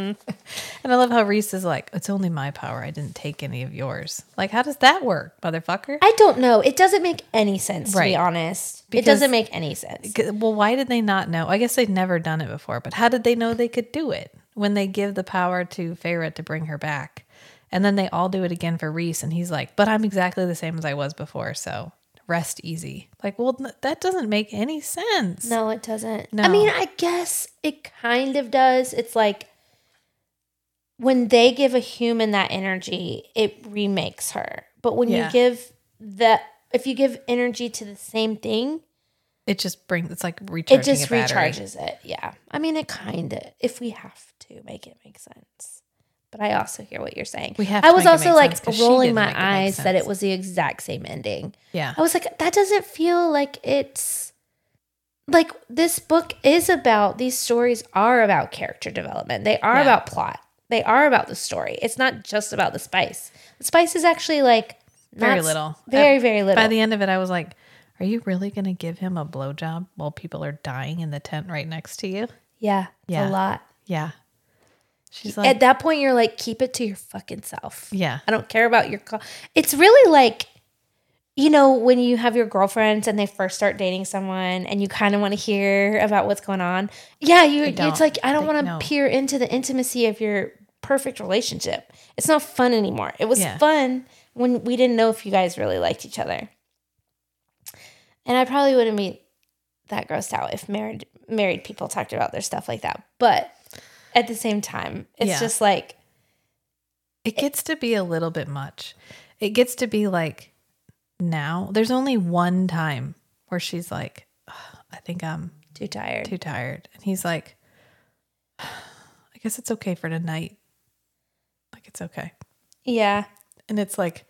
A: and I love how Reese is like, "It's only my power. I didn't take any of yours." Like, how does that work, motherfucker?
C: I don't know. It doesn't make any sense, to be
A: Right.
C: honest. it
A: Because-
C: doesn't make any sense.
A: G- Well, why did they not know? I guess they'd never done it before, but how did they know they could do it when they give the power to Feyre to bring her back? And then they all do it again for Reese, and he's like, But I'm exactly the same as I was before, so rest easy. Like, well, n- that doesn't make any sense.
C: No, it doesn't.
A: No.
C: I mean, I guess it kind of does. It's like when they give a human that energy, it remakes her. But when
A: Yeah.
C: you give the if you give energy to the same thing,
A: It just brings. It's like recharging.
C: It just
A: a battery.
C: recharges it. Yeah. I mean, it kind of, if we have to make it make sense. But I also hear what you're saying.
A: We have
C: I
A: to
C: was
A: make it
C: also
A: make
C: like
A: sense 'cause she
C: rolling
A: didn't
C: my
A: make it make
C: eyes that it
A: sense.
C: was the exact same ending.
A: Yeah.
C: I was like, that doesn't feel like it's like this book is about these stories are about character development. They are
A: Yeah.
C: about plot. They are about the story. It's not just about the spice. The spice is actually like
A: Very
C: not-
A: little.
C: Very,
A: Uh,
C: very little.
A: By the end of it, I was like, "Are you really going to give him a blowjob while people are dying in the tent right next to you?"
C: yeah. Yeah.
A: Yeah.
C: A lot.
A: Yeah. She's
C: At
A: like,
C: that point, you're like, keep it to your fucking self.
A: "Yeah,
C: I don't care about your call. It's really like, you know, when you have your girlfriends and they first start dating someone and you kind of want to hear about what's going on. Yeah, you it's
A: don't.
C: like I don't
A: They-
C: want to
A: no.
C: peer into the intimacy of your perfect relationship. It's not fun anymore. It was
A: Yeah.
C: fun when we didn't know if you guys really liked each other. And I probably wouldn't be that grossed out if married married people talked about their stuff like that. But at the same time, it's
A: Yeah.
C: just like
A: it gets to be a little bit much. It gets to be like now. There's only one time where she's like, "Ugh, I think I'm
C: too tired.
A: too tired. And he's like, I guess it's okay for tonight. Like, it's okay.
C: yeah.
A: And it's like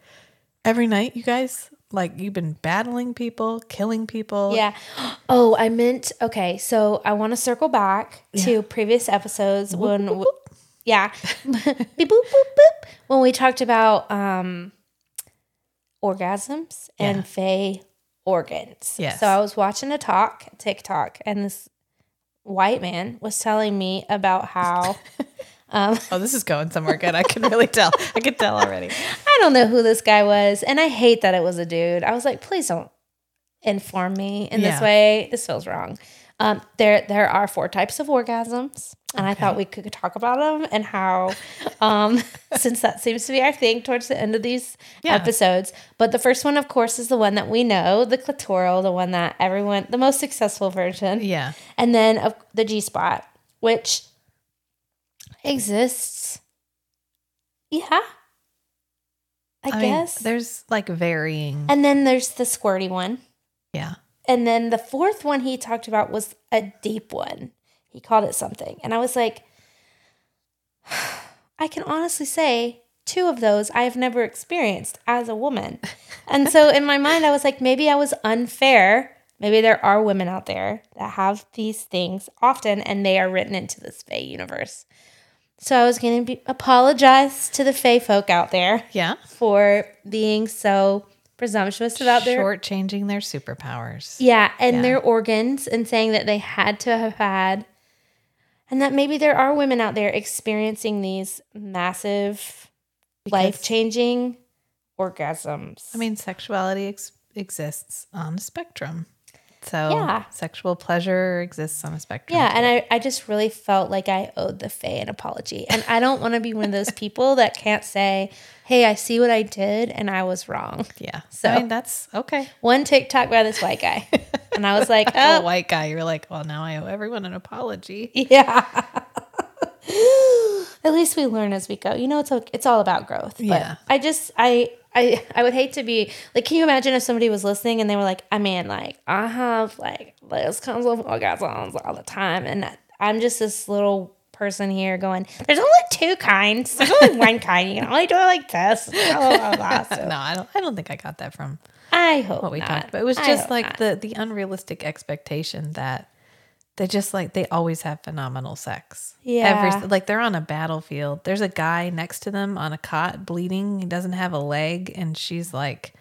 A: every night, you guys, like, you've been battling people, killing people.
C: Yeah. Oh, I meant okay. So I want to circle back to previous episodes when, w yeah, Beep, boop, boop, boop. when we talked about um, orgasms and
A: Yeah.
C: fey organs.
A: Yes.
C: So I was watching a talk TikTok, and this white man was telling me about how. Um,
A: Oh, this is going somewhere good. I can really tell. I can tell already.
C: I don't know who this guy was, and I hate that it was a dude. I was like, please don't inform me in this
A: Yeah.
C: way. This feels wrong. Um, there, there are four types of orgasms, and I thought we could talk about them and how, um, since that seems to be our thing towards the end of these
A: Yeah.
C: episodes. But the first one, of course, is the one that we know, the clitoral, the one that everyone, the most successful version
A: Yeah.
C: and then of the G spot, which exists. Yeah,
A: mean,
C: I, guess.
A: there's like varying.
C: and then there's the squirty one,
A: yeah.
C: and then the fourth one he talked about was a deep one. He called it something, and I was like, I can honestly say two of those I have never experienced as a woman, and so in my mind I was like, maybe I was unfair. Maybe there are women out there that have these things often, and they are written into this Fey universe. So I was going to apologize to the Fey folk out there
A: Yeah.
C: for being so presumptuous about their
A: Shortchanging their superpowers.
C: yeah, and
A: Yeah.
C: their organs and saying that they had to have had and that maybe there are women out there experiencing these massive
A: Because-
C: life-changing orgasms.
A: I mean, sexuality ex- exists on a spectrum. So,
C: Yeah.
A: sexual pleasure exists on a spectrum.
C: yeah, and I, I just really felt like I owed the Fae an apology. And I don't want to be one of those people that can't say, hey, I see what I did and I was wrong.
A: Yeah. So
C: So-
A: I mean, that's okay.
C: One TikTok by this white guy. And I was like,
A: Oh,
C: oh,
A: white guy, you're like, well, now I owe everyone an apology.
C: Yeah. At least we learn as we go. You know, it's o- it's all about growth. But
A: Yeah.
C: I just I. I, I would hate to be like, can you imagine if somebody was listening and they were like, I mean, like, I have like those kinds of orgasms all the time. And I- I'm just this little person here going, there's only two kinds. There's only one kind. You can only do it like this. Blah, blah, blah, blah. So
A: no, I don't. I don't think I got that from
C: I hope
A: what we
C: not.
A: talked about. It was
C: I
A: just
C: hope
A: like
C: not.
A: the the unrealistic expectation that they just like they always have phenomenal sex.
C: Yeah.
A: Every, like they're on a battlefield. There's a guy next to them on a cot bleeding. He doesn't have a leg, and she's like,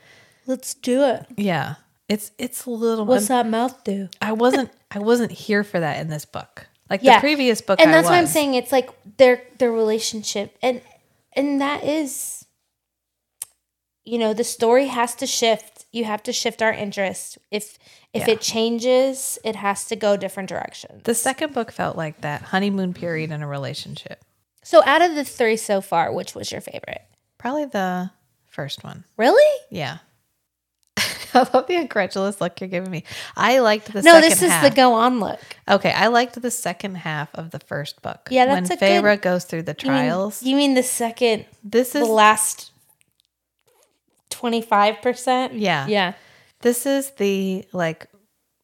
C: let's do it.
A: yeah. It's it's a little.
C: What's that mouth do?
A: I wasn't I wasn't here for that in this book. Like
C: Yeah.
A: the previous book,
C: and
A: I
C: that's why I'm
A: was.
C: saying it's like their their relationship, and and that is, you know, the story has to shift. You have to shift our interest. If if
A: Yeah.
C: it changes, it has to go different directions.
A: The second book felt like that honeymoon period in a relationship.
C: so out of the three so far, which was your favorite?
A: Probably the first one.
C: Really?
A: Yeah. I love the incredulous look you're giving me. I liked the
C: no,
A: second
C: this is
A: half.
C: the go on look.
A: Okay, I liked the second half of the first book.
C: Yeah, that's
A: when
C: a good- Mm,
A: Feyre goes through the
C: You mean-
A: trials.
C: You mean, the second,
A: this
C: the
A: is
C: last twenty five percent?
A: Yeah.
C: yeah.
A: this is the like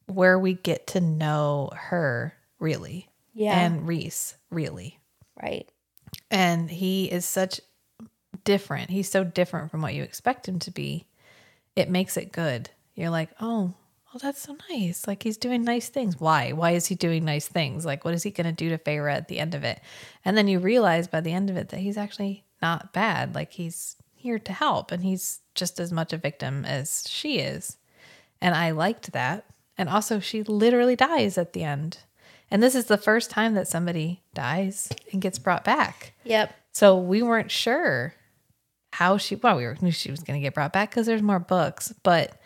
A: where we get to know her really
C: Yeah.
A: and Reese really.
C: right.
A: And he is such different. He's so different from what you expect him to be. It makes it good. You're like, oh, well, that's so nice. Like he's doing nice things. Why? Why is he doing nice things? Like, what is he going to do to Feyre at the end of it? And then you realize by the end of it that he's actually not bad. Like he's here to help, and he's just as much a victim as she is. And I liked that. And also, she literally dies at the end. And this is the first time that somebody dies and gets brought back.
C: Yep.
A: So we weren't sure how she. Well, we were, knew she was going to get brought back because there's more books, but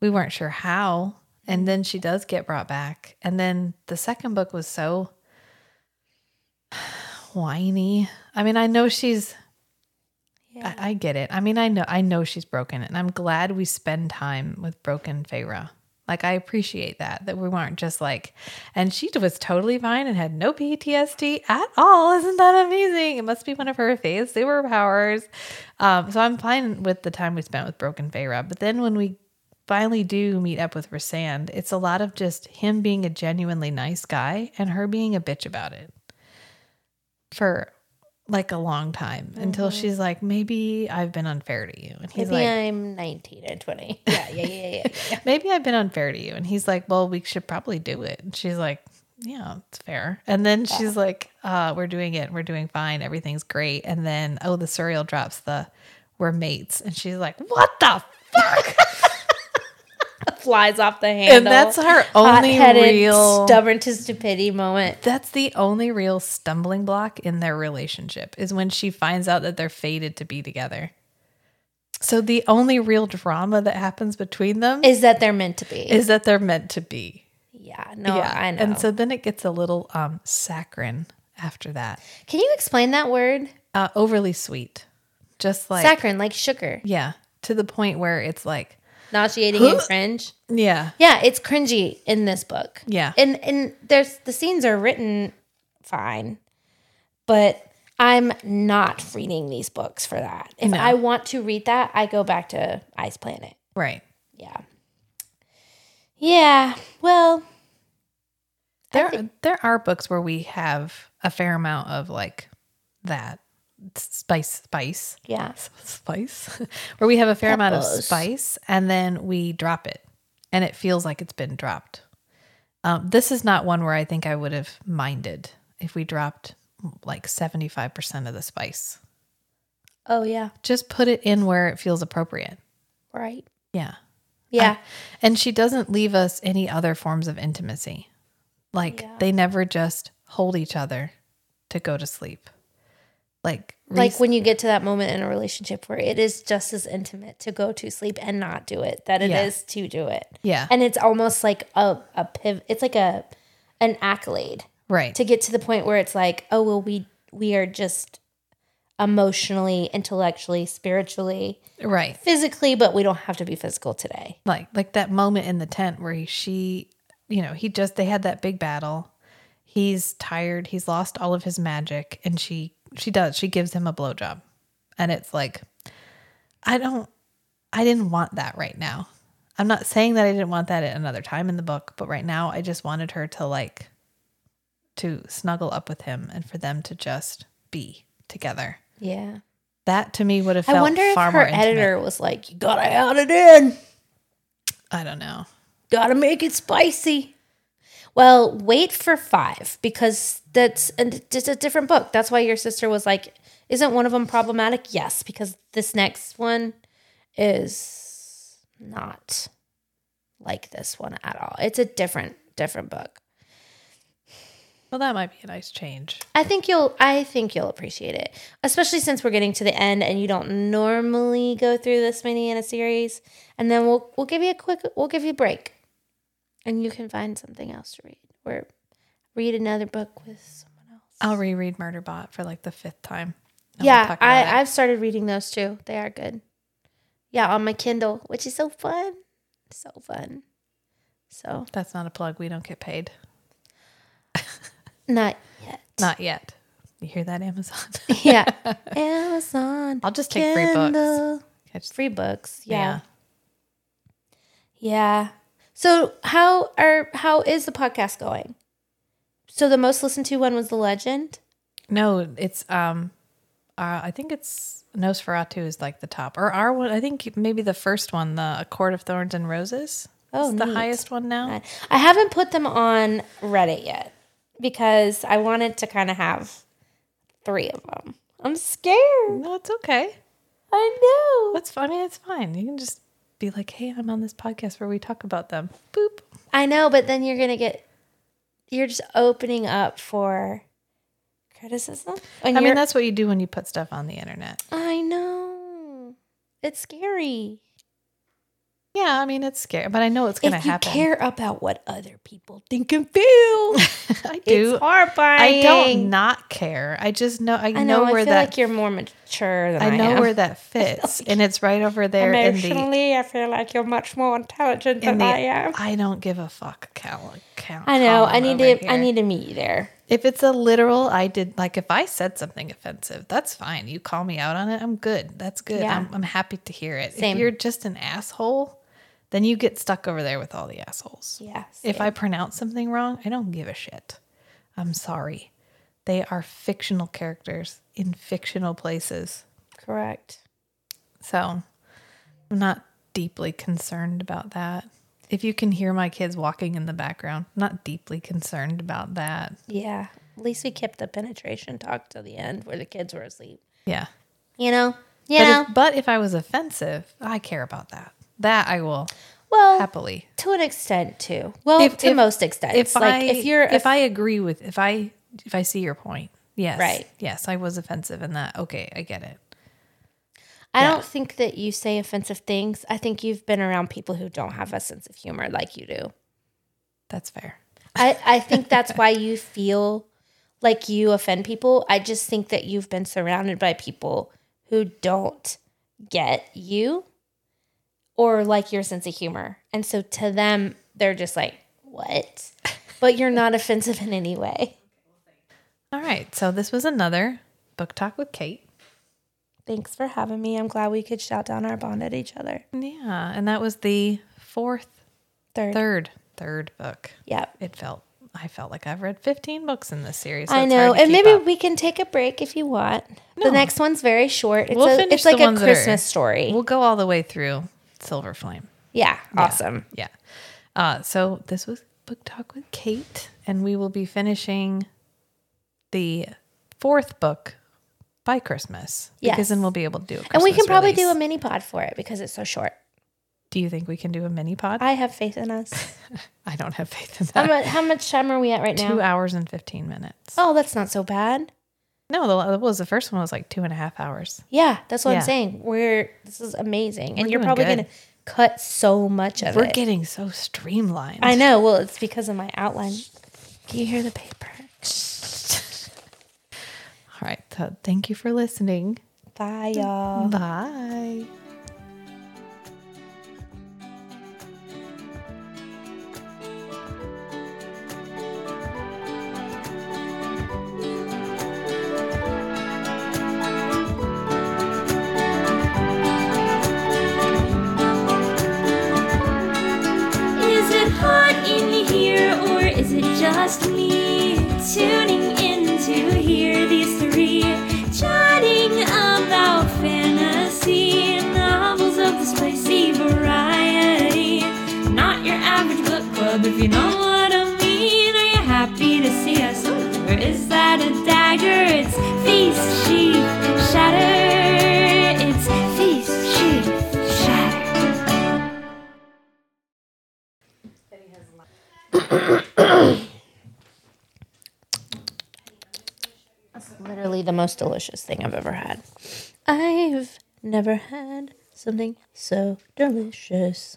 A: we weren't sure how. And then she does get brought back. And then the second book was so whiny. I mean, I know she's.
C: Yeah.
A: I, I get it. I mean, I know. I know she's broken, and I'm glad we spend time with broken Feyre. Like I appreciate that that we weren't just like, and she was totally fine and had no PTSD at all. Isn't that amazing? It must be one of her phase superpowers. Um, so I'm fine with the time we spent with Broken Feyre. But then when we finally do meet up with Rasand, it's a lot of just him being a genuinely nice guy and her being a bitch about it for like a long time until she's like, maybe I've been unfair to you. And he's
C: Mm-hmm. Maybe
A: like,
C: I'm 19 and 20. Yeah, yeah, yeah, yeah, yeah.
A: maybe I've been unfair to you. And he's like, well, we should probably do it. And she's like, yeah, it's fair. And then she's like, uh, we're doing it. We're doing fine. Everything's great. And then, oh, the cereal drops the we're mates. And she's like, what the fuck?
C: Flies off the handle.
A: and that's her only
C: Hot-headed,
A: real.
C: stubborn to stupidity moment.
A: that's the only real stumbling block in their relationship is when she finds out that they're fated to be together. So the only real drama that happens between them
C: Is that they're meant to be?
A: is that they're meant to be.
C: yeah, no, Oh, I know.
A: And so then it gets a little um, saccharine after that.
C: Can you explain that word?
A: Uh, overly sweet. Just like,
C: Saccharine, like sugar,
A: yeah, to the point where it's like,
C: nauseating and cringe.
A: yeah,
C: Yeah, it's cringy in this book.
A: yeah.
C: and and there's the scenes are written fine but i'm not reading these books for that if
A: No.
C: i want to read that i go back to ice planet
A: right.
C: yeah yeah well
A: There, there are books where we have a fair amount of like that spice, spice,
C: yeah
A: spice, where we have a fair amount of
C: Peppers.
A: spice and then we drop it and it feels like it's been dropped. Um, this is not one where I think I would have minded if we dropped mm, like 75% of the spice.
C: oh yeah
A: Just put it in where it feels appropriate.
C: right
A: Yeah.
C: yeah
A: And she doesn't leave us any other forms of intimacy. Like
C: Yeah.
A: they never just hold each other to go to sleep. Like,
C: like when you get to that moment in a relationship where it is just as intimate to go to sleep and not do it that it is
A: Yeah.
C: to do it
A: yeah,
C: and it's almost like a, a piv it's like a an accolade
A: right.
C: to get to the point where it's like, oh well, we we are just emotionally, intellectually, spiritually,
A: right.
C: physically, but we don't have to be physical today.
A: like like that moment in the tent where he, she you know he just they had that big battle he's tired he's lost all of his magic and she she does she gives him a blowjob and it's like i don't i didn't want that right now i'm not saying that i didn't want that at another time in the book but right now i just wanted her to like to snuggle up with him and for them to just be together
C: Yeah.
A: that to me would have felt
C: I wonder if
A: far
C: her
A: more intimate.
C: editor was like, You gotta add it in.
A: i don't know
C: Gotta make it spicy. Well, wait for five because that's a, just a different book. That's why your sister was like, Isn't one of them problematic? Yes, because this next one is not like this one at all. It's a different, different book.
A: well that might be a nice change
C: I think you'll I think you'll appreciate it. Especially since we're getting to the end and you don't normally go through this many in a series. And then we'll we'll give you a quick we'll give you a break. And you can find something else to read or read another book with someone else.
A: I'll reread Murderbot for like the fifth time. and we'll
C: yeah,
A: talk about it.
C: I, I've started reading those too. They are good. Yeah, on my Kindle, which is so fun. So fun. So
A: That's not a plug. We don't get paid.
C: not yet.
A: Not yet. You hear that, Amazon?
C: yeah. Amazon.
A: I'll just take
C: uh,
A: free books.
C: Kindle.
A: I just-
C: Free books. yeah. Yeah. So how are how is the podcast going? So the most listened to one was the legend.
A: No, it's um, uh, I think it's Nosferatu is like the top, or our one. I think maybe the first one, the A Court of Thorns and Roses.
C: Oh,
A: is the
C: neat.
A: highest one now.
C: Uh, I haven't put them on Reddit yet because I wanted to kind of have three of them. I'm scared.
A: No, it's okay.
C: I know.
A: That's fine. I mean, it's fine. You can just be like, hey, I'm on this podcast where we talk about them. Boop.
C: I know, but then you're gonna get you're just opening up for criticism. And
A: I mean,
C: you're-
A: that's what you do when you put stuff on the internet.
C: I know. It's scary.
A: Yeah, I mean, it's scary, but I know it's going to
C: if you
A: happen.
C: care about what other people think and feel,
A: I do.
C: it's horrifying.
A: I don't not care. I just know. I,
C: I
A: know,
C: know. I
A: where
C: feel
A: that.
C: like you're more mature than I,
A: I know
C: am.
A: where that fits, and it's right over there in the
C: Emotionally, I feel like you're much more intelligent
A: in
C: than
A: the
C: I am.
A: I don't give a fuck count. count
C: I know. I
A: column
C: need
A: over
C: to. I
A: here.
C: need to meet you there.
A: If it's a literal, I did like if I said something offensive, that's fine. You call me out on it, I'm good. That's good.
C: Yeah.
A: I'm, I'm happy to hear it.
C: Same.
A: If you're just an asshole, then you get stuck over there with all the assholes.
C: Yes.
A: If I pronounce something wrong, I don't give a shit. I'm sorry. They are fictional characters in fictional places.
C: correct.
A: So I'm not deeply concerned about that. If you can hear my kids walking in the background, not deeply concerned about that.
C: Yeah. At least we kept the penetration talk till the end where the kids were asleep.
A: Yeah.
C: You know. You
A: But
C: know.
A: if, but if I was offensive, I care about that. That I will
C: well,
A: happily.
C: to an extent too. Well,
A: If-
C: to
A: if-
C: most extent.
A: If
C: It's like
A: I
C: if you're
A: if I agree with if I if I see your point. Yes.
C: Right.
A: Yes, I was offensive in that. Okay, I get it.
C: I don't think that you say offensive things. I think you've been around people who don't have a sense of humor like you do.
A: That's fair.
C: I, I think that's why you feel like you offend people. I just think that you've been surrounded by people who don't get you or like your sense of humor. And so to them, they're just like, what? But you're not offensive in any way.
A: All right. So this was another book talk with Kate.
C: Thanks for having me. I'm glad we could shout down our bond at each other.
A: Yeah, and that was the fourth,
C: Third.
A: third, third book.
C: Yep.
A: it felt I felt like I've read 15 books in this series. so
C: I
A: it's hard
C: know.
A: to
C: And
A: keep
C: maybe
A: up.
C: we can take a break if you want.
A: No.
C: The next one's very short. It's,
A: We'll
C: a,
A: finish
C: it's like
A: the
C: a
A: ones that are-
C: Christmas story.
A: we'll go all the way through Silver Flame.
C: yeah. Awesome.
A: Yeah. Uh, so this was book talk with Kate, and we will be finishing the fourth book by Christmas
C: Yes.
A: because then we'll be able to do. A Christmas
C: and we can probably do a
A: release.
C: mini pod for it because it's so short.
A: Do you think we can do a mini pod? I,
C: I have faith in us.
A: don't have faith in
C: How
A: that.
C: much, how much time are we at right
A: Two
C: now?
A: hours and 15 minutes.
C: Oh, that's not so bad.
A: No, the, what was the first one was like two and a half hours.
C: Yeah, that's what
A: Yeah.
C: I'm saying. We're this is amazing, and
A: We're
C: you're
A: doing
C: probably
A: good.
C: gonna cut so much of
A: We're
C: it.
A: getting so streamlined.
C: I know. Well, it's because of my outline. Can you hear the paper?
A: All right. So thank you for listening.
C: Bye, y'all.
A: Bye.
B: Is it hot in here or is it just me tuning in to hear these three chatting about fantasy novels of the spicy variety? Not your average book club if you know what I mean. Are you happy to see us or is that a dagger? It's feast, sheep, shatter. It's feast, sheep, shatter.
C: Literally the most delicious thing I've ever had. I've never had something so delicious.